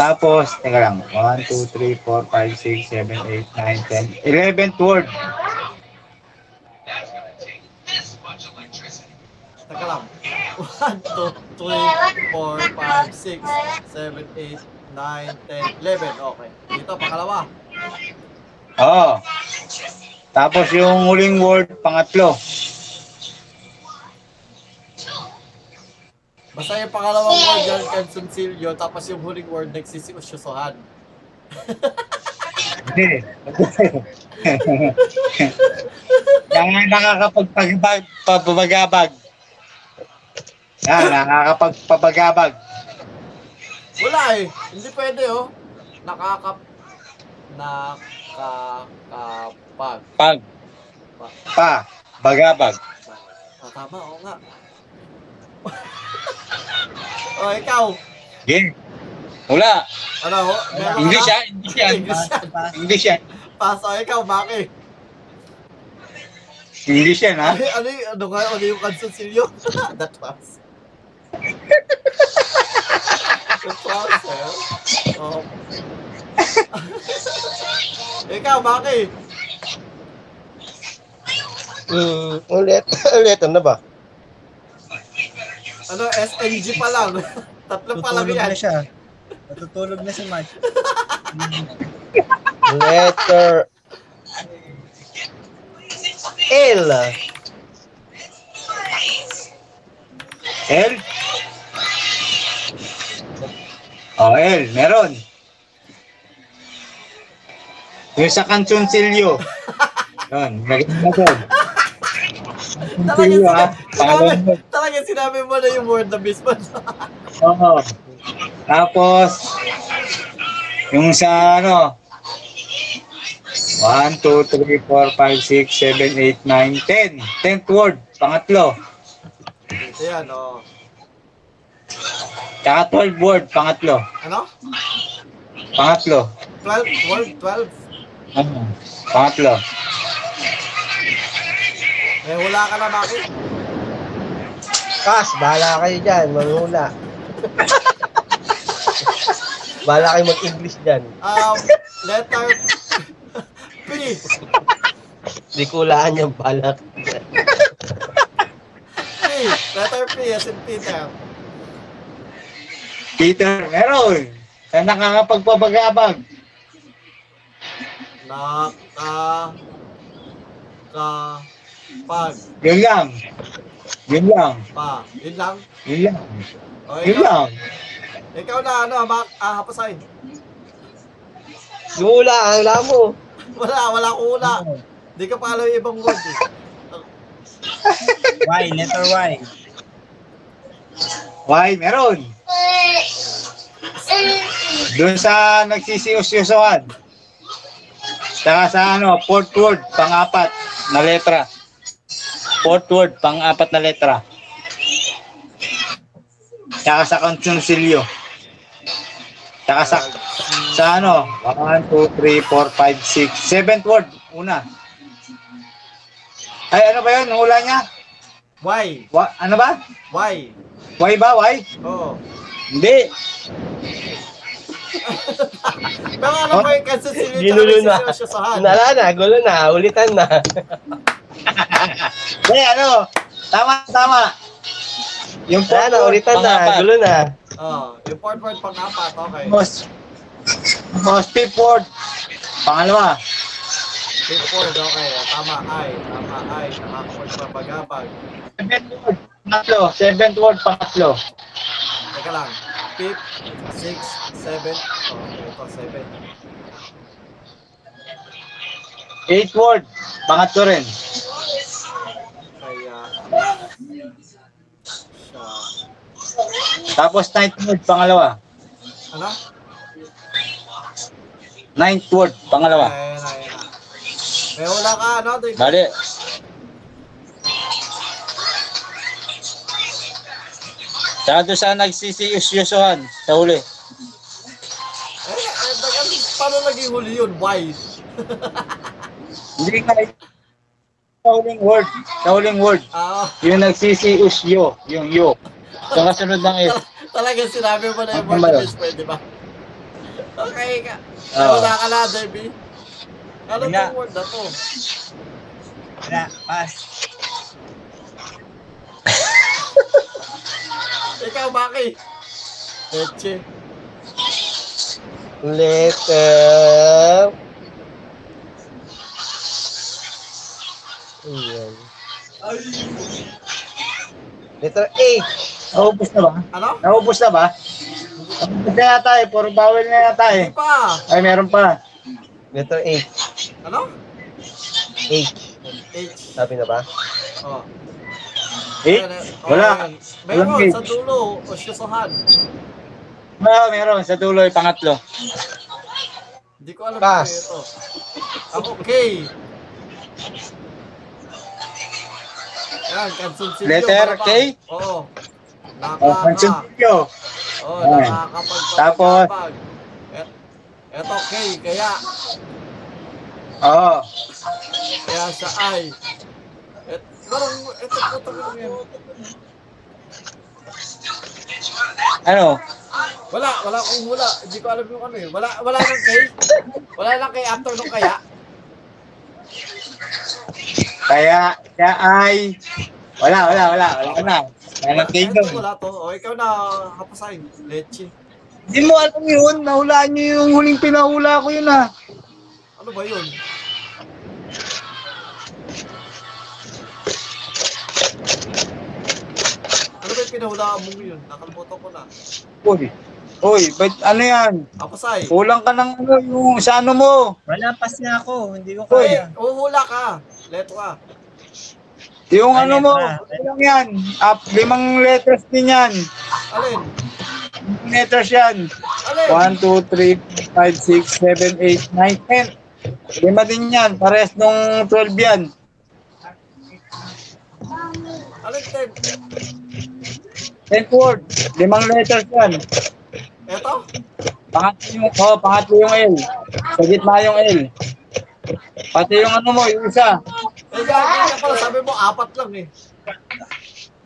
Tapos, teka lang, 1, 2, 3, 4, 5, 6, 7, 8, 9, 10, 11th word.
Teka lang. 1, 2, 3, 4, 5, 6, 7, 8, 9, 10, 11. Okay. Dito, pangalawa.
Oo. Tapos yung huling word, pangatlo.
Basta yung pangalawang word dyan, Consuncilio, tapos yung huling word, nagsisiusyusuhan.
Hindi. Yan nakakapagpagabag. Pabagabag. Yan, nakakapagpabagabag.
Wala eh. Hindi pwede oh. Nakakap... Nakakapag.
Pag. Pa. Bagabag.
Ah, tama, oo nga. o, Oh, ikaw.
Game. Wala.
Ano, ho? Meron ka na?
English yan. English yan.
English yan.
English yan.
Pass. O, ikaw, Maki.
English yan, ah. ha?
Ano, ano, y- ano, nga, ano yung Consuncilio? That was. That was, eh. Oh. ikaw, Maki.
Hmm,
Oh,
ulit, ulit, ano ba?
Ano, SNG pa lang. Tatlo pa lang
Tutulog
yan.
na siya. Natutulog na si Mike.
Letter L.
L? Oh, L. Meron. Yung sa Kanchonsilyo. Yun. Maganda doon.
Talaga
Kanchonsilyo, ha?
ah.
sinabi,
Pangalan mo.
sinabi- talaga sinabi mo na yung word na mismo.
Oo. Tapos, yung sa ano, 1, 2, 3, 4, 5, 6, 7, 8, 9, 10. 10th word, pangatlo.
Ito yan, oh.
Tsaka 12 word, pangatlo.
Ano?
Pangatlo.
12, word 12.
Ano? Pangatlo.
Eh, wala ka na, Maki.
Kas, bahala kayo dyan, manghula. bahala kayo mag-English dyan.
Um, letter P.
Di kulaan yan, bahala.
P. Letter P, as in Peter.
Peter, meron. Sa nakakapagpabagabag.
Naka... Ka... Pag...
Yun lang. Yun lang.
Pa. Yun lang.
Yun lang.
O,
Yun
ikaw,
lang.
ikaw na, ano, Mak... Ah, hapasay.
Lula, ang alam mo.
Wala, wala ko una. Hindi ka pa alam yung ibang word. Eh.
Y, letter Y.
Why? Meron. Doon sa nagsisiyos-yosohan. Saka sa ano, fourth word, pang-apat na letra. Fourth word, pang-apat na letra. Saka sa konsunsilyo. Saka sa, sa ano, 1, 2, 3, 4, 5, 6. Seventh word, una. Ay, ano ba yun? Ang Hula niya?
Why?
Wa, ano ba?
Why?
Why ba? Why?
Oo.
Hindi.
Pero alam mo yung Kansas City at
Ginulo na.
sinasyasahan.
Nala na, gulo na, ulitan na.
Eh, ano? Tama, tama. Yung
Nala na,
fourth
ulitan na,
pang-apat.
gulo na.
Oo. Yung fourth word pang apat, okay.
Most, most fifth word. Pangalawa.
Pitford, okay. Tama, ay. Tama, ay. Nakakapagpapagabag.
Seventh word, pangatlo. Seventh word, pangatlo.
Teka lang. Fifth, sixth, seventh. Oh, ito, seventh.
Eighth word, pangatlo rin.
Kaya, siya.
Tapos ninth word, pangalawa.
Ano?
Ninth word, pangalawa.
Ayan, ayan, ayan. May wala ka, ano? Doy?
Mali. Tsaka doon sa nagsisiyos-yosohan sa huli.
Eh, eh, teka, paano naging huli yun? Why?
Hindi nga eh. sa huling word. Sa huling word.
Ah,
Yung nagsisiyos-yo. Yung yo. Sa kasunod ng S.
talaga sinabi mo na yung
Eh. Ano ba
word
yun?
is pwede ba? Okay ka. May
Ah.
wala ka na, Derby. Ano
Wala.
tong word na to?
Wala, pass.
Ikaw, Maki. Leche.
Letter. Ayan.
Letter A.
Naubos na ba?
Ano?
Naubos na ba? Naubos na yata eh. Puro bawal na yata eh.
Hindi Ano pa.
Ay, meron pa.
Letter A.
Ano?
A.
H.
Sabi na ba?
Oh.
Eh?
Ayan, eh. Oh, ayan.
Wala.
Meron
Walang
sa dulo. O syusohan.
Wala, Ah, meron. Sa dulo, eh, pangatlo.
Hindi ko alam
Pass.
kung ito. Ako, okay. Yan, kansunsilyo.
Letter
para ba?
K?
Oo.
Oh,
Nakaka.
pansinyo.
Oo,
Ayan.
nakakapagpapagabag.
Tapos?
Et- Eto, K. Kaya,
Oo.
kaya sa I. Et, parang, eto, eto, eto, eto.
Ano?
Wala, wala akong hula. Hindi ko alam yung ano eh. Wala, wala nang K. Wala nang K after nung kaya.
Kaya, kaya ay... Wala, wala, wala. Wala na. Wala na
Eto,
tingin.
wala to. O, ikaw na, hapasain. Leche.
Hindi mo alam yun. Nahulaan niyo yung huling pinahula ko yun ah.
Ano ba yun? Ano ba yung pinahulaan mo yun? Nakalimutan ko na.
Uy. Uy, but ano yan?
Apasay.
Kulang ka ng ano yung sa ano mo.
Wala, pass na ako. Hindi ko
Uy,
kaya.
uhula ka. Letra.
Yung
Ay,
ano mo.
letra.
Kulang yan. Up, limang letters din yan.
Alin?
Limang letters yan.
Alin?
1, 2, 3, 5, 6, 7, 8, 9, 10. Lima din yan. Pares nung 12 yan.
Alin ten?
10th word. Limang letters yan.
Eto?
Pangatlo yung, oh, pangatlo yung L. Sa gitna yung L. Pati yung ano mo, yung isa.
Eh, gagi ka pala. Sabi mo, apat lang eh.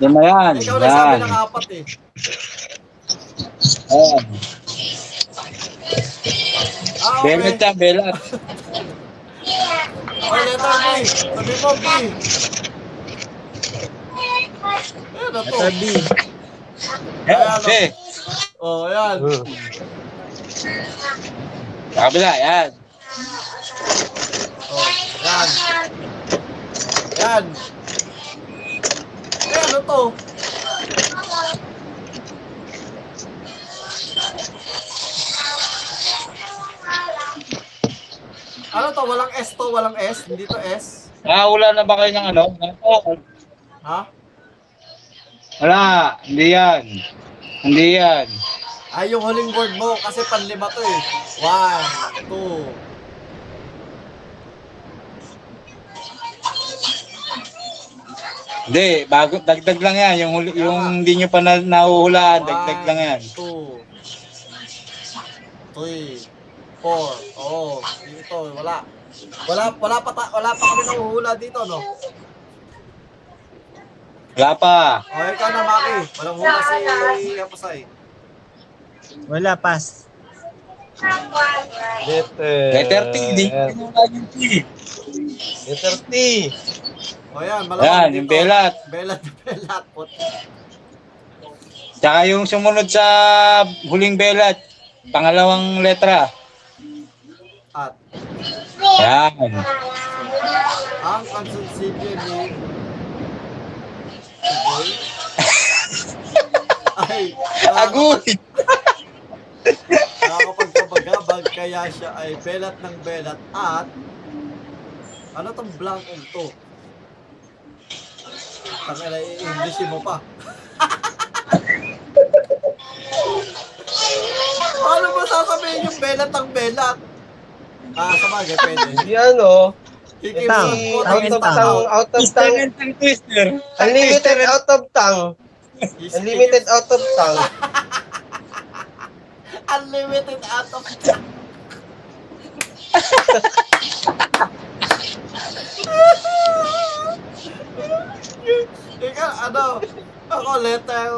Lima yan.
Ikaw na sabi
Yan.
ng apat eh.
Ayan.
Ah, okay.
Belat yan, belat.
O, letra B. Sabi mo, B. Ayan na to.
Letter B.
Ayan,
Eh,
O, Oh, ayan.
Uh.
sa kabila, yan.
Oh, yan. Yan. Eh, ano to? Ano to? Walang S to? Walang S? Hindi to S?
Nakahula Ah, na ba kayo ng ano? Oo.
Ha?
Wala, hindi yan. Hindi yan.
Ay, yung huling word mo kasi panlima to eh. One, two.
Hindi, bago, dagdag lang yan. Yung, huli- yung hindi nyo pa na, nahuhulaan, dagdag lang yan.
One, two. Three. Four. Oo. Oh, dito, wala. Wala, wala pa, ta- wala pa kami nahuhula dito, no?
Wala pa.
O, Oh, ikaw na, Maki. Walang hula si Kapusay.
Wala, pass.
Letter.
Letter T, hindi nyo nahulaan yung T.
Letter T.
O, Oh, yan. Malawang
Yan,
dito.
yung belat.
Belat, belat. Put.
Tsaka yung sumunod sa huling belat, pangalawang letra.
At.
Yan.
O, ang konsensibyo ni ay ah,
Agoy!
nakakapagpabagabag kaya siya ay belat ng belat at ano tong blankong to? Tangina, i-English mo pa. Paano mo sasabihin yung belat ng belat? Ah, sa bagay, pwede.
Yan o.
Kikip
Tang.
mo,
ano, Out of tongue. Out of tongue.
twister.
Unlimited out of tongue. Unlimited out of tongue.
Unlimited out of Ikaw, ano? Ako, letter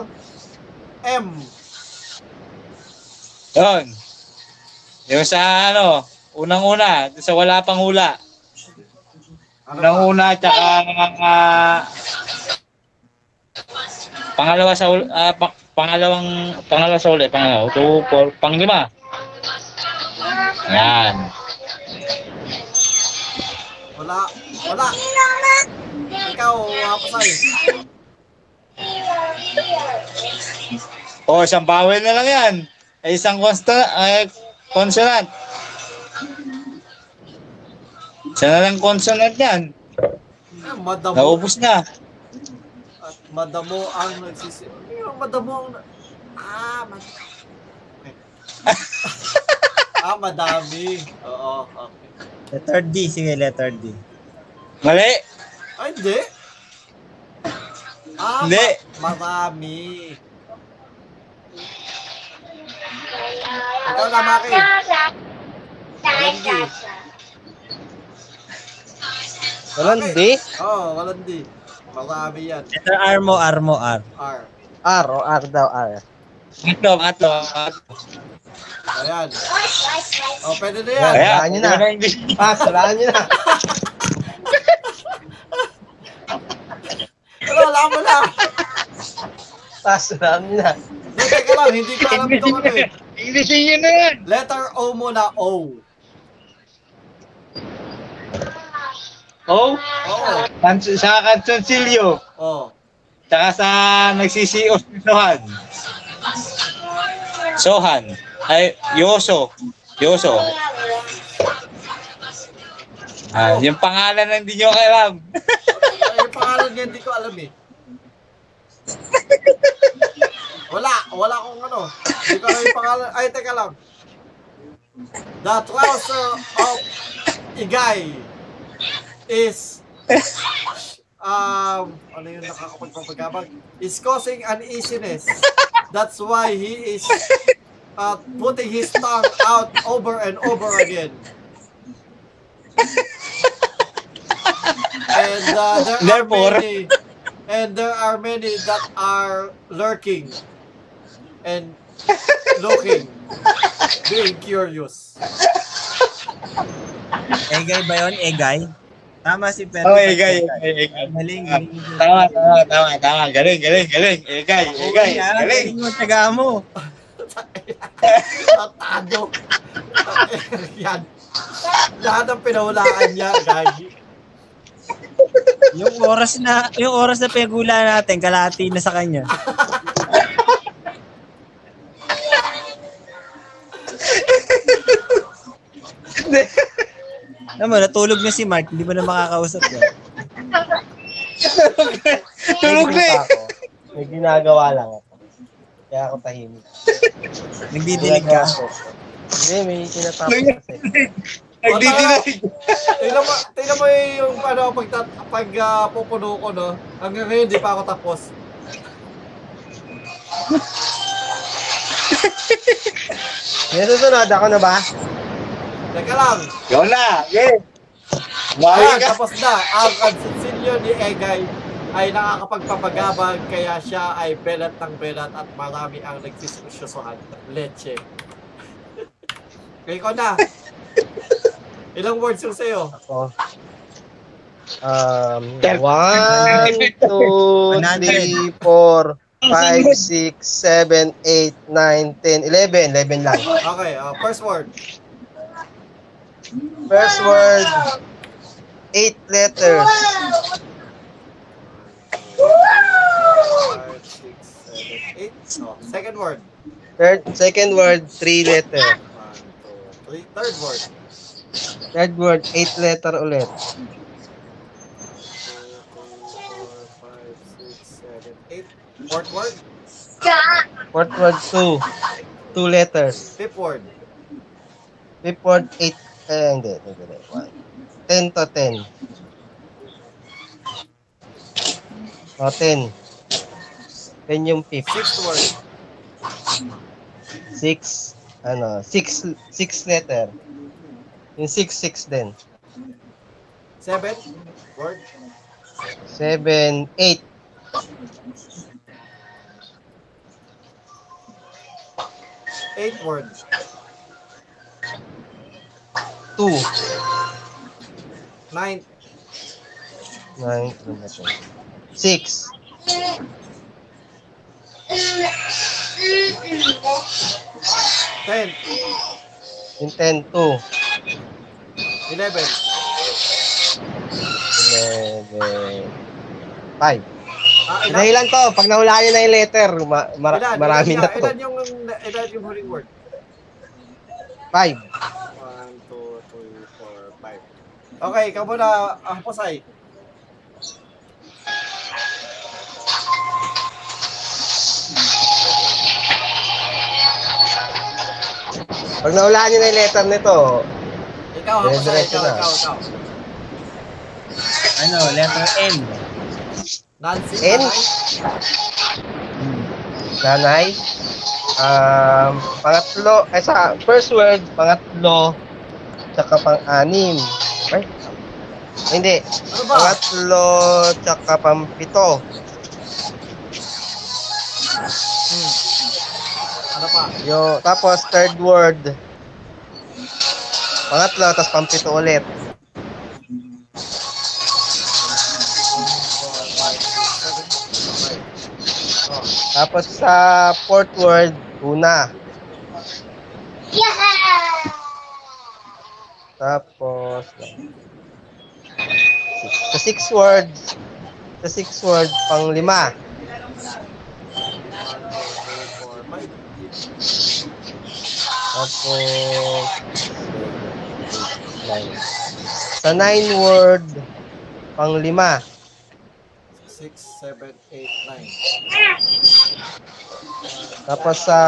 M.
Yun. Yung sa ano, unang-una, sa wala pang hula.
Ano ba?
Unang-una, tsaka... ah, pangalawa sa ul- ah, pa- pangalawang pangalawa sa uli, pangalawa, two, four, panglima. Yan.
Wala. Wala. Ikaw, hapasay.
O, Oh, isang vowel na lang yan. Ay, isang consta, ay, consonant. Isa na lang consonant yan.
Eh, madamo.
Naubos na.
At madamo ang nagsisi... Yung madamo ang... Ah, mad... Okay. ah, madami. Oo, okay.
Letter D. Sige, letter D.
Mali.
Ay, hindi. Ah,
Hindi.
Ma- marami. Ikaw na, Maki. Walang D.
Walang D?
Oo, oh, walang D. Marami yan.
Letter R mo, R mo, R.
R.
R o R daw, R.
Ato, ato, ato.
Ayan. O, oh, pwede na yan.
Ayan.
Kaya,
Kaya nyo na.
yun ang English.
Pass, walaan nyo na.
Wala, wala mo na.
Pass, walaan nyo na.
Buti ka lang, hindi ko alam ito ano eh.
Englishin yun na yan.
Letter O muna, O.
Oh,
Oo.
kan- sa Kansoncilio.
Oh.
Tsaka sa nagsisi of Sohan. Sohan. Ay, Yoso. Yoso. Ah, yung pangalan na hindi nyo alam.
Ay, Eh, yung pangalan niya, hindi ko alam eh. Wala, wala akong ano. Hindi ko alam yung pangalan. Ay, teka lang. The trouser of Igay is um ano yung nakakapagpapagabag is causing uneasiness. That's why he is uh, putting his tongue out over and over again. And uh, there
Therefore.
are many, and there are many that are lurking and looking, being curious.
Egay ba yun? Egay? Tama si Perry.
Oh, Egay. Egay. Egay.
Galing,
Ah,
galing.
Tama, tama, tama, tama. Galing, galing, galing. Egay, egay,
Galing, ah.
galing.
Galing mo, taga mo.
Tatado. Yan. Lahat ng pinahulaan niya, gagi.
Yung oras na, yung oras na pinagula natin, kalahati na sa kanya. Alam mo, natulog na si Mark, hindi mo na makakausap yun.
Tulog na eh.
Ako. May ginagawa lang ako. Kaya ako tahimik.
Nagdidilig ka.
Hindi, may tinatapos kasi.
Nagdidinig.
Tingnan mo, tingnan mo yung ano, pag, pag ah, pupuno ko, no? Hanggang ngayon, di pa ako tapos.
May susunod ako na ba?
Teka lang.
Yun na. Yes.
Ayan,
Mahi ka.
tapos na. Ang konsensilyo ni Egay ay nakakapagpapagabag kaya siya ay belat ng belat at marami ang nagsisusyosohan. Leche. Okay ko na. Ilang words yung sa'yo?
Ako. Um,
Ter-
1, 2, 3, 4, 5, 6, 7, 8, 9, 10, 11. 11 lang.
uh, Okay, ah, first word.
First word, eight letters.
Five, six, seven, eight. Oh, second word.
Third, second word, three letter.
One, two, three. Third word.
Third word, eight letter ulit.
Two, three, four, five, six, seven, eight. Fourth word.
Fourth word, two. Two letters.
Fifth word.
Fifth word, eight. Eh, hindi. hindi, hindi. One. Ten to ten. O, ten. Ten yung fifth.
Sixth word.
Six, ano, six, six letter. Yung six, six din.
Seventh word.
Seven, eight.
Eighth word.
Two.
Ninth.
Nine, ano ba to? Six.
Tenth.
Yung ten, two.
Eleven.
Eleven. Five.
Ah, ilan?
Dahilan to, pag nahulaan nyo na yung letter, ma- mara-
Ilan?
marami
Ilan
na
siya?
to.
Ilan yung, ilan yung huling word?
Five.
One, two, three, four, five. Okay, ikaw muna, ah, Posay.
Pag nahulaan nyo na yung letter nito,
Ikaw, ha, Posay.
Diretso
Ikaw,
na.
ikaw, ikaw.
Ano, letter N.
Nancy,
N?
Nanay.
nanay, um, pangatlo, eh sa first word, pangatlo, tsaka pang-anim. Ay, hindi,
Ano ba?
pangatlo, tsaka pang-pito.
Ano pa?
Yung, tapos third word, pangatlo, tapos pang-pito ulit. Tapos sa fourth word, una. Tapos, six. sa six word, sa six word, pang
One,
lima.
two, three, four, five.
Tapos, nine. Sa nine word, pang lima.
Six, seven, eight, nine.
Tapos sa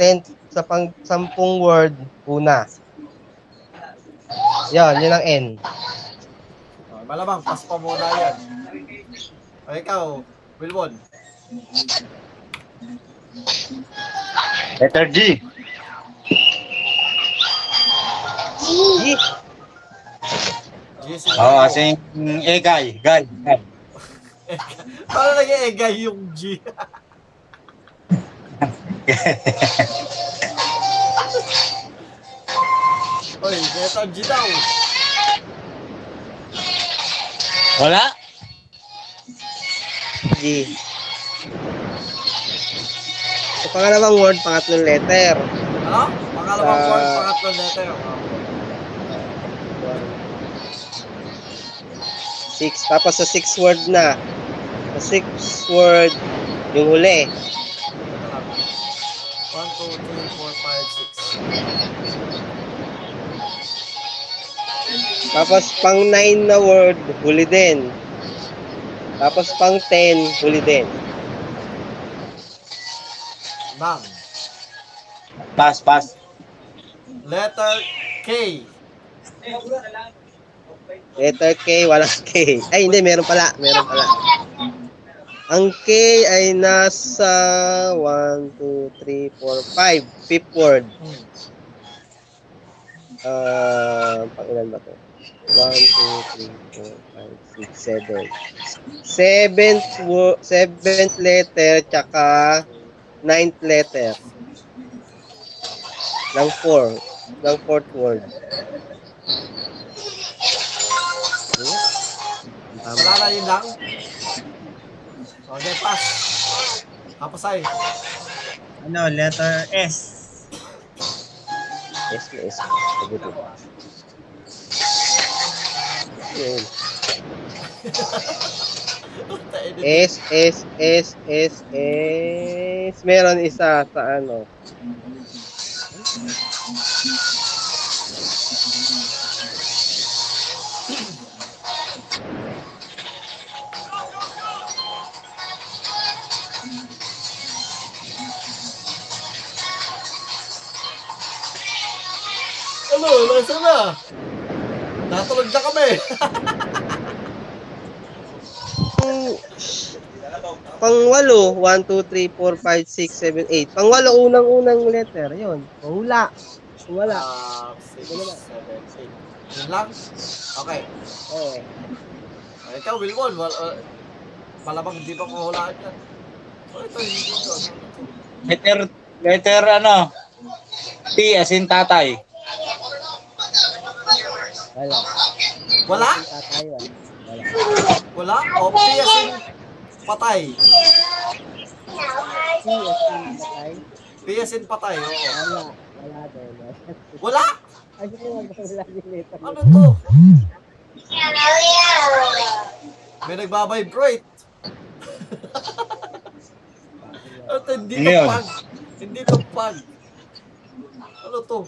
ten, sa pang sampung word, una. Yan, yun ang N.
Okay, Oh, malamang, pas pa muna yan. Okay, ikaw, Wilwon.
Letter G.
G.
GC.
Oo,
Oh, kasi yung eh, guy, guy, guy.
Parang nag-iegay yung G. Oy, kaya G daw.
Wala?
G. Sa pangalawang word, pangatlong letter.
Ano? Pangalawang
Ah.
Sa-
word, pangatlong letter. Ah,
Six. Tapos sa six word na. Sa six word, yung huli.
One, two, three, four, five, six.
Tapos pang nine na word, huli din. Tapos pang ten, huli din.
Nang.
Pass, pass.
Letter K.
Letter K, walang K. Ay, hindi, meron pala. Meron pala. Ang K ay nasa 1, 2, 3, 4, 5. Fifth word. Ah, pang ilan ba to? 1, 2, 3, 4, 5, 6, 7. Seventh, wo- seventh letter, tsaka ninth letter. Ng four. Ng fourth word. Tama.
Wala na yun lang. Okay, pass. Kapasay.
Ano, letter S.
Yes, yes. Sagutin. Yun. S, S, S, S, S. Meron isa sa ano.
Ano? Nasa na? Natulog na kami.
Pang- Pangwalo, 1, 2, 3, 4, 5, 6, 7, 8. Pangwalo, unang-unang letter. Yun. Wala. Wala.
Ah, six, seven, eight. Yun lang? Okay.
Oo.
Ay, ikaw, Wilmon. Wal, wal, malamang hindi pa kuhulaan yan. Oh, ito, hindi ito.
Letter, letter ano? T as in tatay.
Wala.
Wala?
Tatay, wala. Wala.
Wala? O, piyasin. Patay.
T as in tatay.
Piyasin patay. oo.
Wala. Wala daw. wala.
Wala?
Ay, wala. Wala yung letter.
Ano to? May nagbabibrate. At hindi
Ano yun?
tupag. Hindi tupag. Ano to?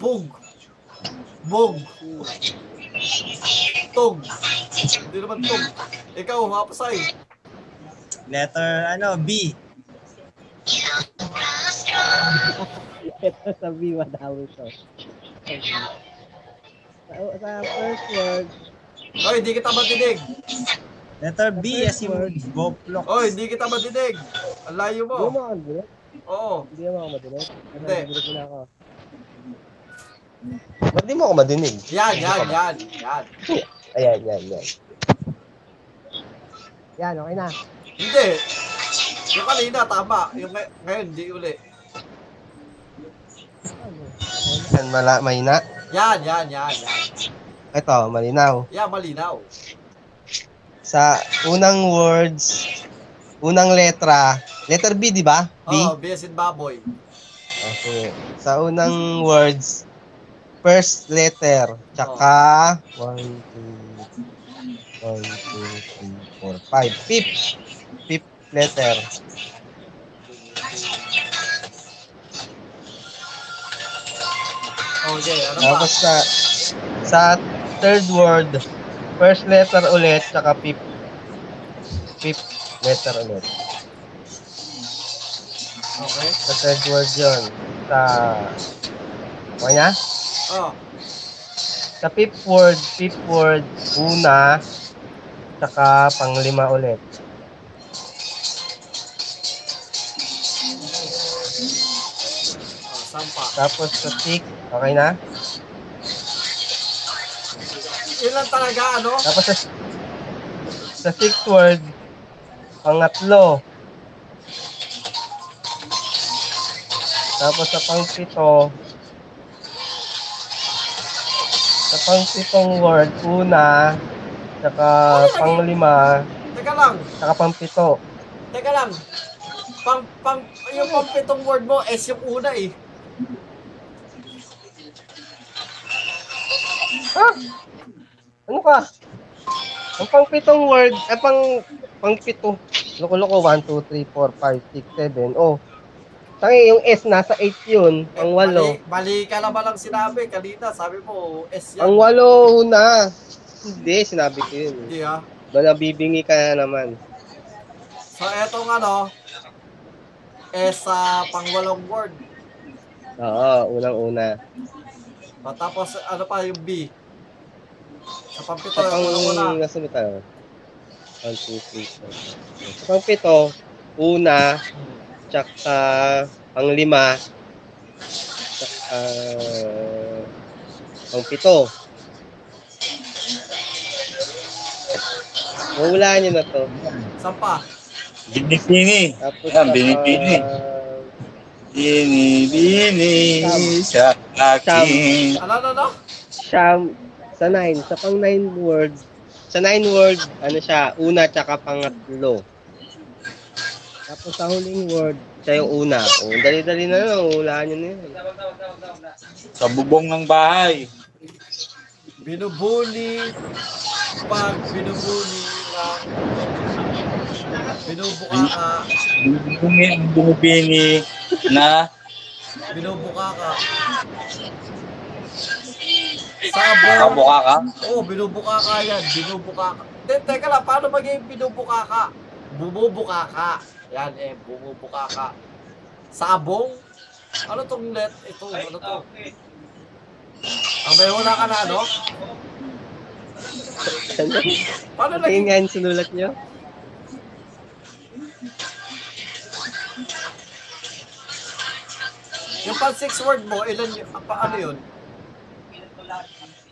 Bug. Bug. Tog. Hindi naman tog. Ikaw, hapasay.
Letter, ano, B.
Pero sabi, wala ito. Sa, sa first word,
Oy, hindi kita matinig.
Letter B, as in
Word.
Boplok.
Oy, hindi kita matinig. Ang layo mo.
hindi mo ako direct.
Oo.
Hindi mo ako madinig.
Hindi.
Madinig na ako.
Ah,
Ba't di mo ako madinig?
Yan, yan, yan, yan.
Ayan, yan, yan. Yan, okay na.
Hindi. Yung kanina, tama. Yung ngay- ngayon, hindi uli.
Yan, mala, mahina.
Yan, yan, yan, yan.
Ito, malinaw.
Yan, malinaw.
Sa unang words, unang letra, letter B, di ba? B?
Oo, oh, BS in Baboy.
Okay. Sa unang words, first letter, tsaka 1, 2, 1, 2, 3, 4, 5, fifth, fifth letter.
Okay, ano ba?
Tapos sa, sa third word, first letter ulit, tsaka fifth, fifth letter ulit.
Okay.
Sa third word yun. Sa, ano niya?
Oh,
Sa fifth word, fifth word, una, tsaka panglima ulit.
oh sampa.
Tapos sa six, okay na?
Ilan talaga, ano?
Tapos sa, sa sixth word, pangatlo. Tapos sa pangpito, sa pangpitong word, una, saka panglima,
Teka lang,
saka pangpito.
teka lang. Pang, pang, yung pampitong word mo, S yung una eh.
Ano ka? Ang pangpitong word, ay pang pangpito. Loko-loko 1 2 3 4 5 6 7. Oh. Tangi yung S nasa 8 'yun,
Eh,
ang walo.
Mali, mali ka na ba lang sinabi kanina? Sabi mo, S yan.
Ang walo na. Hindi sinabi ko 'yun.
Hindi ah.
Bala bibingi ka na naman.
So, etong ano, S sa pangwalong word.
Oo, unang-una.
O, tapos, ano pa yung B? Sa pampito,
Sa pang
yung una.
nasa ba tayo? 1 2 3 4. Pangpito, una, tsaka panglima, tsaka pangpito. Mahulaan nyo na to.
Sampa.
Binibini.
Tapos
Yan,
saka-
binibini. Binibini sa akin.
Ano, ano, ano?
Siyam, sa nine, sa pang nine word, sa nine word, ano siya, una tsaka pangatlo. Tapos sa huling word, siya yung una. O, dali-dali na lang, hulaan nyo na yun.
Sa bubong ng bahay.
binubuli, pag binubuli ng binubuka ka,
Bumibingi, bumibingi na
binubuka ka. Sabon.
kabuka ka.
Oo, binubuka ka yan. Binubuka ka. Te, teka lang, paano magiging binubuka ka? Bumubuka ka. Yan eh, bumubuka ka. Sabong? Ano tong net? Ito, ano to? Abay, wala ka na, ano? Paano
Tingin
naging...
nga yung sinulat nyo.
Yung pang six word mo, ilan yun? Pa, ano yun?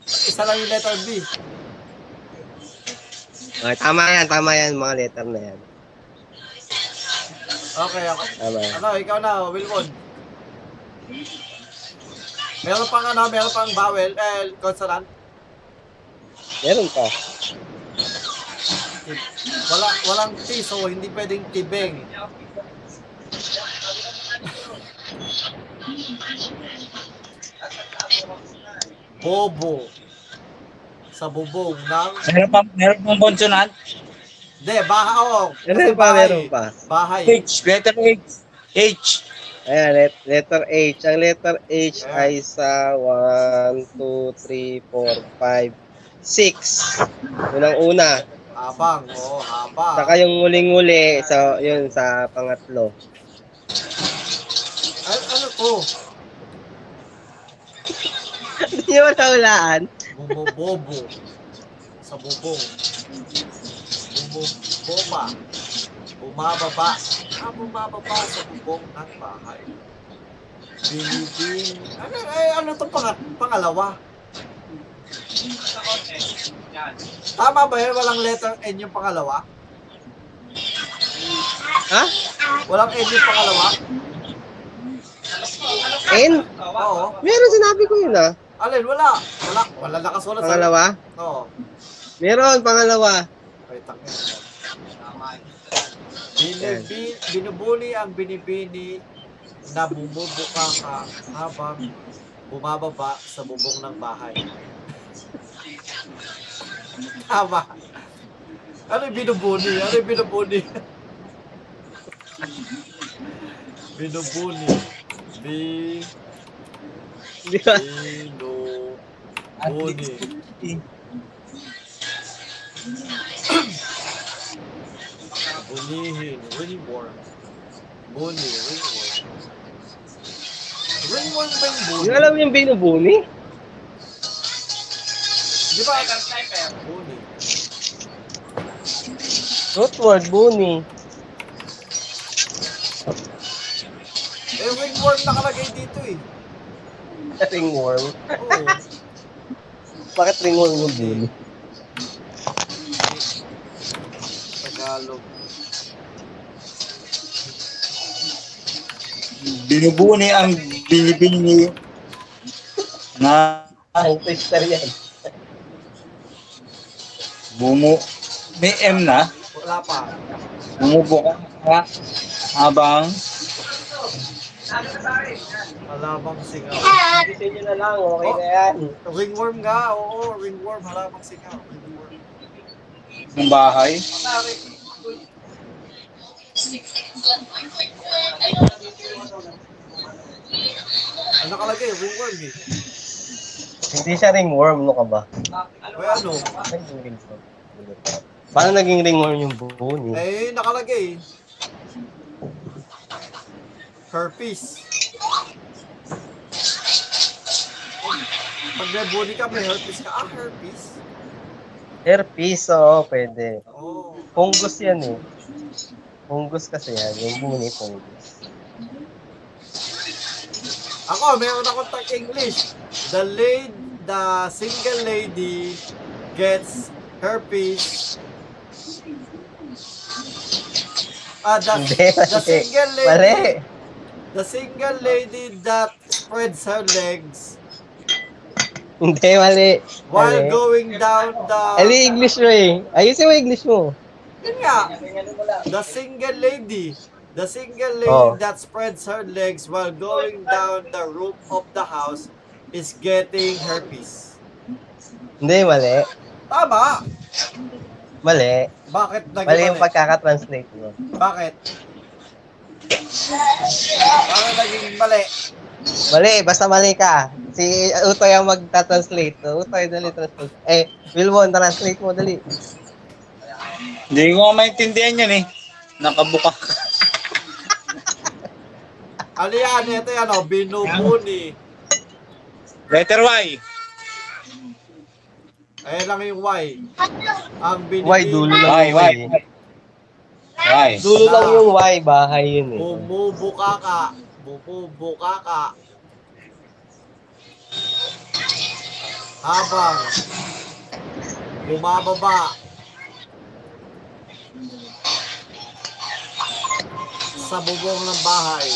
Isa lang yung letter B.
Okay, tama yan, tama yan, mga letter na yan.
Okay, ako.
Tama yan.
Ano, ikaw na, Wilmon. Meron pang ano, meron pang vowel, eh, consonant.
Meron pa.
Wala, walang T, so hindi pwedeng tibeng. Bobo. Sa bubong ng...
Meron pa, meron pang konsonant.
De, baha, oo.
Meron pa,
Bahay.
meron pa.
Bahay.
H, letter H. H.
Ayan, let- letter H. Ang letter H ay sa 1, 2, 3, 4, 5, 6. Unang-una.
Habang, oo, habang.
Saka yung huling-huli, sa, yun, sa pangatlo.
Ay, ano to?
Hindi mo nahulaan.
Bumobobo. Sa bubong. Bumoboma. Bumababa. Ah, bumababa sa bubong ng bahay. Binibing. Ano, ay, ano itong pangat, pangalawa? Tama ba yun? Walang letter N yung pangalawa?
Ha?
Walang N yung pangalawa?
And,
Oo.
meron sinabi ko yun ah.
Alin, wala. Wala, wala nakasulat. sa-
Pangalawa?
Oo.
Meron, pangalawa.
Wait, ang Binibi, binubuli ang binibini na bumubuka ka habang bumababa sa bubong ng bahay. Tama. Ano yung binubuli? Ano yung binubuli? binubuli. Bi,
Di ba?
binubuli. Bunihin, ringworm. Buni, ringworm. Ringworm ba yung buni?
Hindi alam yung binubuni?
Di ba? Buni.
Root word, buni.
Eh, ringworm nakalagay dito eh.
Ringworm.
Oo.
Bakit ringworm yung buni?
Tagalog.
Binubuni ang binibini na
Ang Ah, twister yan.
bumu... May M na.
Wala pa.
Bumubuka ka habang
Halabang singaw.
Isipin nyo na lang, okay na yan.
Ringworm nga, oo. Ringworm, halabang singaw. Ringworm.
ng bahay.
Ano nakalagay? Ringworm eh.
Hindi siya ringworm, no ka ba?
May ano?
Naging ringworm. Paano naging ringworm yung buni?
Eh, nakalagay. Herpes. Pag may bully ka, may herpes ka. Ah, herpes?
Hairpiece, oo, pwede.
Oo.
Fungus yan eh. Fungus kasi yan, yung buni fungus.
Ako, meron akong tag English. The lady, the single lady gets herpes. Ah, the,
Hindi,
the
mali.
single lady.
Mali!
The single lady that spreads her legs
Hindi, mali.
while
Mali.
going down the...
Ali, English mo eh. Ayusin mo yung English mo.
Yun nga. The single lady. The single lady
Oh.
that spreads her legs while going down the roof of the house is getting herpes.
Hindi, mali.
Tama.
Mali.
Bakit naging
Mali yung pagkakatranslate mo.
Bakit? Bakit naging mali?
Mali, basta mali ka. Si Utoy ang magta-translate. Utoy, dali, translate. Eh, Wilmon, translate mo, dali.
Hindi ko nga maintindihan yun eh. Nakabuka ka.
Ano yan? Ito yan, oh, binubuni.
Letter Y.
Ayan lang yung Y. Ang binibini.
Why, dulo lang
Y,
yung
Y.
Y.
Y.
Dulo lang yung Y, bahay yun eh.
Bumubuka ka. Bumubuka ka. Habang bumababa sa bubong ng bahay.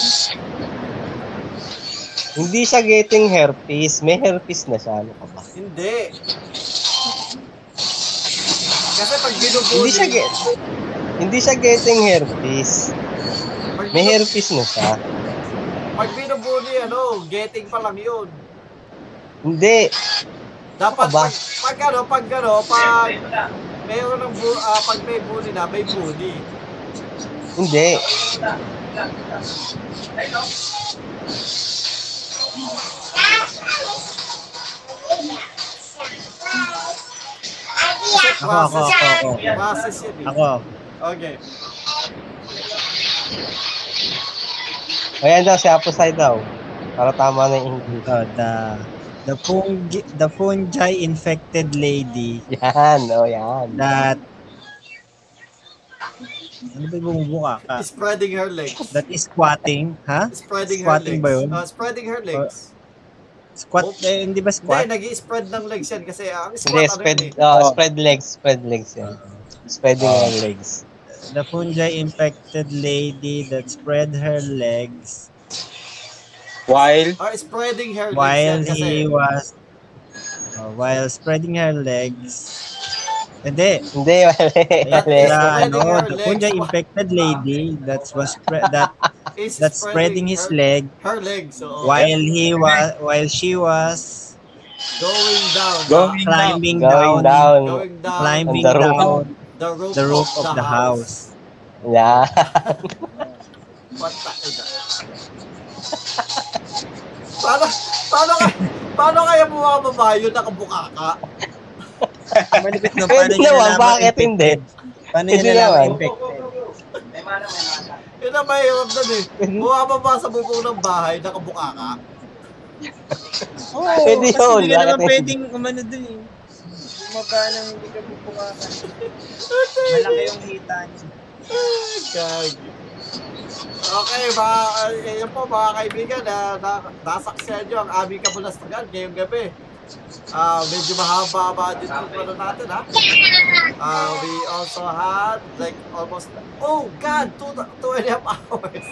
Hindi siya getting herpes. May herpes na siya. Ano ka ba?
Hindi. Kasi pag binubuli,
Hindi siya get... Hindi siya getting herpes.
pag,
May herpes na siya.
pag binubuli, ano, getting pa lang yun.
Hindi.
Dapat
Aba.
pag, pag ano, pag ano, pag mayroon ng bu, ah, pag may bully na, may bully.
Hindi.
Ako, ako, ako, ako.
Process yun eh.
Ako.
Okay.
Ayan daw, si Aposay daw. Para tama na yung English.
Oh, the the fungi, the fungi infected lady
Yan, o yan.
that ano ba yung bumubuka ka?
Spreading her legs.
That is squatting, ha?
Spreading
Squatting
her
ba
legs.
yun?
Ah, spreading her legs.
Squat, eh, hindi ba
Hindi,
squat?
nag-spread ng legs yan kasi ang
Hindi,
squat ano
spread,
yun eh.
oh,
Oh.
spread legs, spread legs yan. Spreading
Oh.
yung legs.
The fungi infected lady that spread her legs
While.
Ah, spreading her
while
legs yan kasi.
he was uh, while spreading her legs. Hindi.
Hindi, mali, mali.
The, ano,
Spreading her
the
legs.
fungi infected lady that was spread that
Is
that spreading his
her,
leg
Her legs, oo.
while he was while she was
Going down.
Going down.
climbing
Going
down,
down.
Going down.
On
climbing
the roof.
down
the roof,
the roof of the house.
Yan.
What the ina? paano, paano, ka- paano kaya bumababa yun nakabuka ka?
Malipit no,
Pwede naman, bakit
infected?
hindi?
Paano
Hindi
nila
naman.
infected?
Yun ang mahirap nun eh. Bumababa sa bubong ng bahay, nakabuka ka.
Oo,
Pwede
kasi
yun,
hindi ka naman
bakit hindi?
pwedeng umano dun eh. Bumaba nang hindi ka bubukakan. Malaki yung hita niya.
Gag. Okay, mga, eh, yun po mga kaibigan, na, na, nasaksihan nyo ang aming kabulastagan ngayong gabi. Ah, medyo mahaba-haba din yung ano natin, ha? Ah, we also had like almost, oh God, two, two and a half hours.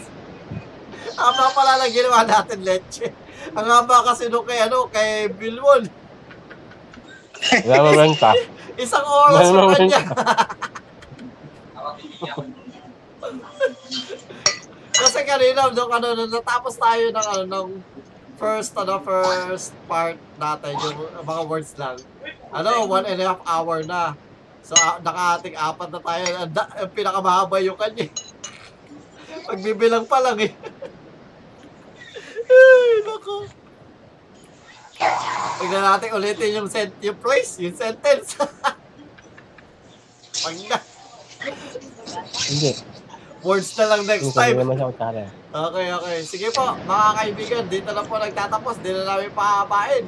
Haba pala lang ginawa natin, Leche. Ang haba kasi nung kay, ano, kay Bilwon.
Naroon pa.
Isang oras
Wala
yung
naman
kanya. Kasi kanina, nung ano, nung natapos tayo ng ano, nung first, ano, first part natin, yung mga words lang. Ano, one and a half hour na. So, a- nakaating apat na tayo. Ang da- Ang pinakamahaba yung kanya. Pagbibilang pa lang eh. Ay, naku. Tignan natin ulitin yung, sen- yung phrase, yung sentence. Pag na,
Hindi.
words na lang next
Hindi
time.
naman siya magkara.
Okay, okay. Sige po, mga kaibigan, dito na po nagtatapos. Di na namin pahabain.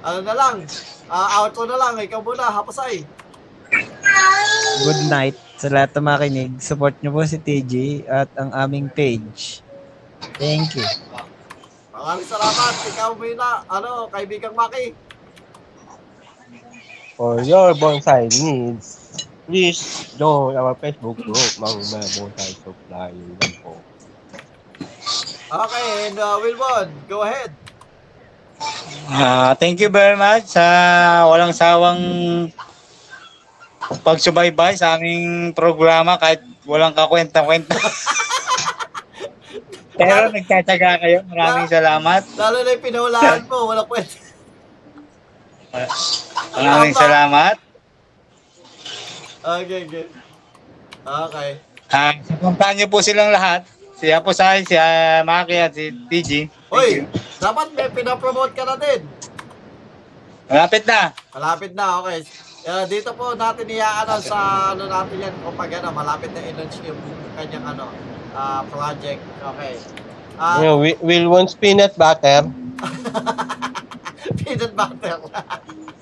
Ano na lang, ah, outro na lang. Ikaw muna, hapasay.
Good night sa lahat ng makinig. Support niyo po si TJ at ang aming page. Thank you.
Maraming salamat. Ikaw muna, ano, kaibigang Maki.
For your bonsai needs, please join our Facebook group, Mga Bonsai Supply. Yun lang po.
Okay, and uh, Wilbon, go ahead.
Ah, thank you very much sa walang sawang pagsubaybay sa aming programa kahit walang kakwenta-kwenta. Pero nagtatsaga kayo. Maraming salamat.
Lalo na yung pinahulaan mo, walang kwenta.
Maraming salamat.
Okay, good. Okay.
Ah, Puntahan niyo po silang lahat. Si Apo Sai, si ah, Maki at si TG.
Uy, dapat may pinapromote ka na din.
Malapit na.
Malapit na, okay. Eh, dito po natin i-announce sa ano natin yan kapag ano, malapit na i-launch yung kanyang ano, ah, project. Okay. Ah,
Yeah, Wi- Will wants peanut butter.
peanut butter.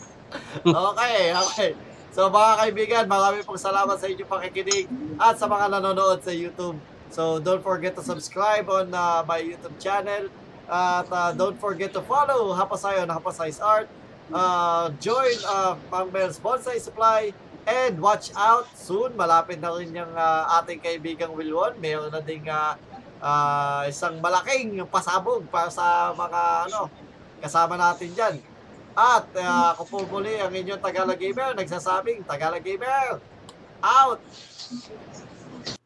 okay, okay. So mga kaibigan, marami pong salamat sa inyong pakikinig at sa mga nanonood sa YouTube. So don't forget to subscribe on uh, my YouTube channel. At uh, don't forget to follow Hapasay on Hapasay's Art. Uh, join uh, Pangbel's Bonsai Supply. And watch out soon, malapit na rin yung uh, ating kaibigang Wilwon. Mayroon na ding uh, uh, isang malaking pasabog para sa mga ano, kasama natin dyan. At uh, ako po muli ang inyong Tagalog Gamer, nagsasabing Tagalog Gamer, out!